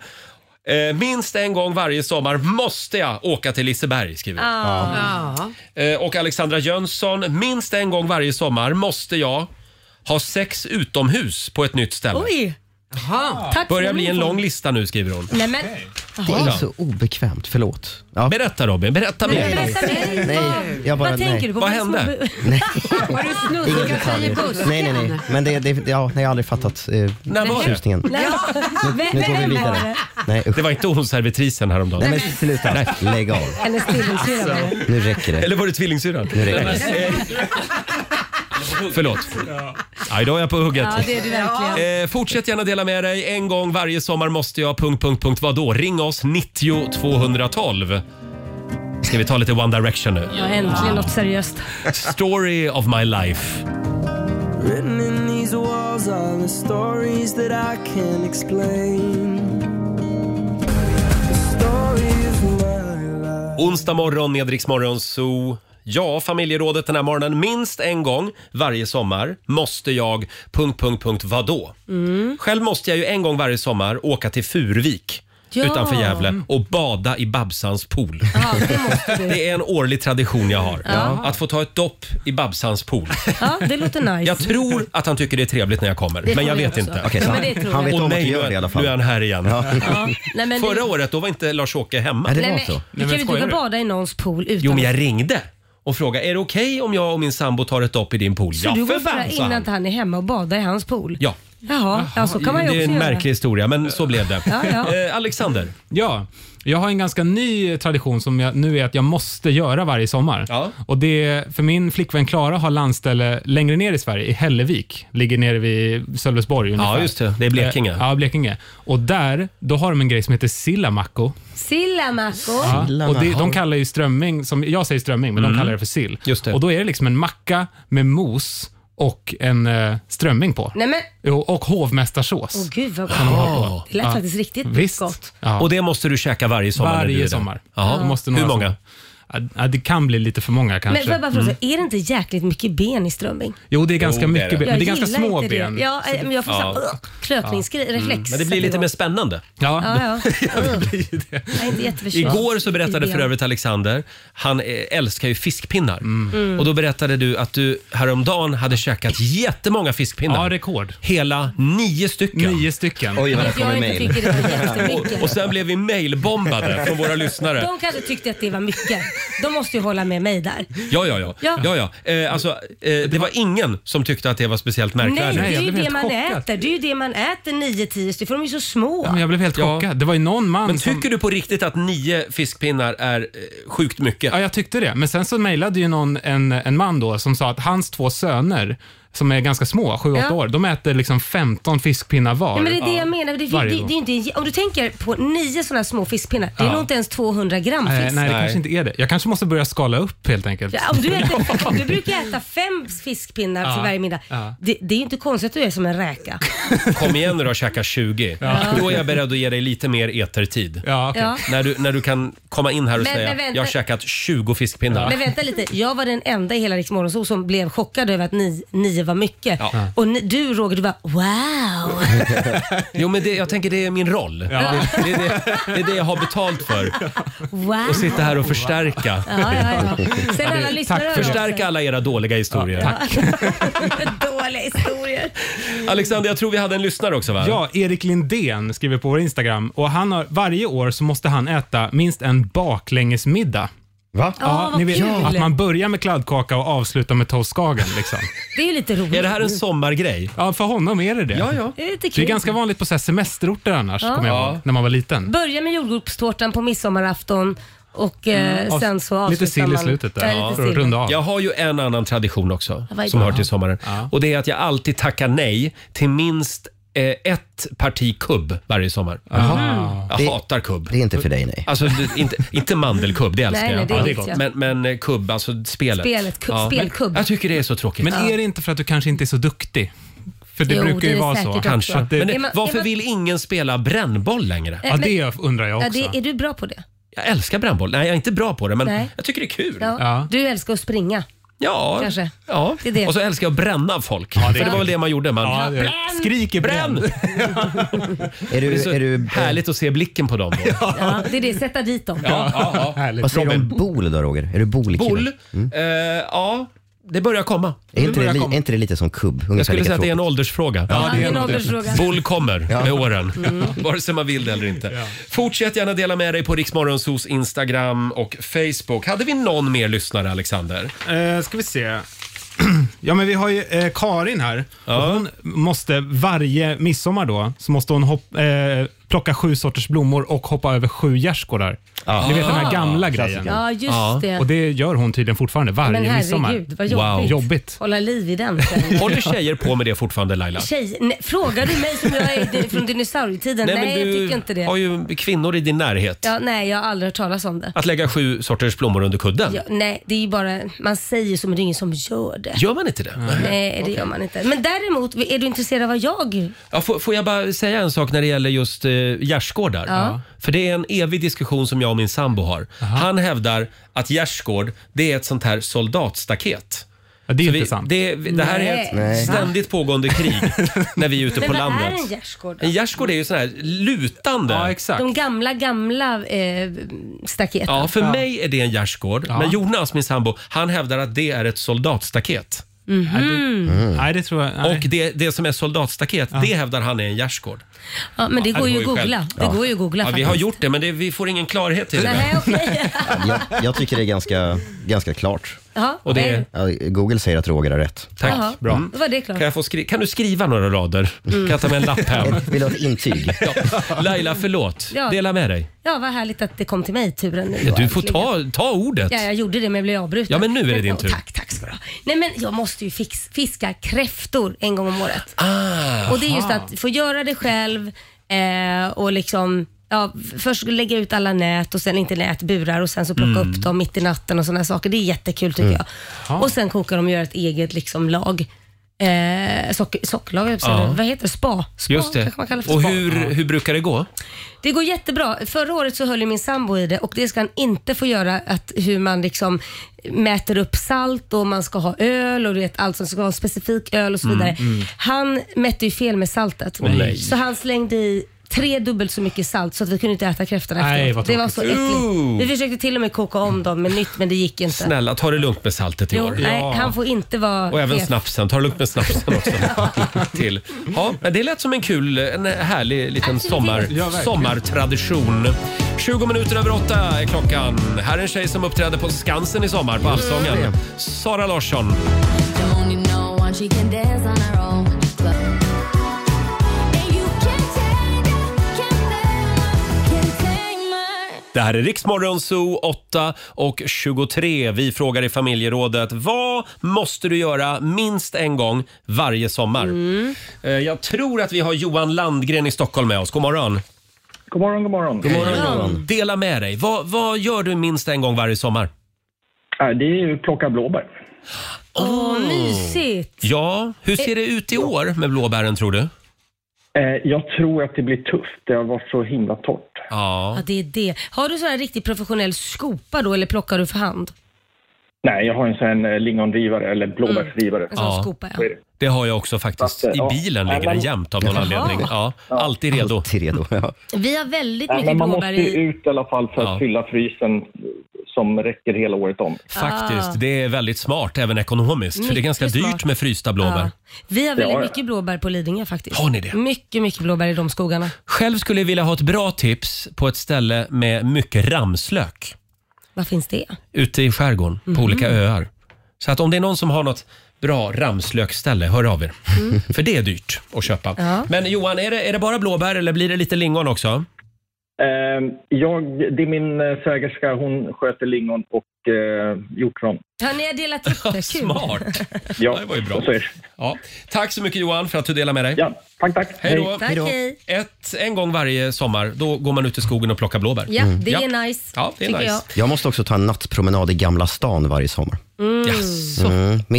S1: Eh, minst en gång varje sommar måste jag åka till Liseberg, skriver hon.
S2: Ah.
S4: Ja.
S1: Eh, Och Alexandra Jönsson, minst en gång varje sommar måste jag ha sex utomhus på ett nytt ställe.
S2: Oj! Tack för
S1: Börjar
S2: den
S1: bli en
S2: infon.
S1: lång lista nu, skriver hon.
S2: Nej, men,
S3: Det är
S1: Ja.
S3: så obekvämt, förlåt.
S1: Berätta Robin, berätta
S3: Nej,
S1: mer.
S3: berätta mer. Nej, jag bara-
S2: Vad
S3: nej.
S2: tänker du på?
S1: Vad
S2: är det som-
S1: hände?
S2: [LAUGHS]
S4: Har du
S3: Inga
S4: snuskat dig i
S3: detaljer.
S4: busken?
S3: Nej, nej, nej. Men det, det, ja, nej, jag har aldrig fattat eh,
S1: När var det?
S3: tjusningen.
S2: Nej.
S3: Nu går vi vidare. Nej, usch.
S1: Det var inte hon servitrisen häromdagen.
S3: Nej, men sluta. Lägg av.
S2: Hennes tvillingsyrra var det.
S3: Nu räcker det.
S1: Eller var det tvillingsyrran?
S3: Nu räcker det.
S1: [LAUGHS] Förlåt. Ja, idag är jag på hugget.
S2: Ja, det är du verkligen.
S1: Eh, fortsätt gärna dela med dig. En gång varje sommar måste jag... Punkt, punkt, punkt. Vadå? Ring oss 90 212. Ska vi ta lite One Direction nu?
S2: Ja, äntligen något seriöst.
S1: Story of my life.
S7: Written in these walls are the stories that I can explain. The stories of my life.
S1: Onsdag morgon med Rix Morgon Zoo. Ja, familjerådet den här morgonen. Minst en gång varje sommar måste jag... Punkt, punkt, punkt. Vadå?
S7: Mm.
S1: Själv måste jag ju en gång varje sommar åka till Furuvik
S7: Ja.
S1: utanför Gävle och bada i
S2: [LAUGHS]
S1: Babsans pool. det, är en årlig tradition jag har.
S2: Ja.
S1: Att få ta ett dopp i
S2: [LAUGHS]
S1: Babsans pool.
S2: Ja, det låter nice.
S1: Jag tror att han tycker det är trevligt när jag kommer,
S2: Det
S1: men jag
S2: tror jag
S1: vet
S2: också.
S1: inte.
S2: Okej, så Ja, men det han- tror han jag. vet
S1: Och
S2: om att
S1: nej,
S3: du gör
S1: nu är-
S3: det i alla fall.
S1: Nu är han här igen.
S2: Ja, nej, men
S1: Förra
S2: det-
S1: året då var inte Lars-Åke hemma.
S2: Nej, men- Du kan ju inte gå och bada i någons pool utan...
S1: Jo, men jag ringde och frågade, är det okej om jag och min sambo tar ett dopp i din pool?
S2: Så du går
S1: fan,
S2: bara
S1: sa
S2: in
S1: han.
S2: att han är hemma och badar i hans pool?
S1: Ja.
S2: Jaha, ja, så kan man ju
S1: det är
S2: också
S1: en
S2: göra.
S1: märklig historia, men så blev det.
S2: Ja, ja.
S1: [LAUGHS] Eh, Alexander.
S9: Ja, jag har en ganska ny tradition som jag, nu är att jag måste göra varje sommar. Och det är, för min flickvän Klara har landställe längre ner i Sverige, i Hällevik. Ligger nere vid Sölvesborg ungefär.
S1: just det. Det är Blekinge.
S9: Eh, Ja, Blekinge. Och där, då har de en grej som heter sillamacko.
S2: Sillamacko.
S9: Ja, och det, de kallar ju strömming, som jag säger strömming, men
S1: Mm.
S9: de kallar det för sill. Och då är det liksom en macka med mos och en eh, strömming på.
S2: Nej men,
S9: Jo, och hovmästarsås.
S2: åh gud vad
S9: Kan de ha på.
S2: gott. Det lät
S9: Ja.
S2: faktiskt riktigt
S9: Visst.
S2: gott.
S9: Ja.
S1: Och det måste du käka varje sommar? när du är
S9: Varje
S1: där.
S9: sommar.
S1: Jaha.
S9: Då måste
S1: Hur
S9: några
S1: många?
S9: som- Ja, det kan bli lite för många kanske.
S2: Men får jag bara fråga,
S9: Mm.
S2: är det inte jäkligt mycket ben i strömming?
S9: Jo, det är ganska
S1: Jo, det är
S9: mycket
S1: det.
S9: ben, men det är
S2: Jag
S9: ganska
S2: gillar
S9: små
S2: inte det.
S9: ben.
S2: Ja, eh,
S9: Så det-
S2: men jag får så här, "Ugh", klökningsgrej, reflex.
S1: Men det blir lite mer spännande.
S9: Ja.
S2: Ja, ja. Jag är inte jätteförtjust.
S1: Igår så berättade
S2: i
S1: för
S2: ben.
S1: övrigt Alexander, han eh, älskar ju fiskpinnar.
S2: Mm.
S1: Och då berättade du att du häromdagen hade käkat jättemånga fiskpinnar.
S9: Ja, rekord.
S1: Hela nio stycken.
S9: Nio stycken.
S1: Oj,
S2: vad det kommer Jag inte mejl. tycker det var jättemycket.
S1: [LAUGHS] och, och sen blev vi mailbombade från våra lyssnare.
S2: De kanske tyckte att det var mycket. De måste ju hålla med mig där.
S1: Ja, ja, ja.
S2: Ja.
S1: ja, ja. Eh, alltså, eh, det var ingen som tyckte att det var speciellt
S2: Nej,
S1: märkvärdigt.
S2: det är ju det man äter. Det är ju det man äter, 9-10 stycken, för de är ju så små.
S9: Ja, men jag blev helt chockad. Det var ju någon man
S1: Men
S9: som...
S1: tycker du på riktigt att nio fiskpinnar är eh, sjukt mycket?
S9: Ja, jag tyckte det. Men sen så mejlade ju någon en, en man då som sa att hans två söner som är ganska små, 7-8
S2: Ja.
S9: år, de äter liksom 15 fiskpinnar var.
S2: Ja, men det är det jag menar. Det, det,
S9: Varje
S2: det,
S9: dag.
S2: det är ju inte, om du tänker på nio sådana här små fiskpinnar, det är
S9: Ja.
S2: nog inte ens 200 gram
S9: Nej,
S2: fisk.
S9: nej, det kanske inte är det. Jag kanske måste börja skala upp helt enkelt.
S2: Ja, om du, äter, du brukar äta fem fiskpinnar
S1: Ja.
S2: för varje middag.
S1: Ja.
S2: Det, det är ju inte konstigt att du är som en räka.
S1: Kom igen nu då, käka 20. Då är jag beredd att ge dig lite mer etertid.
S2: okej. Ja.
S1: när, du, när du kan komma in här och
S2: Men-
S1: säga
S2: men vänta.
S1: jag har käkat 20 fiskpinnar.
S2: Men vänta lite, jag var den enda i hela Rix Morgonzoo som blev chockad över att ni, nio var mycket. Och ni, du Roger, du bara
S9: [LAUGHS]
S2: wow.
S1: Jo, men det, jag tänker det är min roll. Det, det, är det, det är det jag har betalt för.
S2: wow.
S1: Och sitta här och förstärka.
S2: Ja, ja, ja. Sen alla lyssnare hör av
S1: Förstärk
S2: sig.
S1: alla era dåliga historier.
S2: [LAUGHS] Dåliga historier.
S1: Alexander, jag tror vi hade en lyssnare också va?
S9: Ja, Erik Lindén skriver på vår Instagram och han har, varje år så måste han äta minst en baklängesmiddag.
S3: Va?
S9: Ja,
S2: Ah, vad
S9: ni vet,
S2: kul.
S9: att man börjar med kladdkaka och avslutar med toast Skagen,
S2: [LAUGHS]
S9: liksom.
S2: Det är ju lite roligt.
S1: sommargrej?
S9: Ja, för honom är det det.
S2: Ja, ja. Det är lite kul.
S9: det är ganska vanligt på så här semesterorter annars,
S2: Ja.
S9: kommer jag
S2: Ja.
S9: ihåg, när man var liten.
S2: Börja med jordgubbstårtan på midsommarafton och
S9: Mm.
S2: eh,
S1: Avs-
S2: sen så avslutar man. Ja, lite sill.
S1: Jag har ju en annan tradition också
S2: Ja, vad är
S1: som
S2: det?
S1: hör till sommaren. Och det är att jag alltid tackar nej till minst eh, ett parti kubb varje sommar. Mm.
S3: Jaha.
S1: Jag
S3: Det-
S1: hatar kubb.
S3: Det är inte för dig, nej.
S1: Alltså det- inte, inte mandelkubb, det älskar
S2: Nej, nej,
S1: jag.
S2: det Ja, det är gott. vet
S1: men, men eh, kubb, alltså spelet.
S2: Spelet, ku- spelkubb.
S1: Men Jag tycker det är så tråkigt.
S9: Men är det inte för att du kanske inte är så duktig? För det
S2: Jo,
S9: brukar
S2: det är
S9: ju
S2: det
S9: vara
S2: säkert
S9: så.
S2: också.
S9: Kanske. Att det,
S2: Men är man-
S1: Alltså, Varför
S2: är man-
S1: vill ingen spela brännboll längre?
S2: Eh, Ja, men- det
S1: undrar
S2: Ja, det, är du bra på det?
S1: Jag älskar brännboll. Nej, jag är inte bra på det, men
S2: Nej.
S1: jag tycker det är kul.
S2: Ja. Du älskar att springa.
S1: Ja.
S2: Kanske.
S1: Ja.
S2: Det är det.
S1: Och så älskar jag att bränna folk. det,
S9: det är
S1: det var väl det man gjorde. Man
S9: Ja, det är-
S1: Bränn!
S9: Skriker bränn!
S1: är du, det är så härligt att se blicken på dem. [LAUGHS] Då.
S2: Ja, det är det, sätta dit dem.
S3: Vad säger du om bol då, Roger? Är du bolkille?
S1: Boll? Eh, ja, det börjar komma.
S3: Är inte, det, li- är inte det lite som kubb? Ungefär
S1: Jag skulle
S3: lika
S1: säga att det är en
S3: tråkigt.
S1: åldersfråga.
S3: Ja, det är en åldersfråga.
S1: Boll kommer med
S3: Ja.
S1: åren,
S3: Mm.
S1: vare sig man vill det eller inte. Fortsätt gärna dela med dig på Riksmorgonsos Instagram och Facebook. Hade vi någon mer lyssnare, Alexander?
S9: Eh, ska vi se. [CLEARS THROAT] Ja, men vi har ju eh, Karin här. Och hon måste varje midsommar då, så måste hon hopp, eh, plocka sju sorters blommor och hoppa över sju gärdsgårdar. Ni vet
S2: Ah.
S9: den här gamla grejen.
S2: Ja, just det.
S9: Och det gör hon tydligen fortfarande varje
S2: Men
S9: midsommar.
S2: herregud, vad jobbigt.
S9: jobbigt.
S2: Hålla liv i den.
S1: [LAUGHS]
S2: sen.
S1: Håller tjejer på med det fortfarande, Laila?
S2: Tjej, nej, frågar du mig som jag är di- från dinosaurietiden? Nej,
S1: du
S2: jag tycker inte det.
S1: har ju kvinnor i din närhet.
S2: Ja, nej, jag har aldrig hört talas om det.
S1: Att lägga sju sorters blommor under kudden.
S2: Ja, nej, det är ju bara, man säger så men det är ingen som gör det.
S1: Gör man inte det?
S2: Nej, det gör man inte. Men däremot, är du intresserad av vad jag...
S1: Ja, får, får jag bara säga en sak när det gäller just eh, gärdsgårdar?
S2: Ja.
S1: För det är en evig diskussion som jag och min sambo har. Han hävdar att gärdsgård, det är ett sånt här soldatstaket.
S9: det är
S1: Så
S9: inte
S1: vi,
S9: sant.
S1: Det, det här är ett
S2: Nej. Nej.
S1: ständigt pågående [LAUGHS] krig när vi är ute
S2: Men
S1: på
S2: vad
S1: landet.
S2: är en gärdsgård då?
S1: En gärdsgård är ju sån här lutande. Ja, exakt.
S2: De gamla, gamla eh, staketen.
S1: Ja, för mig är det en gärdsgård. Men Jonas, min sambo, han hävdar att det är ett soldatstaket.
S2: Mhm.
S9: Nej, det tror jag.
S1: Och det, det som är soldatstaket, det hävdar han är en gärdsgård.
S2: Ja, men det
S1: Ja,
S2: går ju att
S1: själv.
S2: googla. Det går ju att googla
S1: Ja, vi
S2: faktiskt.
S1: har gjort det, men det, vi får ingen klarhet i det.
S2: Nej, okej. [LAUGHS]
S3: Jag, jag tycker det är ganska, ganska klart.
S2: Ja, nej.
S3: Ja, Google säger att Roger har rätt.
S1: Tack,
S2: Jaha, Mm.
S1: bra.
S2: Då var det klart. Mm.
S1: Kan, jag få skri- kan du skriva några rader? Kan jag ta med en lapp
S2: [LAUGHS]
S1: hem?
S3: Vill du ha
S1: [LAUGHS]
S3: ett intyg?
S1: Laila, förlåt.
S2: Ja.
S1: Dela med dig.
S2: Ja, vad härligt att det kom till mig turen nu.
S1: Ja, du får ta, ta ordet.
S2: Ja, jag gjorde det men jag blev avbruten.
S1: Ja, men nu är det din
S2: Ja,
S1: tur.
S2: Tack, tack ska du ha. Nej, men jag måste ju fix, fiska kräftor en gång om året.
S1: Ah,
S2: Och det är just att få göra det själv eh, och liksom Ja, f- först lägga ut alla nät och sen inte nät, burar och sen så plocka
S7: Mm.
S2: upp dem mitt i natten och sådana saker. Det är jättekul tycker
S7: Mm.
S2: jag. Och sen kokar de och gör ett eget liksom, lag. Eh, sock, socklag, jag
S1: Ja.
S2: ja. vad heter det? Spa? spa
S1: Just det.
S2: kanske man kallar det för
S1: Och
S2: spa.
S1: hur, hur brukar det gå?
S2: Det går jättebra. Förra året så höll ju min sambo i det och det ska han inte få göra, att hur man liksom mäter upp salt och man ska ha öl och du vet, allt som ska ha en specifik öl och så
S7: Mm,
S2: vidare.
S7: mm.
S2: Han mätte ju fel med saltet.
S7: Åh, nej.
S2: så han slängde i tre dubbelt så mycket salt så att vi kunde inte äta kräftorna
S1: Nej,
S2: efteråt.
S1: vad
S2: Det var
S1: tråkigt.
S2: så äckligt.
S1: Ooh.
S2: Vi försökte till och med koka om dem med nytt men det gick inte.
S1: Snälla, ta det lugnt med saltet i
S2: Jo,
S1: år.
S2: nej, han får inte vara
S1: Och även
S2: chef.
S1: snapsen. Ta det lugnt med snapsen
S2: [LAUGHS]
S1: också. Till. Ja, men det lät som en kul, en härlig liten sommar,
S9: Ja, verkligen.
S1: sommartradition. 20 minuter över åtta är klockan. Här är en tjej som uppträder på Skansen i sommar
S2: Mm.
S1: på Allsången. Sara Larsson.
S7: only know one, she can dance on her own. But- And you can't take her, can't take her, can't take my
S1: Det här är Riksmorgon Zoo 8 och 23. Vi frågar i familjerådet, vad måste du göra minst en gång varje sommar? Eh, Jag tror att vi har Johan Landgren i Stockholm med oss. God morgon.
S19: God morgon, god morgon.
S1: God morgon, god morgon. Dela med dig. Vad, vad gör du minst en gång varje sommar?
S19: Det är ju plocka blåbär.
S2: Åh, mysigt!
S1: Ja, hur ser det ut i år med blåbären tror du?
S19: Eh, Jag tror att det blir tufft. Det har varit så himla torrt.
S1: Ja.
S2: Ja, det är det. Har du sån här riktigt professionell skopa då eller plockar du för hand?
S19: Nej, jag har en sån här eh, lingondrivare eller
S20: Mm.
S19: blåbärsdrivare.
S2: En sån skopa, ja.
S19: Så är det.
S1: Det har jag också faktiskt. I
S19: ja.
S1: bilen
S19: Nej,
S1: ligger den
S19: men-
S1: jämt av någon
S19: Jaha.
S1: anledning. Ja, alltid redo.
S3: Alltid redo, ja.
S2: Vi har väldigt
S19: Nej,
S2: mycket
S19: men man måste
S2: blåbär
S19: ju
S2: i.
S19: ut i alla fall för att fylla frysen eh, som räcker hela året om.
S1: Faktiskt,
S2: Ah.
S1: det är väldigt smart även ekonomiskt. För det är
S2: Mycket
S1: ganska
S2: smart. Ah.
S1: dyrt med frysta blåbär.
S2: Ja. Vi har väldigt
S1: Ja, ja.
S2: mycket blåbär på Lidingö faktiskt.
S1: Har ni det?
S2: Mycket, mycket blåbär i de skogarna.
S1: Själv skulle jag vilja ha ett bra tips på ett ställe med mycket ramslök
S2: Vad finns det?
S1: ute i skärgården på
S2: Mhm.
S1: olika öar. Så att om det är någon som har något bra ramslöksställe, hör av er. För det är dyrt att köpa.
S2: Mm. Ja.
S1: Men Johan, är det, är det bara blåbär eller blir det lite lingon också?
S19: Eh, Jag, det är min eh, svägerska. Hon sköter lingon och eh, hjortron.
S2: Ja, ni har
S1: [LAUGHS]
S2: delat upp det. Kul. [LAUGHS]
S1: Smart!
S19: Ja,
S1: det var ju bra.
S19: så är det.
S1: Ja. Tack så mycket Johan för att du delade med dig.
S19: tack, tack.
S1: Hej då.
S2: Hej. Tack, Hej då. hej.
S1: Ett, en gång varje sommar, då går man ut i skogen och plockar blåbär.
S2: Ja, det
S1: Ja.
S2: är nice.
S1: Ja, det är
S2: tycker
S1: nice.
S2: jag.
S3: Jag måste också ta en nattpromenad i Gamla stan varje sommar.
S2: Mm.
S3: Mm, mitt i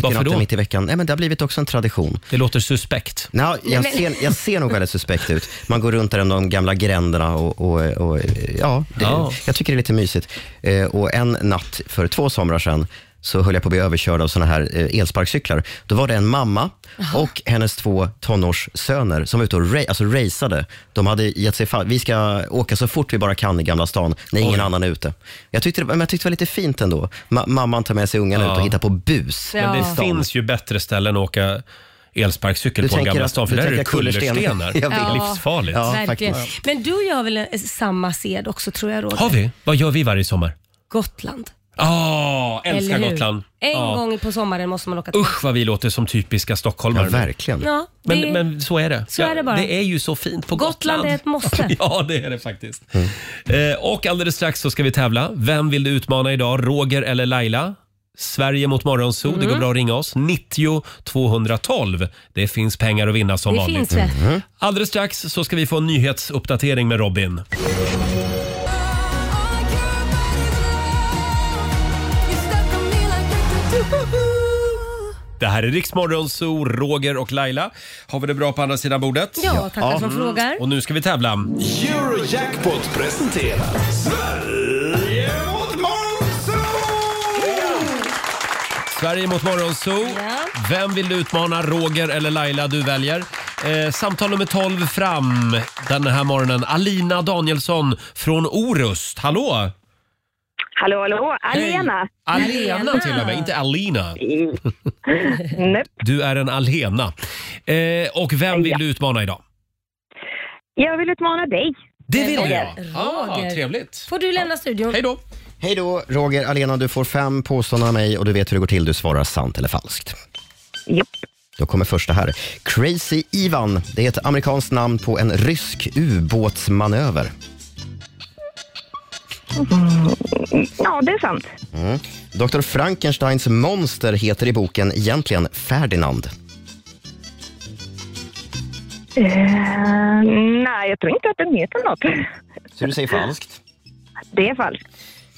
S1: Varför
S3: natten,
S1: då?
S3: mitt i veckan. Nej, men det har blivit också en tradition.
S1: Det låter suspekt.
S3: No,
S2: Nej,
S3: jag,
S2: men-
S3: ser, jag ser nog väldigt suspekt ut. Man går runt där i de gamla gränderna och, och, och ja, det,
S1: Ja.
S3: jag tycker det är lite mysigt. Eh, och en natt för två somrar sedan så höll jag på att bli överkörd av såna här eh, elsparkcyklar. Då var det en mamma och hennes två tonårssöner som var ute och ra- alltså raceade. De hade gett sig fan, vi ska åka så fort vi bara kan i Gamla stan när ingen annan är ute. Jag tyckte, det, men jag tyckte det var lite fint ändå. Ma- mamman tar med sig ungarna
S1: Ja.
S3: ut och hittar på bus.
S1: Men det
S3: i stan.
S1: finns ju bättre ställen att åka elsparkcykel
S3: Du
S1: på i
S3: tänker
S1: Gamla
S3: att-
S1: stan, för
S3: du
S1: där är det
S3: tänker kullersten. [LAUGHS]
S1: kullerstenar. Det
S3: Jag
S1: är
S2: vet.
S1: livsfarligt.
S2: Verkligen. Men du och jag har väl en, samma sed också tror jag Roger?
S1: Har vi? Vad gör vi varje sommar?
S2: Gotland.
S1: Ah, älskar
S2: Eller hur?
S1: Gotland.
S2: En
S1: Ja.
S2: gång på sommaren måste man åka till
S1: Usch vad vi låter som typiska stockholmare.
S3: Ja, verkligen.
S2: Ja,
S1: men,
S2: det-
S1: men så är det.
S2: så är det bara.
S1: det är ju så fint på Gotland.
S2: Gotland är ett måste.
S1: [LAUGHS] Ja, det är det faktiskt. Eh, och alldeles strax så ska vi tävla. Vem vill du utmana idag? Roger eller Laila? Sverige mot Morgonzoo. Det
S2: Mm.
S1: går bra att ringa oss. 90 212. Det finns pengar att vinna som
S2: Det
S1: vanligt.
S2: finns det. Mhm.
S1: Alldeles strax så ska vi få en nyhetsuppdatering med Robin. Det här är Riksmorgonzoo, Roger och Laila. Har vi det bra på andra sidan bordet?
S2: Ja, tackar som
S1: Mm.
S2: frågar.
S1: Och nu ska vi tävla.
S5: Eurojackpot presenterar Sverige mot Monzo!
S1: Sverige mot Morgonzoo. Vem vill du utmana, Roger eller Laila? Du väljer. Eh, samtal nummer 12 fram den här morgonen. Alina Danielsson från Orust. Hallå!
S20: Hallå, hallå. Alena.
S1: Alena till och med, inte Alina.
S20: Nej.
S1: Du är en Alena. Eh, och vem vill du utmana idag?
S20: Jag vill utmana dig.
S1: Det Ah,
S3: vill
S20: Roger.
S3: jag.
S2: Roger.
S1: trevligt.
S2: Får du lämna studion?
S1: Hej då.
S3: Hej då, Roger. Alena, du får fem påståenden av mig och du vet hur det går till. Du svarar sant eller falskt.
S20: Japp.
S3: Då kommer första här. Crazy Ivan, det är ett amerikanskt namn på en rysk ubåtsmanöver.
S20: Ja, det är sant.
S3: Mm. Dr. Frankensteins monster heter i boken egentligen Ferdinand.
S20: Eh, nej, jag tror inte att den heter något.
S3: Så du säger falskt?
S20: Det är falskt.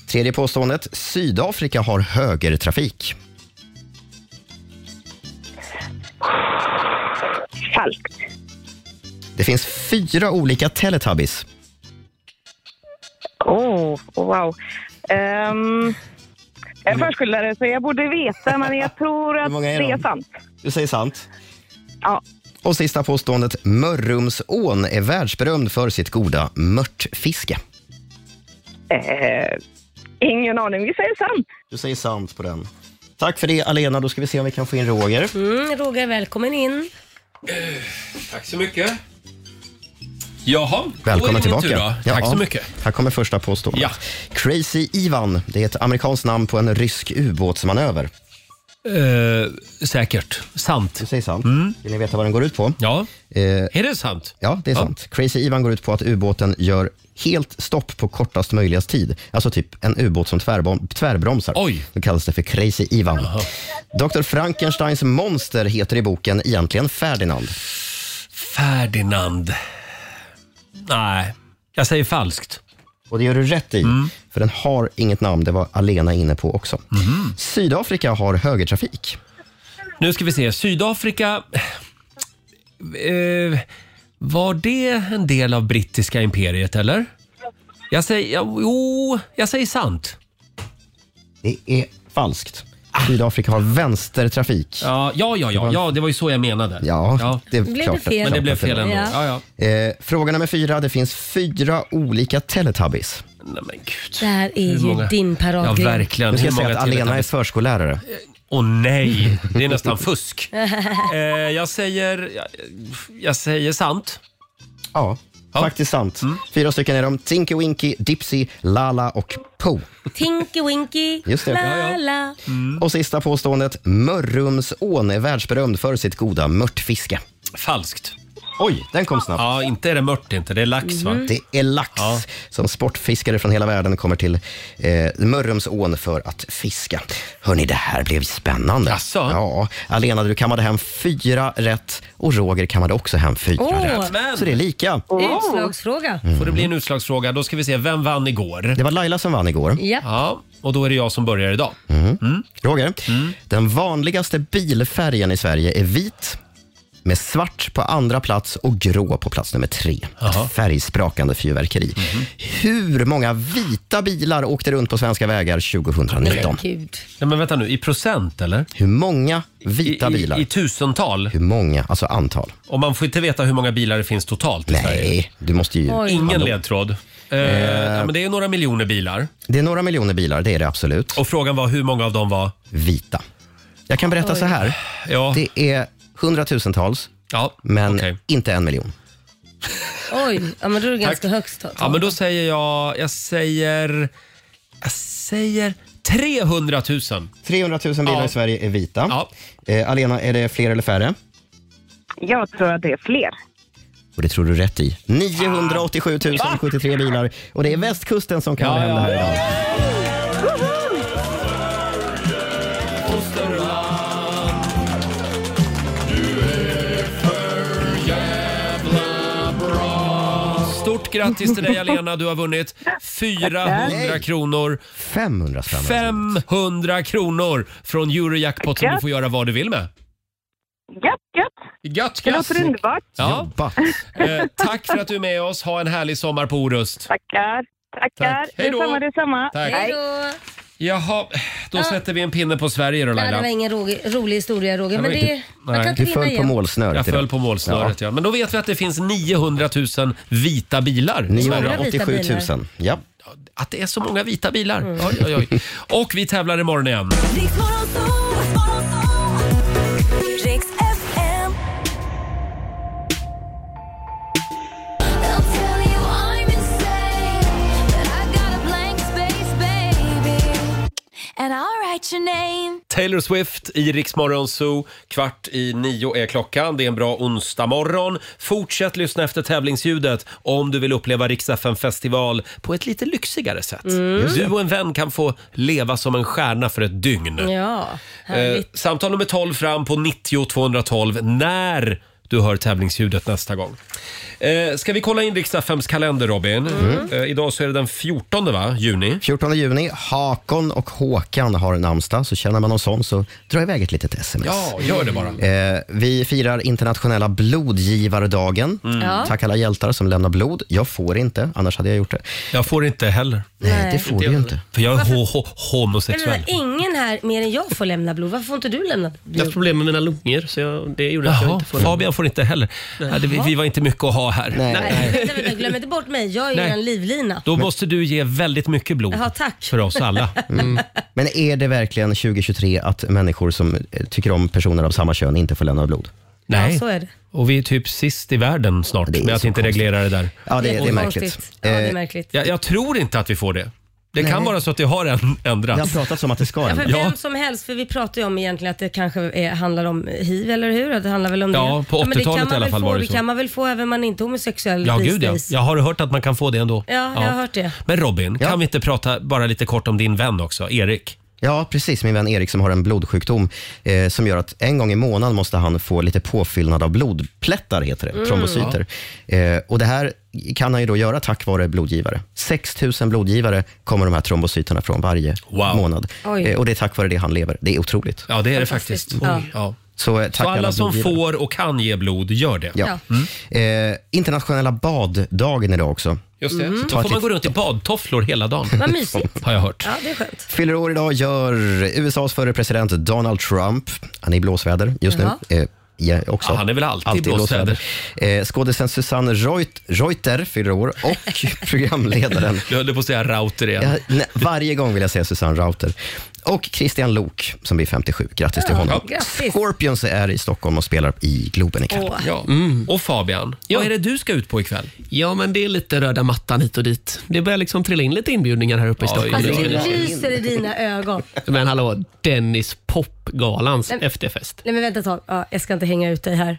S3: Tredje påståendet. Sydafrika har högertrafik.
S20: Falskt.
S3: Det finns fyra olika Teletubbies.
S20: Åh, oh, wow. Um, jag är förskollärare, så jag borde veta, men jag tror att
S3: många är
S20: det är
S3: de?
S20: sant.
S3: Du säger sant.
S20: Ja.
S3: Och sista påståendet. Mörrumsån är världsberömd för sitt goda mörtfiske.
S20: Eh, ingen aning. Vi säger sant.
S3: Du säger sant på den. Tack för det, Alena. Då ska vi se om vi kan få in Roger.
S2: Mm, Roger, välkommen in.
S1: Tack så mycket. Jaha,
S3: Välkommen
S1: då är det min
S3: tillbaka.
S1: tur då.
S3: Ja,
S1: Tack
S3: ja.
S1: så mycket.
S3: Här kommer första påståendet. Crazy Ivan, det är ett amerikanskt namn på en rysk ubåtsmanöver.
S1: Eh, säkert. Sant.
S3: Du säger sant.
S1: Mm.
S3: Vill ni veta vad den går ut på?
S1: Ja.
S3: är
S1: det sant?
S3: Ja, det är
S1: Ja.
S3: sant. Crazy Ivan går ut på att ubåten gör helt stopp på kortast möjliga tid. Alltså typ en ubåt som tvärbom- tvärbromsar. Oj. Då kallas det för Crazy Ivan. Dr. Frankensteins monster heter i boken egentligen Ferdinand.
S1: Ferdinand. Nej, jag säger falskt.
S3: Och det gör du rätt i,
S1: Mm.
S3: för den har inget namn. Det var Alena inne på också.
S1: Mhm.
S3: Sydafrika har högertrafik.
S1: Nu ska vi se. Sydafrika... Eh, var det en del av brittiska imperiet, eller? Jag säger... ja, Jo, jag säger sant.
S3: Det är falskt. Sydafrika har vänstertrafik.
S1: Ah. Ja, ja, ja, ja, ja det var ju så jag menade.
S3: Ja, det är
S1: Blev det
S3: klart.
S1: fel? Men det blev fel ändå. Ja. Ja,
S3: Eh, fråga nummer fyra. Det finns fyra olika Teletubbies.
S1: Nej, men gud.
S2: Det här är
S3: Hur
S2: ju
S3: många-
S2: din paradgren.
S3: Nu ska jag
S1: Hur
S3: säga
S1: många
S3: att Alena är
S1: Teletubbies?
S3: förskollärare.
S1: Åh nej, det är
S2: [LAUGHS]
S1: nästan fusk. Eh, jag säger... Jag, jag säger sant.
S3: Ja, faktiskt sant.
S1: Mm.
S3: Fyra stycken är de. Tinky Winky, Dipsy, Lala och Po.
S2: Tinky Winky,
S3: Just det. Ja,
S2: la
S3: ja.
S2: la.
S1: Mm.
S3: Och sista påståendet. Mörrumsån är världsberömd för sitt goda mörtfiske.
S1: Falskt.
S3: Oj, den kom snabbt.
S1: Ja, inte är det mört inte. Det är lax, va?
S2: Mhm.
S3: Det är lax som sportfiskare från hela världen kommer till eh, Mörrumsån för att fiska. Hörni, det här blev spännande. Asså? Ja, Alena du kammade hem fyra rätt och Roger kammade också hem fyra
S2: Åh.
S3: rätt. Så det är lika.
S2: Utslagsfråga.
S1: Får det bli en utslagsfråga. Då ska vi se, vem vann igår?
S3: Det var Laila som vann igår.
S2: Japp.
S1: Ja, och då är det jag som börjar idag.
S3: Mm. Roger,
S1: Mm.
S3: den vanligaste bilfärgen i Sverige är vit med svart på andra plats och grå på plats nummer tre. Ett färgsprakande fyrverkeri.
S1: Mhm.
S3: Hur många vita bilar åkte runt på svenska vägar 2019?
S2: Gud.
S1: Nej, men vänta nu, i procent eller?
S3: Hur många vita
S1: I- i-
S3: bilar?
S1: i tusental?
S3: Hur många, alltså antal.
S1: Och man får inte veta hur många bilar det finns totalt i Sverige.
S3: Nej, du måste ju...
S1: Ingen
S3: Hallå.
S1: ledtråd. Eh, ja, men det är några miljoner bilar.
S3: Det är några miljoner bilar, det är det absolut.
S1: Och frågan var hur många av dem var?
S3: Vita. Jag kan berätta
S1: Oj.
S3: så här. Det är hundratusentals, men inte en miljon.
S2: Oj, ja, men då är det ganska högst tal.
S1: Ja, men då säger jag... Jag säger... Jag säger 300 000.
S3: 300 000 bilar
S1: Ja.
S3: i Sverige är vita. Eh, Alena, är det fler eller färre?
S20: Jag tror att det är fler.
S3: Och det tror du rätt i. 987
S1: Ah.
S3: 073 bilar. Och det är västkusten som kan hem det här idag.
S1: Stort grattis till dig Alena, du har vunnit 400
S3: Nej.
S1: kronor.
S3: 500 spänn.
S1: 500 kronor från Eurojackpot som du får göra vad du vill med.
S20: Gött, gött!
S1: Gött,
S20: Det låter underbart.
S1: Ja. Eh, tack för att du är med oss. Ha en härlig sommar på Orust.
S20: Tackar, tackar.
S1: Tack. Hej då.
S20: Detsamma, detsamma.
S1: Tack.
S2: Hej då.
S1: Jaha, då sätter vi en pinne på Sverige då
S2: Nej, det
S1: Laila.
S2: var ingen rolig, rolig historia Roger, men det, man kan
S1: Nej.
S2: inte vinna igen.
S1: Jag föll på målsnöret, ja. Men då vet vi att det finns 900 000 vita bilar. i Sverige.
S3: 987 000. Ja.
S1: Att det är så många vita bilar. Oj, oj, [LAUGHS] oj. Och vi tävlar imorgon igen.
S7: Riks FM. They'll tell you I'm insane, but I got a blank space, baby, and I'll write your name.
S1: Taylor Swift i Rix Morgon Zoo. Kvart i nio är klockan. Det är en bra onsdag morgon. Fortsätt lyssna efter tävlingsljudet om du vill uppleva Rix FM festival på ett lite lyxigare sätt.
S2: Mm. Just det.
S1: Du och en vän kan få leva som en stjärna för ett dygn.
S2: Ja,
S1: Eh,
S2: härligt.
S1: samtal nummer 12 fram på 90 212 när du hör tävlingsljudet nästa gång. Eh, ska vi kolla in riksdagsfems kalender Robin? Eh, idag så är det den 14 va? juni.
S3: 14 juni. Hakon och Håkan har namnsdag, så känner man någon sån så dra iväg ett litet sms.
S1: Ja, gör det bara.
S3: Eh, vi firar internationella blodgivardagen.
S1: Mm. Ja.
S3: Tack alla hjältar som lämnar blod. Jag får inte, annars hade jag gjort det.
S1: Jag får inte heller.
S3: Nej, det får du ju inte.
S1: För jag är
S2: Varför-
S1: ho- ho-
S2: Men
S1: homosexuell.
S2: vänta, ingen här mer än jag får lämna blod. Varför får inte du lämna blod?
S8: Jag har haft problem med mina lungor så jag, det gjorde att jag
S1: Jaha,
S8: inte får
S1: Fabian får inte heller. Nej, det, vi, vi var inte mycket att ha här.
S2: Nej, vänta, vänta, glöm inte bort mig. Jag är ju
S1: Nej.
S2: en livlina.
S1: Då måste du ge väldigt mycket blod
S2: Jaha, tack.
S1: för
S2: [LAUGHS]
S1: oss alla.
S3: Mm. Men är det verkligen 2023 att människor som eh, tycker om personer av samma kön inte får lämna blod?
S1: Nej.
S2: Ja, så är det.
S1: Och vi är typ sist i världen snart med att inte reglera det där.
S3: Ja, det, det är
S2: Jättekonstigt.
S3: märkligt.
S2: Ja, det är
S1: Eh,
S2: märkligt.
S1: Jag, jag tror inte att vi får det. Det kan
S3: Nej.
S1: vara så att det har en- ändrats.
S3: Det har pratats om att det ska
S2: Ja, för
S1: ändras. Ja,
S2: vem som helst, för vi pratar ju om egentligen att det kanske är, handlar om hiv, eller hur? Att det handlar väl om
S1: Ja,
S2: det.
S1: på
S2: men det kan
S1: 80-talet
S2: man
S1: i alla
S2: väl
S1: fall
S2: få,
S1: var det så.
S2: kan man väl få även om man inte är homosexuell
S1: ja
S2: these
S1: gud ja.
S2: days.
S1: Jag har hört att man kan få det ändå.
S2: Ja, jag har hört det.
S1: Men Robin, kan vi inte prata bara lite kort om din vän också, Erik?
S3: Ja, precis. Min vän Erik som har en blodsjukdom eh, som gör att en gång i månaden måste han få lite påfyllnad av blodplättar, heter det,
S21: Mm.
S3: trombocyter. Eh, och det här kan han ju då göra tack vare blodgivare. 6 000 blodgivare kommer de här trombocyterna från varje månad.
S1: Oj.
S3: Eh, och det är tack vare det han lever. Det är otroligt.
S1: Ja, det är det faktiskt.
S3: Ja.
S1: Ja.
S3: Så, eh, tack
S1: Så alla som
S3: blodgivare.
S1: får och kan ge blod, gör det.
S3: Ja.
S2: Mm.
S3: Eh, internationella baddagen idag också.
S8: Mm.
S1: Just det.
S3: Så
S1: Så
S3: ta
S1: Mm. då får
S3: ett
S1: man
S3: litet-
S1: gå runt i badtofflor hela dagen.
S2: Vad mysigt.
S1: Har jag hört.
S2: Ja, det är skönt.
S3: Fyller år idag gör USAs förre president Donald Trump. Han är i blåsväder just
S2: Jaha.
S3: nu. Eh, ja, också.
S1: Ja, han är väl alltid i
S3: Eh, Skådisen Susanne Reut- Reuter fyller år
S1: [LAUGHS]
S3: och programledaren.
S1: Jag höll på att säga router igen.
S3: Ja, nej, varje gång vill jag säga Susanne Reuter. Och Christian Lok som blir 57. Grattis till
S1: Ja,
S3: honom.
S1: grattis.
S3: Scorpions är i Stockholm och spelar i Globen ikväll.
S1: Åh. Ja. Och Fabian, vad är det du ska ut på ikväll?
S8: Ja, men det är lite röda mattan hit och dit. Det börjar liksom trilla in lite inbjudningar här uppe i Stockholm.
S2: Alltså det lyser i dina ögon.
S8: Men hallå, Dennis Popgalans
S2: Nej, men-
S8: efterfest.
S2: Nej men vänta ett tag, ja, jag ska inte hänga ut dig här.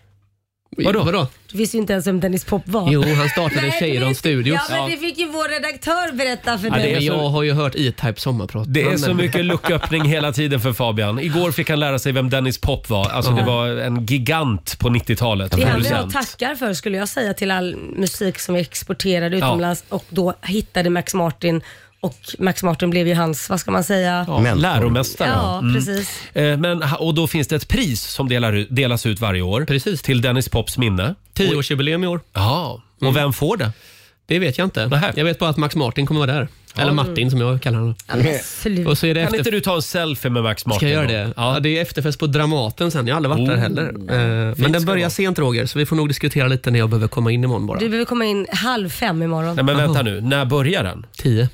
S8: Vadå? Vadå?
S2: Du visste ju inte ens vem Dennis Pop var.
S8: Jo, han startade
S2: Nej,
S8: Tjejron Studios.
S2: Ja men det fick ju vår redaktör berätta för
S8: Ja, det
S2: dig.
S8: är jag har ju hört E-Type sommarprat.
S1: Det är så
S8: Men-
S1: mycket lucköppning hela tiden för Fabian. Igår fick han lära sig vem Dennis Pop var. Alltså det var en gigant på 90-talet.
S2: Det är han jag
S1: producent.
S2: tackar för skulle jag säga till all musik som vi exporterade utomlands och då hittade Max Martin och Max Martin blev ju hans, vad ska man säga?
S1: Ja, läromästare.
S2: Ja,
S1: Mm.
S2: precis.
S1: Eh, Men, och då finns det ett pris som delar ut, delas ut varje år precis. till Dennis Pops minne.
S8: Tioårsjubileum i år.
S1: Ja, och vem får det?
S8: Det vet jag inte. Jag vet bara att Max Martin kommer vara där. Eller Martin som jag kallar honom.
S2: Mm.
S8: Och så är det
S1: kan
S8: efter-
S1: inte du ta en selfie med Max Martin?
S8: Ska jag göra
S1: då? Oh.
S8: det? Ja. det är efterfest på Dramaten sen. Jag har aldrig varit där heller. Eh, Men den börjar sent Roger, så vi får nog diskutera lite när jag behöver komma in imorgon bara.
S2: Du behöver komma in halv fem imorgon.
S1: Nej men vänta nu, när börjar den?
S8: Tio.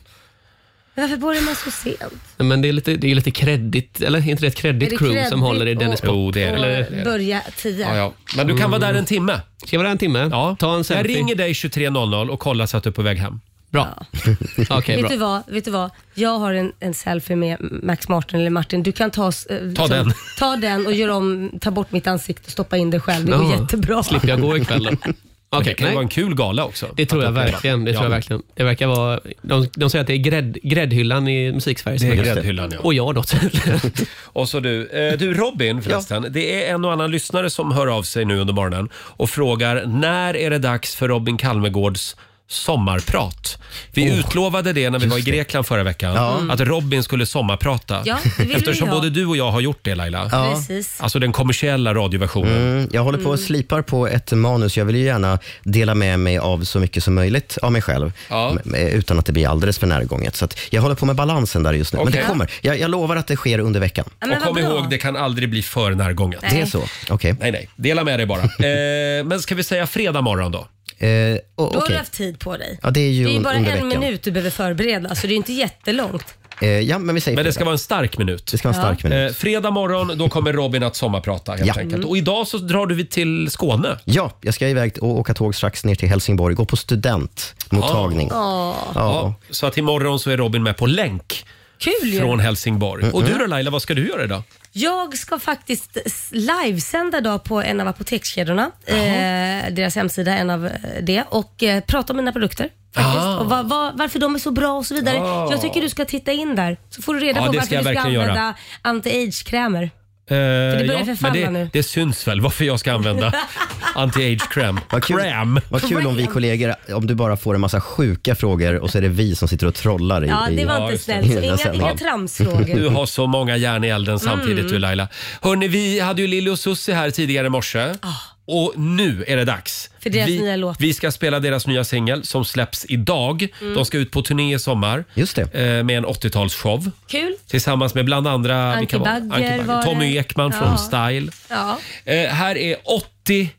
S2: Varför börjar man så sent?
S8: Nej, Men det är lite, det är lite kredit, eller är inte det ett
S2: Är det
S8: credit crew
S2: credit
S8: som håller i Dennis
S2: och-
S8: Pop?
S1: Jo, det är det.
S8: Eller,
S2: Börja tio.
S1: Ja, ja. Men du kan vara där en timme.
S8: Ska jag vara där en timme?
S1: Ja.
S8: Ta en
S1: jag
S8: selfie.
S1: ringer dig 23.00 och kollar så att du är på väg hem.
S8: Bra. [LAUGHS] Okej,
S2: vet, du vad, vet du vad? Jag har en, en selfie med Max Martin eller Martin. Du kan ta, s- eh, liksom-
S8: den.
S2: ta den och gör om, ta bort mitt ansikte och stoppa in det själv. Det går
S8: Ja.
S2: jättebra.
S8: Slipper jag
S2: [LAUGHS]
S8: gå ikväll då. Okay,
S1: det kan ju vara en kul gala också.
S8: Det tror
S1: Att
S8: jag
S1: uppleva.
S8: verkligen. Det, tror jag
S1: Ja.
S8: verkligen. det verkar vara... De, de säger att det är grädd, gräddhyllan i Musiksverige. som
S1: Det är
S8: högst.
S1: gräddhyllan, ja.
S8: Och jag då.
S1: [LAUGHS]
S8: [LAUGHS]
S1: Och så du. Eh, Du Robin förresten, det är en och annan lyssnare som hör av sig nu under morgonen och frågar när är det dags för Robin Kalmegårds sommarprat? Vi utlovade det när vi var i Grekland förra veckan,
S2: Ja. Mm.
S1: att Robin skulle sommarprata.
S2: Ja, det vill vi
S1: Eftersom
S2: ha.
S1: både du och jag har gjort det Laila.
S3: Ja.
S2: Precis.
S1: Alltså den kommersiella radioversionen.
S3: Mm, jag håller på och
S1: Mm.
S3: slipar på ett manus. Jag vill ju gärna dela med mig av så mycket som möjligt av mig själv,
S1: Ja.
S3: m- utan att det blir alldeles för närgånget. Så att jag håller på med balansen där just nu. Men
S1: Okej.
S3: det kommer. Jag, jag lovar att det sker under veckan.
S2: Ja, men
S1: och kom
S2: vad bra.
S1: ihåg, det kan aldrig bli för närgånget.
S2: Nej. Det är
S3: så? Okej.
S1: Nej, nej. Dela
S2: [LAUGHS]
S1: med dig bara. eh, men ska vi säga fredag morgon då?
S3: Eh, och-
S2: Då har
S3: okej.
S2: du haft tid på dig.
S3: Ja, det är ju
S2: det är bara en
S3: under veckan.
S2: minut du behöver förbereda, så det är inte jättelångt.
S3: Eh, ja, men vi säger
S1: Men det
S3: fredag.
S1: ska vara en stark minut.
S3: Det ska vara en stark minut.
S1: Eh, fredag morgon, då kommer Robin att sommarprata helt
S3: Ja.
S1: enkelt.
S3: Mm.
S1: Och idag så drar du till Skåne.
S3: Ja, jag ska iväg och åka tåg strax ner till Helsingborg. Gå på studentmottagning.
S1: Ja.
S3: Ja.
S1: Så att imorgon så är Robin med på länk
S2: Kul ju.
S1: från Helsingborg.
S3: Mm.
S1: Och du då Laila, vad ska du göra idag? Eh,
S2: Jag ska faktiskt s- livesända idag på en av apotekskedjorna. Eh, deras hemsida, en av eh, det. Och eh, prata om mina produkter.
S1: Ah.
S2: Faktiskt. Och va, va, varför de är så bra och så vidare.
S1: Ja.
S2: Jag tycker du ska titta in där. Så får du reda
S1: Ja,
S2: på
S1: det
S2: varför
S1: ska jag
S2: du ska
S1: verkligen göra.
S2: använda anti-age-krämer.
S1: för
S2: det börjar förfalla
S1: det,
S2: nu.
S1: det syns väl varför jag
S2: [LAUGHS]
S1: ska använda anti-age-kräm. Kräm.
S3: Vad kul om vi kollegor, om du bara får en massa sjuka frågor och så är det vi som sitter och trollar i
S2: Ja,
S3: i-
S2: det var
S3: i
S2: inte
S3: den
S2: snällt. Så Inga,
S3: sändningen.
S2: inga tramsfrågor.
S1: [LAUGHS] Du har så många järn i elden samtidigt
S2: Mm.
S1: du Laila. Hörni, vi hade ju Lili och Susie här tidigare i morse. Och nu är det dags.
S2: Ah. För deras
S1: vi,
S2: nya låt.
S1: vi ska spela deras nya singel som släpps idag.
S2: Mm.
S1: De ska ut på turné i sommar.
S3: Just
S1: det. Med en 80-talshow.
S2: Kul.
S1: Tillsammans med bland andra
S2: Anki
S1: vilka var det?
S2: Bagger var det.
S1: Tommy Ekman
S2: Ja.
S1: från Style.
S2: Ja.
S1: Eh, här är 80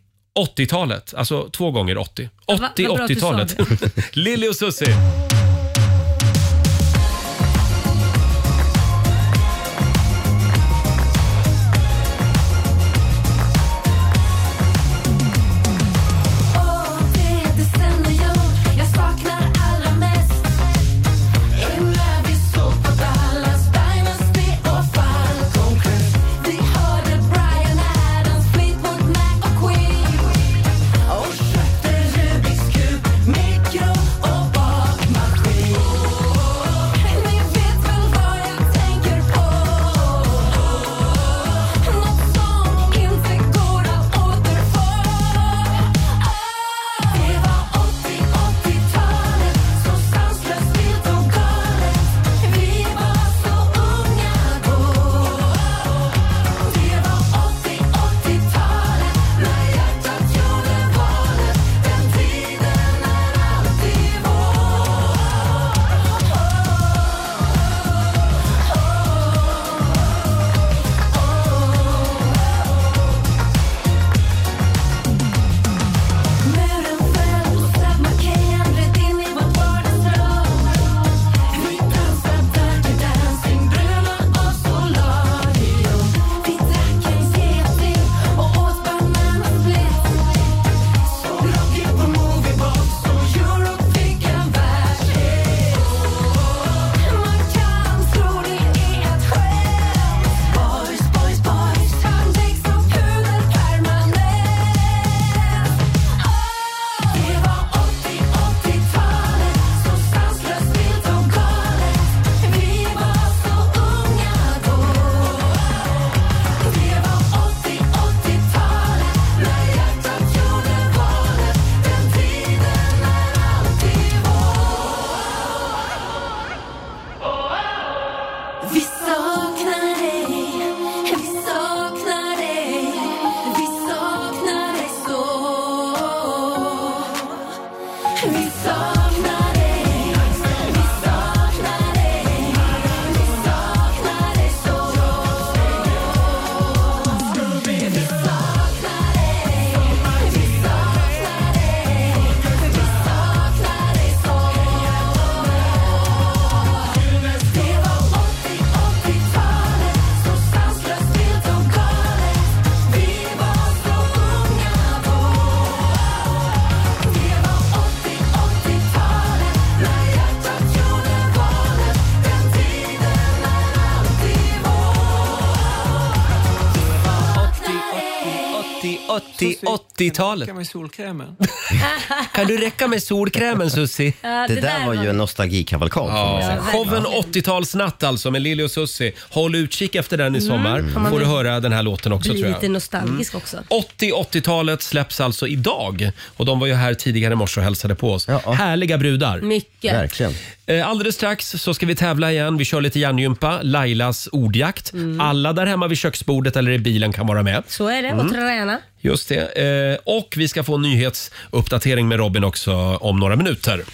S1: 80-talet, alltså två gånger 80.
S2: Va- vad bra att du sa
S1: 80-80-talet. [LAUGHS] Lili och Susie.
S7: Åh, det decennium jag saknar allra mest är när vi Ah! saknar dig. Vi saknar dig. Vi saknar dig så. Vi saknar dig. Vi saknar dig. Vi saknar dig så. Det var 80 80-talet, så sanslöst vilt och galet. Vi var så unga då. Det var 80 80-talet när hjärtat gjorde valet Den tiden är alltid vår
S1: 80, 80-talet.
S21: Kan man solkrämen?
S1: Kan du räcka med solkrämen Susie?
S2: Ja, Eh, det Det där där var var- ju
S1: en nostalgikavalkad.
S2: man säga.
S1: Ja.
S2: Ja,
S1: Showen
S2: verkligen.
S1: 80-talsnatt alltså med Lili och Susie. Håll utkik efter den i
S2: Mm.
S1: sommar.
S2: Får man
S1: Får du
S2: bli-
S1: höra den här låten också
S2: Bli
S1: tror
S2: lite
S1: jag. Mm.
S2: nostalgisk också.
S1: 80-80-talet släpps alltså idag och de var ju här tidigare i morse och hälsade på oss. Härliga brudar.
S2: Mycket.
S1: Verkligen. Alldeles strax så ska vi tävla igen. Vi kör lite hjärngympa, Lailas ordjakt.
S2: Mm.
S1: Alla där hemma vid köksbordet eller i bilen kan vara med.
S2: Så är det, och
S1: Mm.
S2: träna.
S1: Just det. Eh, Och vi ska få en nyhetsuppdatering med Robin också om några minuter.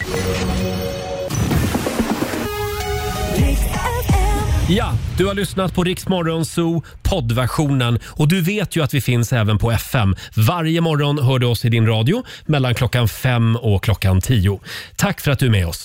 S1: Ja, du har lyssnat på Rix Morgon Zoo poddversionen och du vet ju att vi finns även på FM. Varje morgon hör du oss i din radio mellan klockan fem och klockan tio. Tack för att du är med oss.